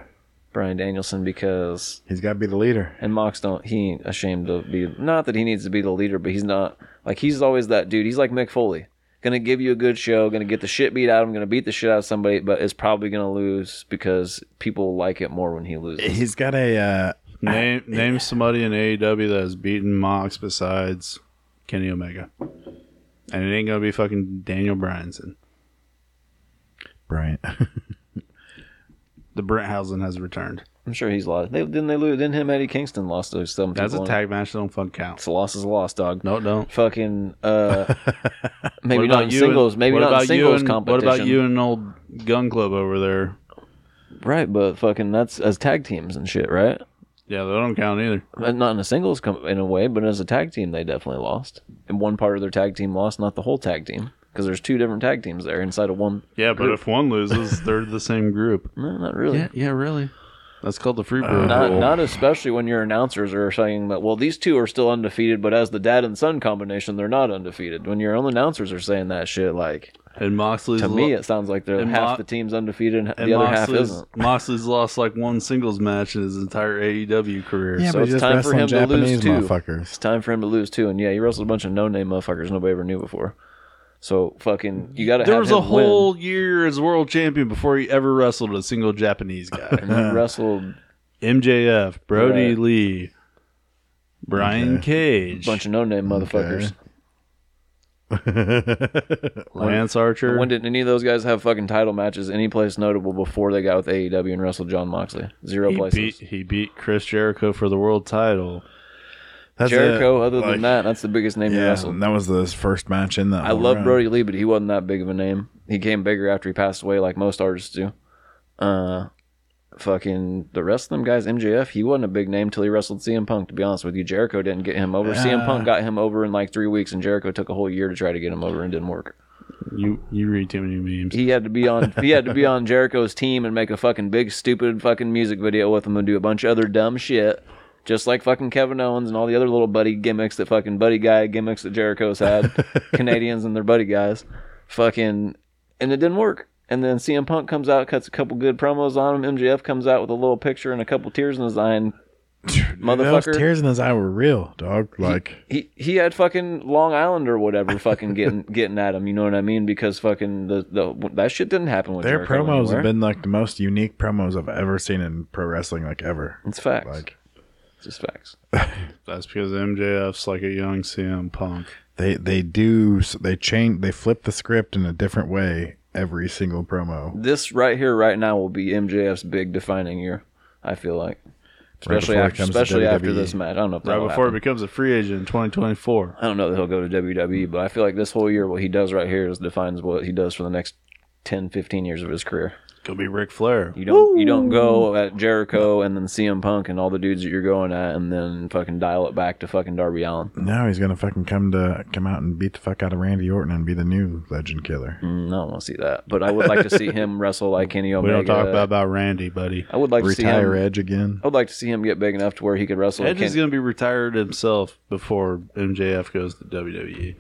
Speaker 4: Brian Danielson because
Speaker 1: He's got to be the leader.
Speaker 4: And Mox don't he ain't ashamed to be not that he needs to be the leader, but he's not like he's always that dude. He's like Mick Foley. Gonna give you a good show, gonna get the shit beat out of him, gonna beat the shit out of somebody, but is probably gonna lose because people like it more when he loses.
Speaker 1: He's got a. Uh,
Speaker 2: (laughs) Name name somebody in AEW that has beaten Mox besides Kenny Omega, and it ain't gonna be fucking Daniel Bryanson.
Speaker 1: Bryant.
Speaker 2: The Brenthausen has returned.
Speaker 4: I'm sure he's lost. They didn't they lose then him Eddie Kingston lost to some
Speaker 2: That's
Speaker 4: people.
Speaker 2: a tag match. that Don't fucking count.
Speaker 4: It's a loss is a loss, dog.
Speaker 2: No, don't.
Speaker 4: Fucking
Speaker 2: (laughs)
Speaker 4: uh maybe
Speaker 2: What
Speaker 4: not
Speaker 2: about
Speaker 4: in
Speaker 2: you
Speaker 4: singles,
Speaker 2: and-
Speaker 4: maybe
Speaker 2: what
Speaker 4: not in
Speaker 2: about you
Speaker 4: singles
Speaker 2: and-
Speaker 4: competition.
Speaker 2: What about you and old Gun Club over there?
Speaker 4: Right, but fucking that's as tag teams and shit, right?
Speaker 2: Yeah, they don't count either.
Speaker 4: But not in a singles com- in a way, but as a tag team, they definitely lost. And one part of their tag team lost, not the whole tag team, because there's two different tag teams there inside of one.
Speaker 2: Yeah, but if one loses, they're the same group.
Speaker 4: No, not really.
Speaker 2: yeah, Oh. really. That's called the free bird
Speaker 4: Uh, Not,
Speaker 2: rule.
Speaker 4: not especially when your announcers are saying that. Well, these two are still undefeated, but as the dad and son combination, they're not undefeated. When your own announcers are saying that shit, like
Speaker 2: and Moxley's
Speaker 4: to
Speaker 2: lo-
Speaker 4: me, it sounds like they're
Speaker 2: and
Speaker 4: half
Speaker 2: Mo-
Speaker 4: the team's undefeated and,
Speaker 2: and
Speaker 4: the other half
Speaker 2: Moxley's,
Speaker 4: isn't.
Speaker 2: Moxley's lost like one singles match in his entire AEW career.
Speaker 1: yeah,
Speaker 2: so
Speaker 1: but
Speaker 4: it's
Speaker 1: he's just
Speaker 4: time for
Speaker 1: wrestling
Speaker 4: him to
Speaker 1: Japanese
Speaker 4: lose too.
Speaker 1: motherfuckers.
Speaker 4: It's time for him to lose too. And yeah, he wrestled a bunch of no-name motherfuckers nobody ever knew before. So fucking, you got to.
Speaker 2: there was a
Speaker 4: him win.
Speaker 2: whole year as world champion before he ever wrestled a single Japanese guy.
Speaker 4: (laughs) And
Speaker 1: (laughs)
Speaker 4: he wrestled
Speaker 2: MJF, Brody
Speaker 4: Right.
Speaker 2: Lee, Brian Cage,
Speaker 4: bunch of no name motherfuckers.
Speaker 1: (laughs)
Speaker 2: Lance Archer.
Speaker 4: When did any of those guys have fucking title matches any place notable before they got with AEW and wrestled John Moxley? Zero
Speaker 2: he
Speaker 4: places.
Speaker 2: beat he beat Chris Jericho for the world title.
Speaker 1: That's
Speaker 4: Jericho,
Speaker 1: it.
Speaker 4: other
Speaker 1: Like,
Speaker 4: than that, that's the biggest name he
Speaker 1: Yeah,
Speaker 4: wrestled.
Speaker 1: that was the first match in that.
Speaker 4: I love
Speaker 1: (laughs)
Speaker 4: Brody Lee, but he wasn't that big of a name. He came bigger after he passed away, like most artists do. Uh, fucking the rest of them guys, MJF, he wasn't a big name till he wrestled CM Punk. To be honest with you, Jericho didn't get him over. CM Punk got him over in like three weeks, and Jericho took a whole year to try to get him over and didn't work.
Speaker 2: You you read too many memes.
Speaker 4: he had to be on he had to be on Jericho's team and make a fucking big stupid fucking music video with him and do a bunch of other dumb shit. Just like fucking Kevin Owens and all the other little buddy gimmicks that fucking buddy guy gimmicks that Jericho's had.
Speaker 1: (laughs)
Speaker 4: Canadians and their buddy guys. Fucking and it didn't work. And then CM Punk comes out, cuts a couple good promos on him. MJF comes out with a little picture and a couple tears in his eye. And
Speaker 1: Those
Speaker 4: motherfucker,
Speaker 1: tears in his eye were real, dog. Like
Speaker 4: he he had fucking Long Island or whatever
Speaker 1: (laughs)
Speaker 4: fucking getting getting at him. You know what I mean? Because fucking the, the that shit didn't happen with
Speaker 1: their
Speaker 4: Jericho
Speaker 1: promos
Speaker 4: anywhere.
Speaker 1: have been like the most unique promos I've ever seen in pro wrestling, like ever.
Speaker 4: It's facts.
Speaker 1: Like
Speaker 4: It's just facts.
Speaker 2: That's because MJF's like a young CM Punk.
Speaker 1: they they do they change they flip the script in a different way every single promo.
Speaker 4: This right here, right now, will be MJF's big defining year. I feel like,
Speaker 1: before
Speaker 4: especially
Speaker 1: it
Speaker 4: after,
Speaker 1: comes to E.
Speaker 4: especially after
Speaker 1: WWE.
Speaker 4: this match. I don't know if
Speaker 2: Right
Speaker 4: that'll
Speaker 2: before he
Speaker 4: happen.
Speaker 2: becomes a free agent in 2024.
Speaker 4: I don't know that he'll go to WWE, but I feel like this whole year, what he does right here is defines what he does for the next 10, 15 years of his career.
Speaker 2: Could be Ric Flair.
Speaker 4: You don't, you don't go at Jericho and then CM Punk and all the dudes that you're going at, and then fucking dial it back to fucking Darby Allen.
Speaker 1: Now he's gonna fucking come to come out and beat the fuck out of Randy Orton and be the new legend killer.
Speaker 4: Mm, I don't want to see that, but I would like to see
Speaker 1: (laughs)
Speaker 4: him wrestle like Kenny
Speaker 2: We
Speaker 4: Omega.
Speaker 2: don't talk about, about Randy, buddy.
Speaker 4: I would like to see
Speaker 1: Retire
Speaker 4: him.
Speaker 1: Edge again.
Speaker 4: I would like to see him get big enough to where he could wrestle.
Speaker 2: Edge
Speaker 4: Ken-
Speaker 2: is going to be retired himself before MJF goes to WWE.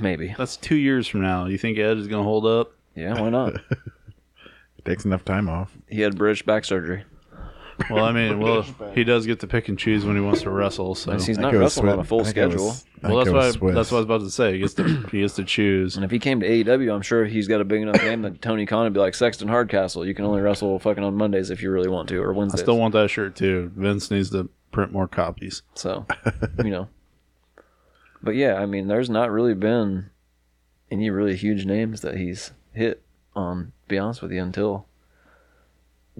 Speaker 4: maybe.
Speaker 2: That's two years from now. You think Edge is going to hold up?
Speaker 4: Yeah, why not?
Speaker 1: Takes enough time off.
Speaker 4: He had British back surgery.
Speaker 2: Well, I mean, well, he does get to pick and choose when he wants to wrestle. So,
Speaker 4: He's
Speaker 1: I
Speaker 4: not
Speaker 1: think it was
Speaker 4: wrestling on a
Speaker 1: Swiss-
Speaker 4: full
Speaker 1: I think it was-
Speaker 4: schedule.
Speaker 1: I think
Speaker 2: well, that's
Speaker 1: it
Speaker 2: what I,
Speaker 1: was
Speaker 2: that's
Speaker 1: Swiss.
Speaker 2: what I was about to say. He gets to he gets to choose.
Speaker 4: and if he came to AEW, I'm sure he's got a big enough name that Tony Khan would be like Sexton Hardcastle. You can only wrestle fucking on Mondays if you really want to, or
Speaker 2: I
Speaker 4: Wednesdays.
Speaker 2: still want that shirt too. Vince needs to print more copies.
Speaker 4: so, you know. But yeah, I mean, there's not really been any really huge names that he's hit on. to Be honest with you, until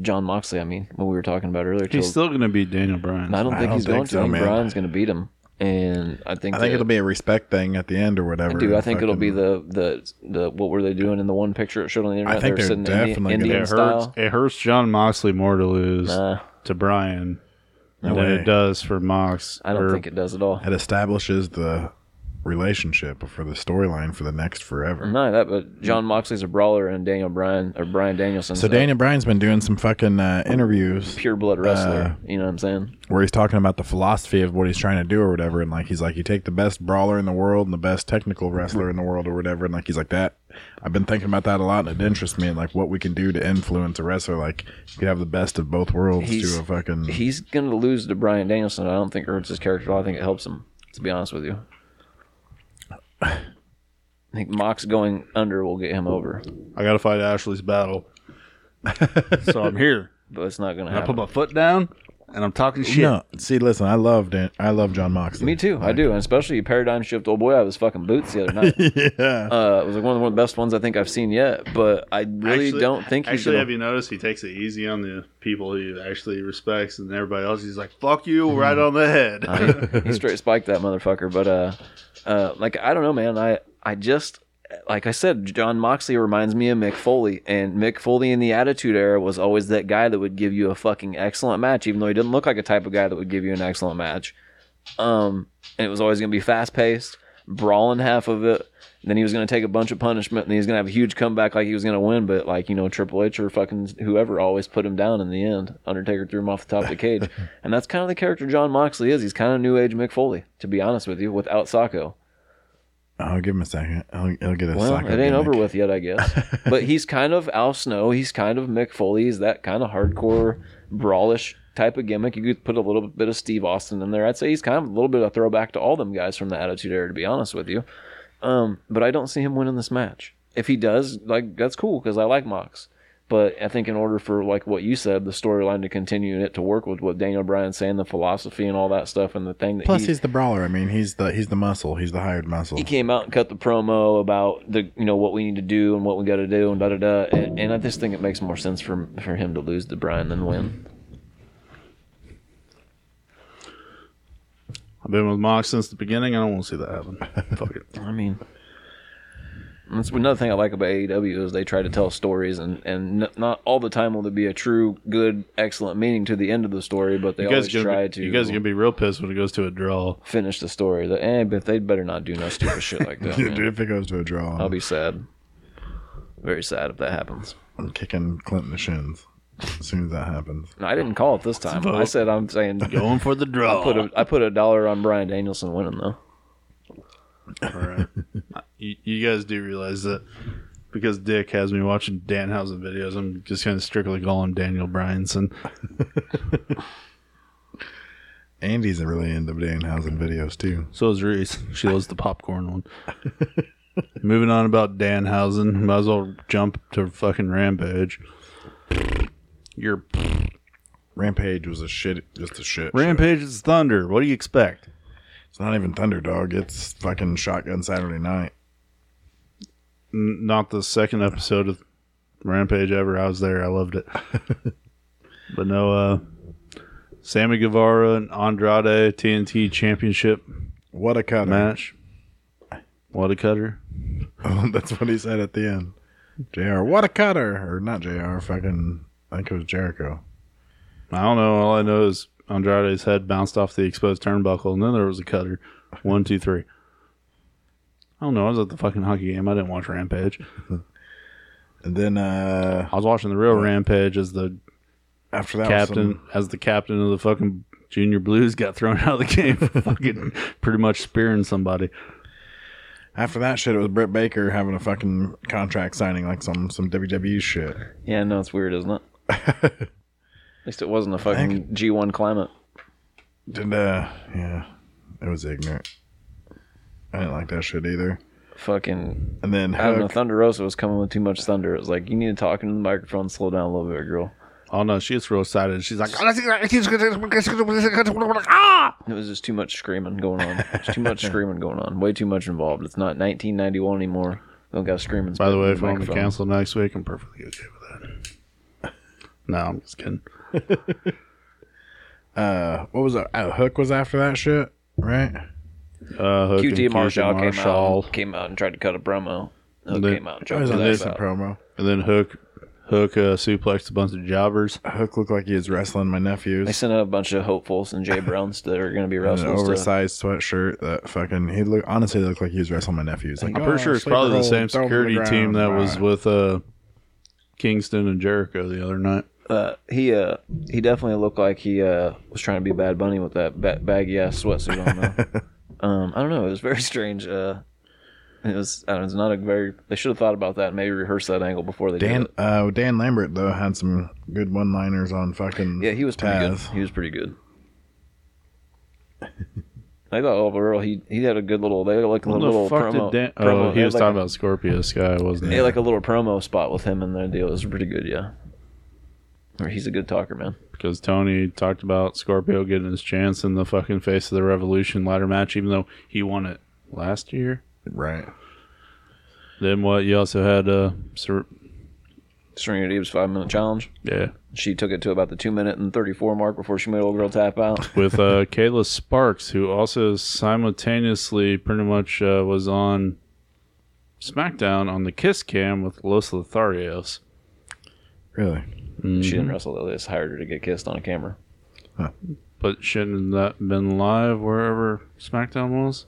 Speaker 4: John Moxley. I mean, what we were talking about earlier. till-
Speaker 2: He's still going to be Daniel Bryan.
Speaker 4: I don't think
Speaker 1: don't
Speaker 4: he's
Speaker 1: think
Speaker 4: going
Speaker 1: so,
Speaker 4: to. I think
Speaker 1: man.
Speaker 4: Brian's going to beat him. and I think
Speaker 1: I think
Speaker 4: that-
Speaker 1: it'll be a respect thing at the end or whatever.
Speaker 4: I do. I think it'll be the the the what were they doing in the one picture it showed on the internet?
Speaker 1: I think
Speaker 4: they were
Speaker 1: they're
Speaker 4: sitting
Speaker 1: definitely
Speaker 4: Indian,
Speaker 1: gonna-
Speaker 2: It
Speaker 4: Indian
Speaker 2: hurts.
Speaker 4: style.
Speaker 2: It hurts John Moxley more to lose
Speaker 4: Nah,
Speaker 2: to Brian
Speaker 1: No
Speaker 2: than
Speaker 1: way.
Speaker 2: it does for Mox.
Speaker 4: I don't think it does at all.
Speaker 1: It establishes the relationship for the storyline for the next forever.
Speaker 4: Not only that, but John Moxley's a brawler, and Daniel Bryan or Brian Danielson.
Speaker 1: So Daniel Bryan's been doing some fucking uh, interviews
Speaker 4: pure blood wrestler.
Speaker 1: Uh,
Speaker 4: you know what I'm saying?
Speaker 1: where he's talking about the philosophy of what he's trying to do or whatever, and like he's like, you take the best brawler in the world and the best technical wrestler in the world or whatever, and like he's like that. I've been thinking about that a lot, and it interests me, and like what we can do to influence a wrestler. Like you could have the best of both worlds
Speaker 4: He's-
Speaker 1: to a fucking.
Speaker 4: He's gonna lose to Brian Danielson. I don't think it hurts his character. at all. I think it helps him. To be honest with you, I think Mox going under will get him over,
Speaker 2: I got to fight Ashley's battle. (laughs) so I'm here.
Speaker 4: but it's not gonna
Speaker 2: I put
Speaker 4: happen.
Speaker 2: my foot down and I'm talking shit.
Speaker 1: no, see, listen, I love Dan. I love John Moxley.
Speaker 4: Me too. I do, and especially Paradigm Shift. Old boy, I was fucking
Speaker 2: (laughs)
Speaker 4: boots the other night.
Speaker 1: yeah.
Speaker 4: Uh, it was like one of the best ones I think I've seen yet, but I really don't think he's
Speaker 2: Actually,
Speaker 4: gonna.
Speaker 2: have you noticed he takes it easy on the people he actually respects and everybody else? He's like, "Fuck you!"
Speaker 4: Mm-hmm.
Speaker 2: Right on the (laughs) head.
Speaker 4: he straight spiked that motherfucker. But uh, uh, like I don't know, man. I I just like I said, John Moxley reminds me of Mick Foley, and Mick Foley in the Attitude Era was always that guy that would give you a fucking excellent match, even though he didn't look like a type of guy that would give you an excellent match. Um, and it was always gonna be fast paced, brawling half of it. and Then he was going to take a bunch of punishment, and he was going to have a huge comeback, like he was going to win. But like you know, Triple H or fucking whoever always put him down in the end. Undertaker threw him off the top of the cage, and that's kind of the character John Moxley is. He's kind of New Age Mick Foley, to be honest with you, without Sacco.
Speaker 1: I'll give him a second. I'll, I'll get a
Speaker 4: Well,
Speaker 1: soccer
Speaker 4: it ain't over
Speaker 1: gimmick.
Speaker 4: with yet, I guess.
Speaker 1: (laughs)
Speaker 4: but he's kind of Al Snow. He's kind of Mick Foley. He's that kind of hardcore, brawlish type of gimmick. You could put a little bit of Steve Austin in there. I'd say he's kind of a little bit of a throwback to all them guys from the Attitude Era, to be honest with you. Um, but I don't see him winning this match. If he does, like that's cool because I like Mox. But I think in order for like what you said, the storyline to continue and it to work with what Daniel Bryan's saying, the philosophy and all that stuff, and the thing that
Speaker 1: Plus,
Speaker 4: he-
Speaker 1: he's the brawler. I mean, he's the he's the muscle. He's the hired muscle. (laughs)
Speaker 4: he came out and cut the promo about the you know what we need to do and what we got to do and da da da and, and I just think it makes more sense for for him to lose to Brian than win.
Speaker 2: I've been with Mox since the beginning. I don't want to see that
Speaker 4: (laughs)
Speaker 2: happen. Fuck it.
Speaker 4: I mean, that's another thing I like about AEW is they try to tell stories and and n- not all the time will there be a true good excellent meaning to the end of the story, but they
Speaker 2: You
Speaker 4: always
Speaker 2: guys, are
Speaker 4: try
Speaker 2: gonna,
Speaker 4: to
Speaker 2: be- you guys are gonna be real pissed when it goes to a draw.
Speaker 4: finish the story. That eh, but they better not do no stupid shit
Speaker 2: (laughs)
Speaker 4: like that. man.
Speaker 1: if it goes to a draw,
Speaker 4: I'll be sad, very sad if that happens.
Speaker 1: I'm kicking Clint in the shins as soon as that happens.
Speaker 4: And I didn't call it this time. I said I'm saying
Speaker 2: Going for
Speaker 4: (laughs)
Speaker 2: the draw.
Speaker 4: put a, I put a dollar on Brian Danielson winning though.
Speaker 2: All right. you, you guys do realize that because Dick has me watching Danhausen videos, I'm just gonna strictly call him Daniel Bryanson.
Speaker 1: Andy's really into Danhausen videos too.
Speaker 2: So is Reese. She loves the popcorn one. Moving on about Danhausen, might as well jump to fucking Rampage. Your
Speaker 1: Rampage was a shit, just a shit. show.
Speaker 2: Rampage is Thunder. What do you expect?
Speaker 1: It's not even Thunderdog. It's fucking Shotgun Saturday Night. (laughs)
Speaker 2: N- not the second episode of Rampage ever. I was there. I
Speaker 1: (laughs)
Speaker 2: loved it. but no, uh, Sammy Guevara and Andrade TNT Championship
Speaker 1: What a cutter!
Speaker 2: match. What a cutter.
Speaker 1: Oh, That's what he said at the end. Jr. What a cutter, or not Jr. Fucking, I think it was Jericho.
Speaker 2: I don't know. All I know is Andrade's head bounced off the exposed turnbuckle, and then there was a cutter. One, two, three. I don't know. I was at the fucking hockey game. I didn't watch Rampage.
Speaker 1: And then uh
Speaker 2: I was watching the real Rampage as the
Speaker 1: after that, was
Speaker 2: captain as the captain of the fucking junior blues got thrown (laughs) out of the game for fucking pretty much spearing somebody
Speaker 1: some- after that shit, it was Britt Baker having a fucking contract signing, like some some WWE shit.
Speaker 4: Yeah, no, it's weird,
Speaker 2: (laughs)
Speaker 4: isn't it? At least it wasn't a fucking G1 climate.
Speaker 1: Did uh, yeah, it was ignorant. I didn't like that shit either.
Speaker 4: Fucking,
Speaker 1: And then
Speaker 4: I don't know.
Speaker 1: Hook,
Speaker 4: Thunder Rosa was coming with too much thunder. It was like you need to talk into the microphone, slow down a little bit, girl.
Speaker 2: oh no she gets real excited she's like "Ah,
Speaker 4: (laughs) It was just too much screaming going on. It's
Speaker 2: (laughs)
Speaker 4: too much screaming going on. Way too much involved. It's not 1991 anymore. Don't got screaming.
Speaker 2: by the way
Speaker 4: in
Speaker 2: if you want me to
Speaker 4: microphone.
Speaker 2: cancel next week i'm perfectly okay with that no i'm just kidding
Speaker 1: uh, what was that? Oh, Hook was after that shit. right?
Speaker 2: Uh, Hook and
Speaker 4: QT Marshall,
Speaker 2: Marshall.
Speaker 4: Came, out, came out and tried to cut a promo. Hook
Speaker 2: They-
Speaker 4: came out
Speaker 1: That
Speaker 4: and choked
Speaker 1: was a
Speaker 4: his ass
Speaker 1: decent
Speaker 4: out.
Speaker 1: promo.
Speaker 2: and then Hook, Hook uh, suplexed a bunch of jobbers.
Speaker 1: Hook looked like he was wrestling my
Speaker 4: They
Speaker 1: nephews.
Speaker 4: sent out a bunch of hopefuls and Jay Browns that are going
Speaker 2: (laughs)
Speaker 4: to be
Speaker 1: in An
Speaker 4: wrestlers. to-
Speaker 1: oversized sweatshirt that fucking he look honestly looked like he was wrestling my nephews. Like,
Speaker 2: I'm pretty
Speaker 1: "Oh,
Speaker 2: sure it's
Speaker 1: sleeper
Speaker 2: probably the
Speaker 1: hold,
Speaker 2: same
Speaker 1: throw 'em to the
Speaker 2: security team
Speaker 1: ground."
Speaker 2: that
Speaker 1: All
Speaker 2: was
Speaker 1: right.
Speaker 2: with uh, Kingston and Jericho the other night.
Speaker 4: Uh, he uh, he definitely looked like he uh, was trying to be Bad Bunny with that ba- baggy ass sweatsuit on. though. um, I don't know. It was very strange. Uh, it was. I don't know, it's not a very. They should have thought about that. and Maybe rehearse that angle before they
Speaker 1: Dan
Speaker 4: did it.
Speaker 1: uh, Dan Lambert though had some good one liners on fucking
Speaker 4: Yeah, he was pretty
Speaker 1: Taz.
Speaker 4: good. He was pretty good. I thought overall he he had a good little. They had like a
Speaker 2: What
Speaker 4: little
Speaker 2: the fuck
Speaker 4: promo.
Speaker 2: did Dan?
Speaker 4: promo.
Speaker 2: Oh,
Speaker 4: They
Speaker 2: he
Speaker 4: had
Speaker 2: was
Speaker 4: like
Speaker 2: talking about Scorpio Sky, wasn't he?
Speaker 4: They had like a little promo spot with him in their deal. It was pretty good, yeah. Or He's a good talker, man.
Speaker 2: because Tony talked about Scorpio getting his chance in the fucking face of the Revolution ladder match, even though he won it last year.
Speaker 1: Right.
Speaker 2: Then what? You also had uh, Sir,
Speaker 4: Serena Deeb's five minute challenge.
Speaker 2: yeah,
Speaker 4: She took it to about the two minute and thirty four mark before she made old girl tap out.
Speaker 2: with
Speaker 4: (laughs)
Speaker 2: uh, Kayla Sparks, who also simultaneously pretty much uh, was on SmackDown on the Kiss Cam with Los Lotharios. Mm-hmm.
Speaker 1: Really.
Speaker 4: She didn't wrestle though. They just hired her to get kissed on a camera.
Speaker 2: But shouldn't that been live wherever SmackDown was?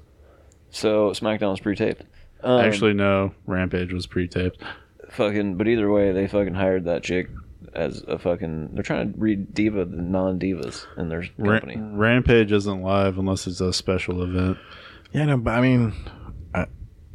Speaker 4: So SmackDown was pre taped. Um,
Speaker 2: Actually, no. Rampage was pre-taped.
Speaker 4: fucking. But either way, they fucking hired that chick as a fucking. They're trying to read diva the non divas in their
Speaker 2: Ra-
Speaker 4: company.
Speaker 2: Rampage isn't live unless it's a special event.
Speaker 1: Yeah, no, but I mean, I,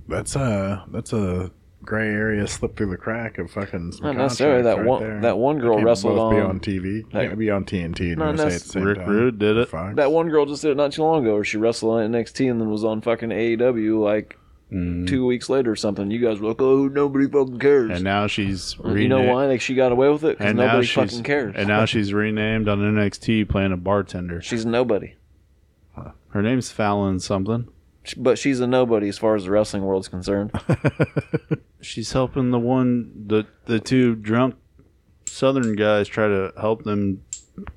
Speaker 1: that's a that's a gray area slip through the crack of fucking. some
Speaker 4: Not
Speaker 1: contracts
Speaker 4: necessarily. That
Speaker 1: right
Speaker 4: one
Speaker 1: there.
Speaker 4: that one girl
Speaker 1: Can't
Speaker 4: wrestled
Speaker 1: both be
Speaker 4: on,
Speaker 1: on TV.
Speaker 4: Like-
Speaker 1: Can't be on TNT. And
Speaker 4: Not
Speaker 1: not say
Speaker 4: necess-
Speaker 1: at the same
Speaker 2: Rick
Speaker 1: time.
Speaker 2: Rude did it.
Speaker 1: Fox.
Speaker 4: That one girl just did it not too long ago, where she wrestled on NXT and then was on fucking AEW like
Speaker 2: Mm.
Speaker 4: two weeks later or something. You guys were like, oh, nobody fucking cares.
Speaker 2: And now she's
Speaker 4: you know
Speaker 2: rena-
Speaker 4: why? Like she got away with it because
Speaker 2: And now
Speaker 4: nobody
Speaker 2: she's
Speaker 4: fucking cares.
Speaker 2: and now she's renamed on NXT playing a bartender.
Speaker 4: she's a nobody,
Speaker 2: Her name's Fallon something.
Speaker 4: She- but she's a nobody as far as the wrestling world's concerned.
Speaker 2: She's helping the one the the two drunk Southern guys try to help them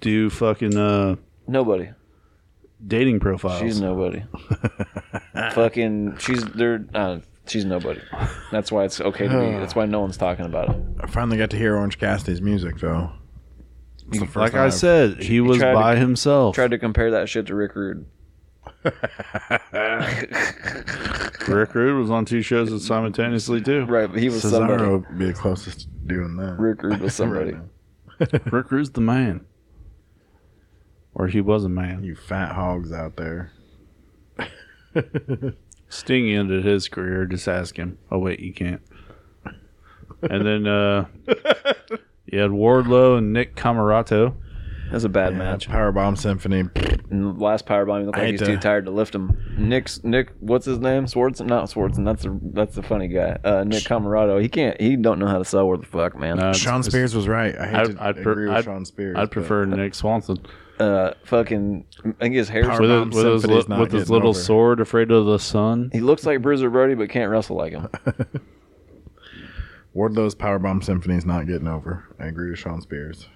Speaker 2: do fucking uh
Speaker 4: nobody.
Speaker 2: dating
Speaker 1: Oh,
Speaker 2: profiles.
Speaker 1: (laughs)
Speaker 4: She's nobody. fucking. She's they're. Uh, she's nobody. That's why it's okay to be. That's why no one's talking about it.
Speaker 1: I finally got to hear Orange Cassidy's music though. It's the first
Speaker 2: like
Speaker 1: time
Speaker 2: I
Speaker 1: I've-
Speaker 2: said, he was
Speaker 4: tried to-
Speaker 2: by himself.
Speaker 4: Tried to compare that shit to Rick Rude.
Speaker 2: Rick Rude was on two shows simultaneously
Speaker 4: (laughs)
Speaker 2: too.
Speaker 4: Right, but he was somebody.
Speaker 1: Cesaro would be the closest to doing that.
Speaker 4: Rick Rude was
Speaker 1: (laughs)
Speaker 4: somebody.
Speaker 1: now.
Speaker 2: Rick Rude's the man, or he was a man.
Speaker 1: You fat hogs out there.
Speaker 2: Sting ended his career. Just ask him. Oh wait, you can't. And then (laughs) uh, you had Wardlow and Nick Camarato.
Speaker 4: That's a bad match.
Speaker 1: Powerbomb Symphony.
Speaker 4: And the last powerbomb, he looked
Speaker 1: I hate
Speaker 4: like he's
Speaker 1: to-
Speaker 4: too tired to lift him. Nick's Nick, what's his name? Swartzen? Not Swartzen. That's the that's the funny guy. Uh, Nick Camarado. He can't. He don't know how to sell worth the fuck, man.
Speaker 2: No, it's-
Speaker 1: Sean
Speaker 2: it's-
Speaker 1: Spears was right. I hate
Speaker 2: I'd-
Speaker 1: to
Speaker 2: I'd per-
Speaker 1: agree with
Speaker 2: I'd-
Speaker 1: Sean Spears.
Speaker 2: I'd
Speaker 1: but
Speaker 2: prefer Nick Swanson
Speaker 4: Uh, fucking. I think his hair.
Speaker 2: with,
Speaker 1: Bomb
Speaker 2: his, with, his,
Speaker 1: Symphony's
Speaker 2: li-
Speaker 1: not
Speaker 2: with his
Speaker 1: getting
Speaker 2: little
Speaker 1: over.
Speaker 2: sword, afraid of the sun.
Speaker 4: He looks like Bruiser Brody, but can't wrestle like him.
Speaker 1: Wardlow's Powerbomb Symphony's not getting over. I agree with Sean
Speaker 2: (laughs)
Speaker 1: Spears.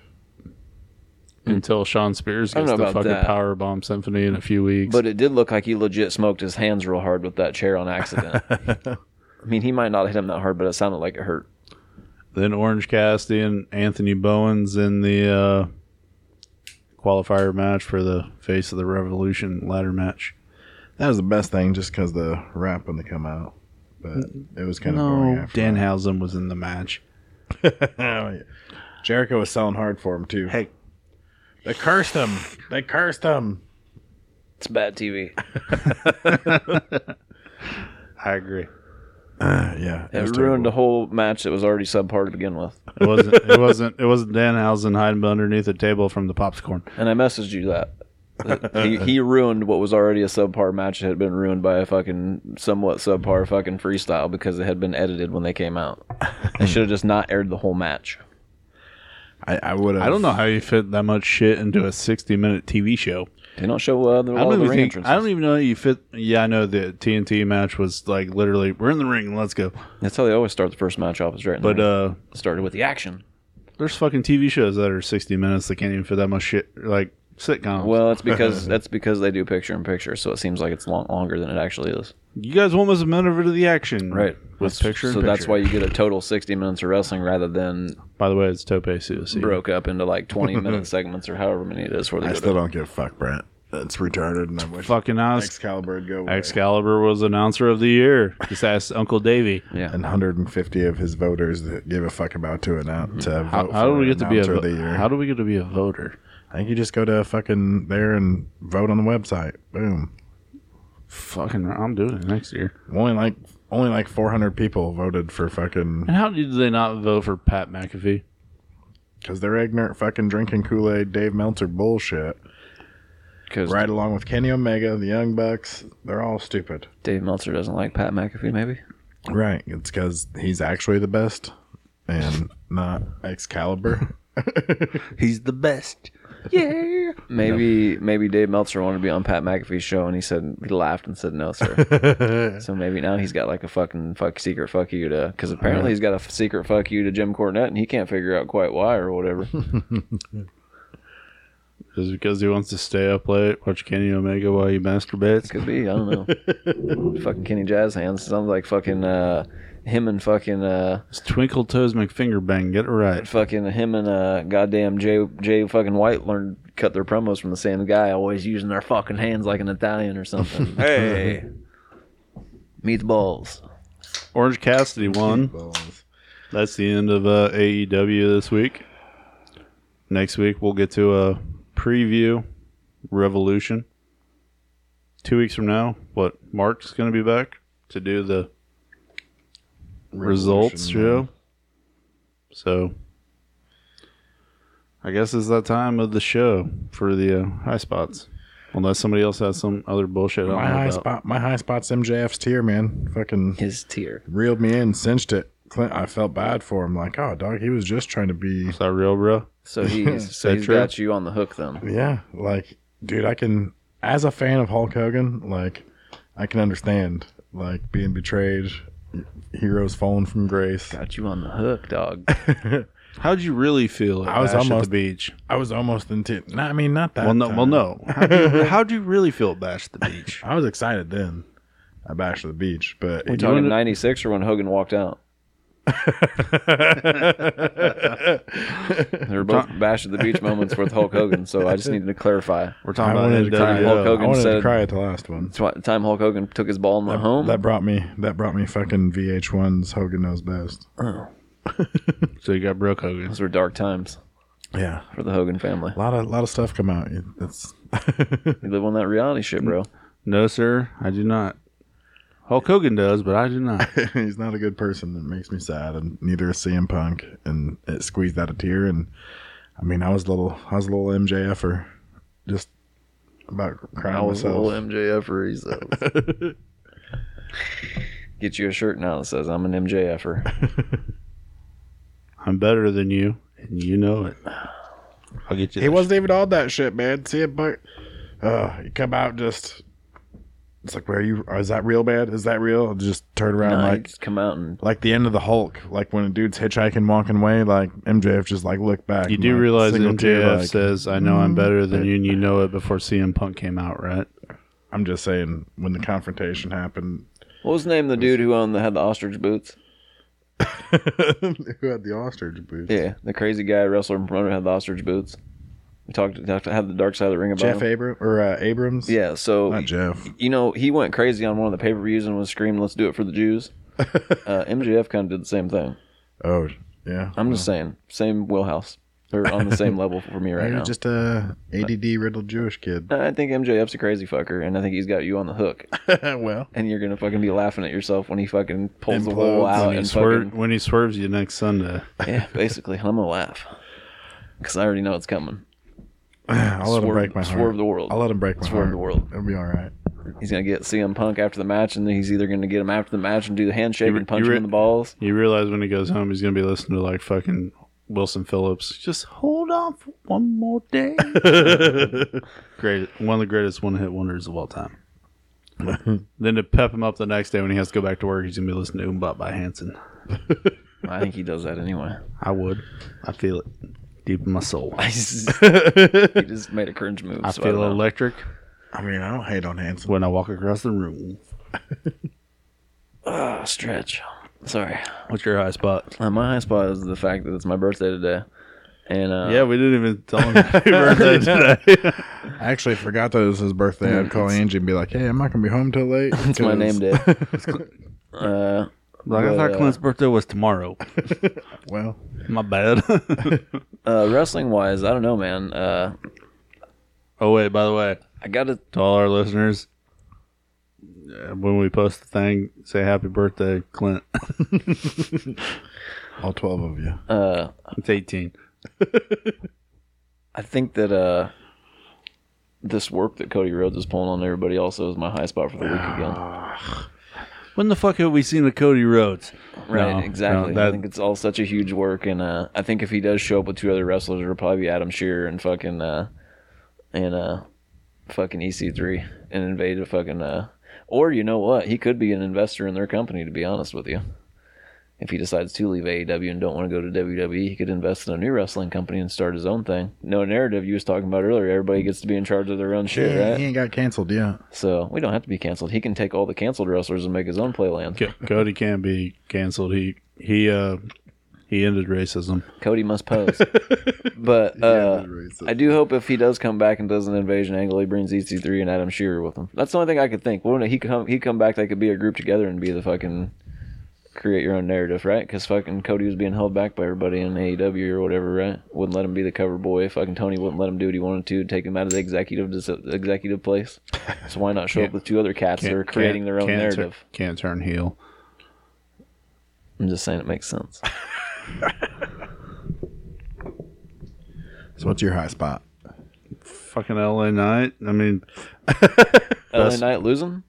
Speaker 2: Until Sean Spears
Speaker 4: I don't
Speaker 2: gets
Speaker 4: know
Speaker 2: the
Speaker 4: about
Speaker 2: fucking
Speaker 4: that.
Speaker 2: power bomb symphony in a few weeks.
Speaker 4: But it did look like he legit smoked his hands real hard with that chair on accident. I mean, he might not have hit him that hard, but it sounded like it hurt.
Speaker 2: then Orange Cassidy and Anthony Bowens in the uh, qualifier match for the face of the Revolution ladder match.
Speaker 1: That was the best thing, just because the rap when they come out. But it was kind of boring.
Speaker 2: No,
Speaker 1: After that.
Speaker 2: Danhausen was in the match.
Speaker 1: Oh, yeah. Jericho was selling hard for him too.
Speaker 2: Hey.
Speaker 1: they cursed him. They cursed him.
Speaker 4: It's bad TV.
Speaker 2: I agree.
Speaker 1: Uh, yeah,
Speaker 4: It
Speaker 1: was
Speaker 4: ruined
Speaker 1: terrible.
Speaker 4: the whole match that was already subpar to begin with.
Speaker 2: It wasn't. It wasn't. It wasn't Danhausen hiding underneath a table from the popcorn.
Speaker 4: And I messaged you that. he, he ruined what was already a subpar match that had been ruined by a fucking somewhat subpar fucking freestyle because it had been edited when they came out. They should have just not aired the whole match.
Speaker 1: I, I would have.
Speaker 2: I don't know how you fit that much shit into a sixty-minute TV show.
Speaker 4: They don't show uh, the,
Speaker 2: I
Speaker 4: all
Speaker 2: don't
Speaker 4: the
Speaker 2: even
Speaker 4: ring
Speaker 2: think.
Speaker 4: entrances.
Speaker 2: I don't even know how you fit. Yeah, I know the TNT match was like literally we're in the ring. Let's go.
Speaker 4: That's how they always start the first match off. Is right. in the
Speaker 2: But
Speaker 4: ring.
Speaker 2: uh,
Speaker 4: started with the action.
Speaker 2: there's fucking TV shows that are sixty minutes that can't even fit that much shit. Like sitcoms.
Speaker 4: Well,
Speaker 1: (laughs)
Speaker 4: that's because that's because they do picture in picture, so it seems like it's long, longer than it actually is.
Speaker 2: you guys want us a minute of the action, With
Speaker 4: That's-
Speaker 2: picture. in
Speaker 4: So that's
Speaker 2: picture.
Speaker 4: why you get a total sixty minutes of wrestling rather than
Speaker 2: By the way, it's Tope Suicide.
Speaker 4: broke up into
Speaker 1: (laughs)
Speaker 4: like twenty minute segments or however many it is. Where they
Speaker 1: I
Speaker 4: go
Speaker 1: still
Speaker 4: to-
Speaker 1: don't give a fuck, Brent. That's retarded, and I wish
Speaker 2: Fucking Oz.
Speaker 1: Excalibur would go away.
Speaker 2: Excalibur was announcer of the year. Just ask Uncle Davey.
Speaker 4: yeah.
Speaker 1: and 150 of his voters that gave a fuck about to announce to vote
Speaker 2: How, how do
Speaker 1: for
Speaker 2: we get to be a
Speaker 1: announcer
Speaker 2: vo-
Speaker 1: of the year.
Speaker 2: How do we get to be a voter?
Speaker 1: I think you just go to fucking there and vote on the website. Boom.
Speaker 2: Fucking, I'm doing it next year.
Speaker 1: Only like only like 400 people voted for fucking
Speaker 2: And how did they not vote for Pat McAfee?
Speaker 1: because they're ignorant fucking drinking Kool Aid, Dave Meltzer bullshit.
Speaker 4: 'Cause
Speaker 1: Right along with Kenny Omega, the Young Bucks, they're all stupid.
Speaker 4: Dave Meltzer doesn't like Pat McAfee, maybe.
Speaker 1: Right. It's because he's actually the best and (laughs) not Excalibur. (laughs)
Speaker 2: He's the best.
Speaker 4: Maybe maybe Dave Meltzer wanted to be on Pat McAfee's show, and he said he laughed and said no, sir.
Speaker 1: (laughs)
Speaker 4: so maybe now he's got like a fucking fuck secret fuck you to because apparently he's got a f- secret fuck you to Jim Cornette, and he can't figure out quite why or whatever.
Speaker 2: Is it because he wants to stay up late, watch Kenny Omega while he masturbates?
Speaker 4: Could be. I don't know. fucking Kenny Jazz Hands sounds like fucking uh, him and fucking uh,
Speaker 2: It's Twinkle Toes McFinger Bang. Get it right.
Speaker 4: fucking him and uh, goddamn Jay Jay fucking White learned cut their promos from the same guy, always using their fucking hands like an Italian or
Speaker 2: (laughs)
Speaker 4: something. hey, (laughs) meatballs.
Speaker 2: Orange Cassidy won.
Speaker 1: Balls.
Speaker 2: That's the end of uh, AEW this week. Next week we'll get to a preview Revolution. Two weeks from now, what Mark's going to be back to do the results show.
Speaker 1: Revolution,
Speaker 2: So, I guess it's that time of the show for the uh, high spots. Unless somebody else has some other bullshit I don't
Speaker 1: My
Speaker 2: know
Speaker 1: high
Speaker 2: about.
Speaker 1: spot, my high spot's MJF's tier, man. Fucking
Speaker 4: His tear.
Speaker 1: reeled me in, cinched it. Clint, I felt bad for him. Like, oh, dog, he was just trying to be.
Speaker 2: Is that real, bro?
Speaker 4: So
Speaker 2: (laughs)
Speaker 4: he's so
Speaker 2: that
Speaker 4: he's
Speaker 2: true?
Speaker 4: got you on the hook then.
Speaker 1: Yeah, like, dude, I can, as a fan of Hulk Hogan, like, I can understand, like, being betrayed, heroes fallen from grace.
Speaker 4: Got you on the hook, dog.
Speaker 2: How'd you really feel at
Speaker 1: I was
Speaker 2: Bash
Speaker 1: almost-
Speaker 2: at the beach?
Speaker 1: I was almost in tears. No, I mean, not that.
Speaker 2: Well, no,
Speaker 1: time.
Speaker 2: well, (laughs) no. How'd you, how'd you really feel at Bash at the beach?
Speaker 1: I was excited then. I bashed the beach, but
Speaker 4: We talking '96 or when Hogan
Speaker 1: (laughs)
Speaker 4: walked out? they were both bash at the beach moments with Hulk Hogan, so I just needed to clarify.
Speaker 2: We're
Speaker 1: I
Speaker 2: talking
Speaker 1: wanted, to
Speaker 2: about
Speaker 1: cry.
Speaker 2: NWO.
Speaker 4: Hulk
Speaker 1: I
Speaker 4: Hogan
Speaker 1: wanted to
Speaker 4: said-
Speaker 1: cry at the last one.
Speaker 4: That's why the time Hulk Hogan took his ball and went home.
Speaker 1: That brought me. That brought me fucking VH1's Hogan Knows Best.
Speaker 2: So you got Brooke Hogan.
Speaker 4: Those were dark times
Speaker 1: Yeah,
Speaker 4: for the Hogan family.
Speaker 1: a lot of lot of stuff come out. It's (laughs)
Speaker 4: (laughs) You live on that reality shit, bro.
Speaker 2: No, sir, I do not. Hulk Hogan does, but I do
Speaker 1: (laughs)
Speaker 2: not.
Speaker 1: he's not a good person. It makes me sad, and neither is CM Punk. And it squeezed out a tear. And I mean, I was a little, I was a little MJFer, just about crying
Speaker 4: I was a
Speaker 1: myself.
Speaker 4: little MJFer. He's a- (laughs) Get you a shirt now that says I'm an MJFer.
Speaker 2: I'm better than you, and you know it. I'll get you.
Speaker 1: He
Speaker 2: that
Speaker 1: wasn't even on that shit, man. CM Punk, uh, he come out just. It's like, where are you? uh, Is that real, man? Is that real? And just turn around,
Speaker 4: Nah, you
Speaker 1: like
Speaker 4: just come out and
Speaker 1: like the end of the Hulk, like when a dude's hitchhiking, walking away, like MJF just like look back.
Speaker 2: You
Speaker 1: and,
Speaker 2: do
Speaker 1: like,
Speaker 2: realize that
Speaker 1: single
Speaker 2: MJF
Speaker 1: tear, like, mm-hmm.
Speaker 2: says, "I know I'm better than you," and you know it before CM Punk came out, right?
Speaker 1: I'm just saying when the confrontation
Speaker 4: (laughs)
Speaker 1: happened,
Speaker 4: what was the name of the dude who owned the, had the ostrich boots?
Speaker 1: who had the ostrich boots?
Speaker 4: Yeah, the crazy guy wrestler and promoter had the ostrich boots. We talked talked had the dark side of the ring about
Speaker 1: Jeff
Speaker 4: him.
Speaker 1: Abram or uh, Abrams?
Speaker 4: Yeah, so
Speaker 1: not Jeff.
Speaker 4: you know, he went crazy on one of the pay per views and was screaming, "Let's do it for
Speaker 1: (laughs)
Speaker 4: the Jews." uh, MJF kind of did the same thing.
Speaker 1: Oh yeah,
Speaker 4: I'm just saying, same wheelhouse. They're on the same level for me right
Speaker 1: Maybe
Speaker 4: now. Uh,
Speaker 1: just a ADD riddled Jewish
Speaker 4: (laughs)
Speaker 1: kid.
Speaker 4: I think MJF's a crazy fucker, and I think he's got you on the hook.
Speaker 1: well,
Speaker 4: And you're gonna fucking be laughing at yourself when he fucking pulls the
Speaker 1: Implodes
Speaker 4: hole
Speaker 1: and
Speaker 4: out
Speaker 2: When he,
Speaker 4: Uh, and
Speaker 2: swer-
Speaker 4: fucking
Speaker 2: when he swerves you next Sunday,
Speaker 4: yeah, basically. I'm gonna laugh because I already know it's coming.
Speaker 1: (sighs) I'll let him
Speaker 4: Swerve-
Speaker 1: break my
Speaker 4: swerve
Speaker 1: heart.
Speaker 4: the world.
Speaker 1: I'll let him break my
Speaker 4: Swerve
Speaker 1: heart.
Speaker 4: the world.
Speaker 1: It'll be all right.
Speaker 4: He's gonna get CM Punk after the match, and then he's either gonna get him after the match and do the handshake
Speaker 2: You re-
Speaker 4: and punch
Speaker 2: you re-
Speaker 4: him in the balls.
Speaker 2: you realize when he goes home, he's gonna be listening to like fucking Wilson Phillips. Just hold on for one more (laughs) day. Great, one of the greatest one-hit wonders of all (laughs) time. then to pep him up the next day when he has to go back to work, he's gonna be listening to Umbop by Hanson.
Speaker 4: I think he does that anyway.
Speaker 2: I would. I feel it. deep in my soul. (laughs)
Speaker 4: I just, he just made a cringe move.
Speaker 2: I
Speaker 4: so I don't
Speaker 2: feel
Speaker 4: know.
Speaker 2: electric
Speaker 1: I mean, I don't hate on (laughs) Hanson.
Speaker 2: when I walk across the room.
Speaker 4: Ah, stretch. Sorry.
Speaker 2: What's your high spot?
Speaker 4: Uh, my high spot is the fact that it's my birthday today, and uh,
Speaker 2: yeah, we didn't even (laughs) tell him
Speaker 1: (laughs)
Speaker 2: happy birthday today.
Speaker 1: I actually forgot that it was his birthday. I'd call Angie and be like, "Hey, I'm not gonna be home till late."
Speaker 4: it's my name day.
Speaker 2: (laughs)
Speaker 4: uh,
Speaker 2: like I thought Clint's birthday was tomorrow.
Speaker 1: Well,
Speaker 2: My (laughs) bad.
Speaker 4: uh, wrestling wise, I don't know, man. Uh,
Speaker 2: oh wait, by the way,
Speaker 4: I got to
Speaker 2: to all our listeners, uh, when we post the thing, say happy birthday, Clint. (laughs)
Speaker 1: all twelve of you.
Speaker 4: uh,
Speaker 2: It's eighteen.
Speaker 4: I think that uh, this work that Cody Rhodes is pulling on everybody also is my high spot for the week again.
Speaker 2: When the fuck have we seen the Cody Rhodes?
Speaker 4: Right,
Speaker 2: No,
Speaker 4: exactly.
Speaker 2: no, that-
Speaker 4: I think it's all such a huge work, and uh, I think if he does show up with two other wrestlers, it'll probably be Adam Shearer and fucking uh, and uh, fucking EC3 and invade a fucking uh, or you know what, he could be an investor in their company. To be honest with you. If he decides to leave AEW and don't want to go to WWE, he could invest in a new wrestling company and start his own thing. No narrative you was talking about earlier. Everybody gets to be in charge of their own shit,
Speaker 1: Yeah,
Speaker 4: right?
Speaker 1: he ain't got canceled yet.
Speaker 4: So we don't have to be canceled. He can take all the canceled wrestlers and make his own playland.
Speaker 2: Co- Cody can be canceled. He he uh he ended racism.
Speaker 4: Cody must pose. but uh,
Speaker 1: racism.
Speaker 4: I do hope if he does come back and does an invasion angle, he brings EC3 and Adam Shearer with him. That's the only thing I could think. Wouldn't he come? He come back, they could be a group together and be the fucking create your own narrative, right? Because fucking Cody was being held back by everybody in AEW or whatever, right? Wouldn't let him be the cover boy. Fucking Tony wouldn't let him do what he wanted to, take him out of the executive dis- executive place. So why not show up with two other cats that are
Speaker 2: Can't-
Speaker 4: creating their own
Speaker 2: can't tur-
Speaker 4: narrative?
Speaker 2: can't turn heel.
Speaker 4: I'm just saying it makes sense.
Speaker 1: So what's your high spot?
Speaker 2: Fucking LA Knight. I mean,
Speaker 4: LA Knight Uh, losing.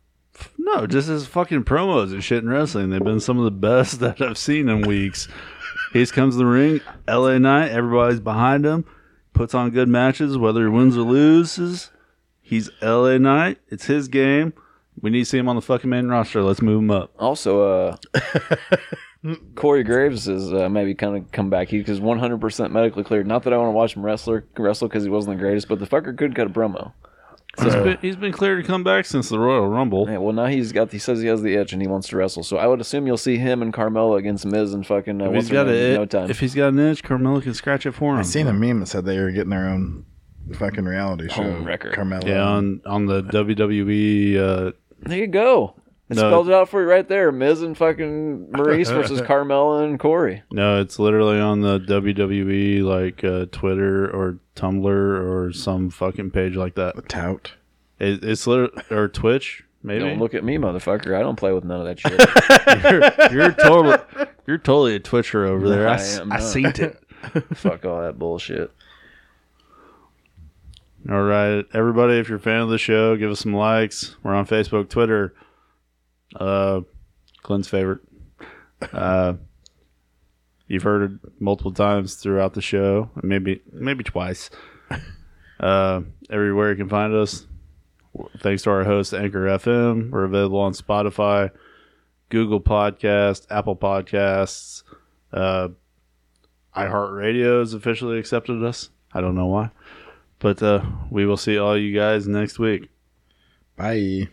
Speaker 2: no, just his fucking promos and shit in wrestling. They've been some of the best (laughs) that I've seen in weeks. He's comes to the ring, LA Knight. Everybody's behind him. Puts on good matches, whether he wins or loses. He's LA Knight. It's his game. We need to see him on the fucking main roster. Let's move him up.
Speaker 4: Also,
Speaker 2: (laughs)
Speaker 4: uh, Corey Graves is uh, maybe kind of come back. He was 100% medically cleared. Not that I want to watch him wrestler wrestle because he wasn't the greatest, but the fucker could cut a promo.
Speaker 2: he's been, he's been clear to come back since the Royal Rumble.
Speaker 4: Yeah, well, now he's got. He says he has the itch and he wants to wrestle. So I would assume you'll see him and Carmella against Miz and fucking. Uh,
Speaker 2: If
Speaker 4: what's
Speaker 2: he's
Speaker 4: her
Speaker 2: got
Speaker 4: name in
Speaker 2: a,
Speaker 4: no time.
Speaker 2: if he's got an itch, Carmella can scratch it for him.
Speaker 1: I seen a meme that said they were getting their own fucking reality show.
Speaker 4: Home wrecker.
Speaker 1: Carmelo.
Speaker 2: Yeah, on on the WWE. Uh,
Speaker 4: there you go. It
Speaker 2: No.
Speaker 4: spelled it out for you right there. Miz and fucking
Speaker 2: (laughs)
Speaker 4: Maurice versus Carmella and Corey.
Speaker 2: no, it's literally on the WWE like uh, Twitter or Tumblr or some fucking page like that.
Speaker 1: Tout.
Speaker 2: It, it's literally or Twitch maybe.
Speaker 4: (laughs) Don't look at me, motherfucker. I don't play with none of that
Speaker 2: (laughs)
Speaker 4: shit.
Speaker 2: you're, you're totally you're totally a Twitcher over there. I,
Speaker 4: I
Speaker 2: s-
Speaker 4: am
Speaker 2: I
Speaker 4: not.
Speaker 2: seen it.
Speaker 4: Fuck all that bullshit.
Speaker 2: All right, everybody, if you're a fan of the show, give us some likes. We're on Facebook, Twitter. Uh, Clint's favorite. Uh, you've heard it multiple times throughout the show, maybe maybe twice. Uh, everywhere you can find us. Thanks to our host Anchor FM. We're available on Spotify, Google Podcasts, Apple Podcasts. Uh, iHeartRadio has officially accepted us. I don't know why. But uh, we will see all you guys next week.
Speaker 1: Bye.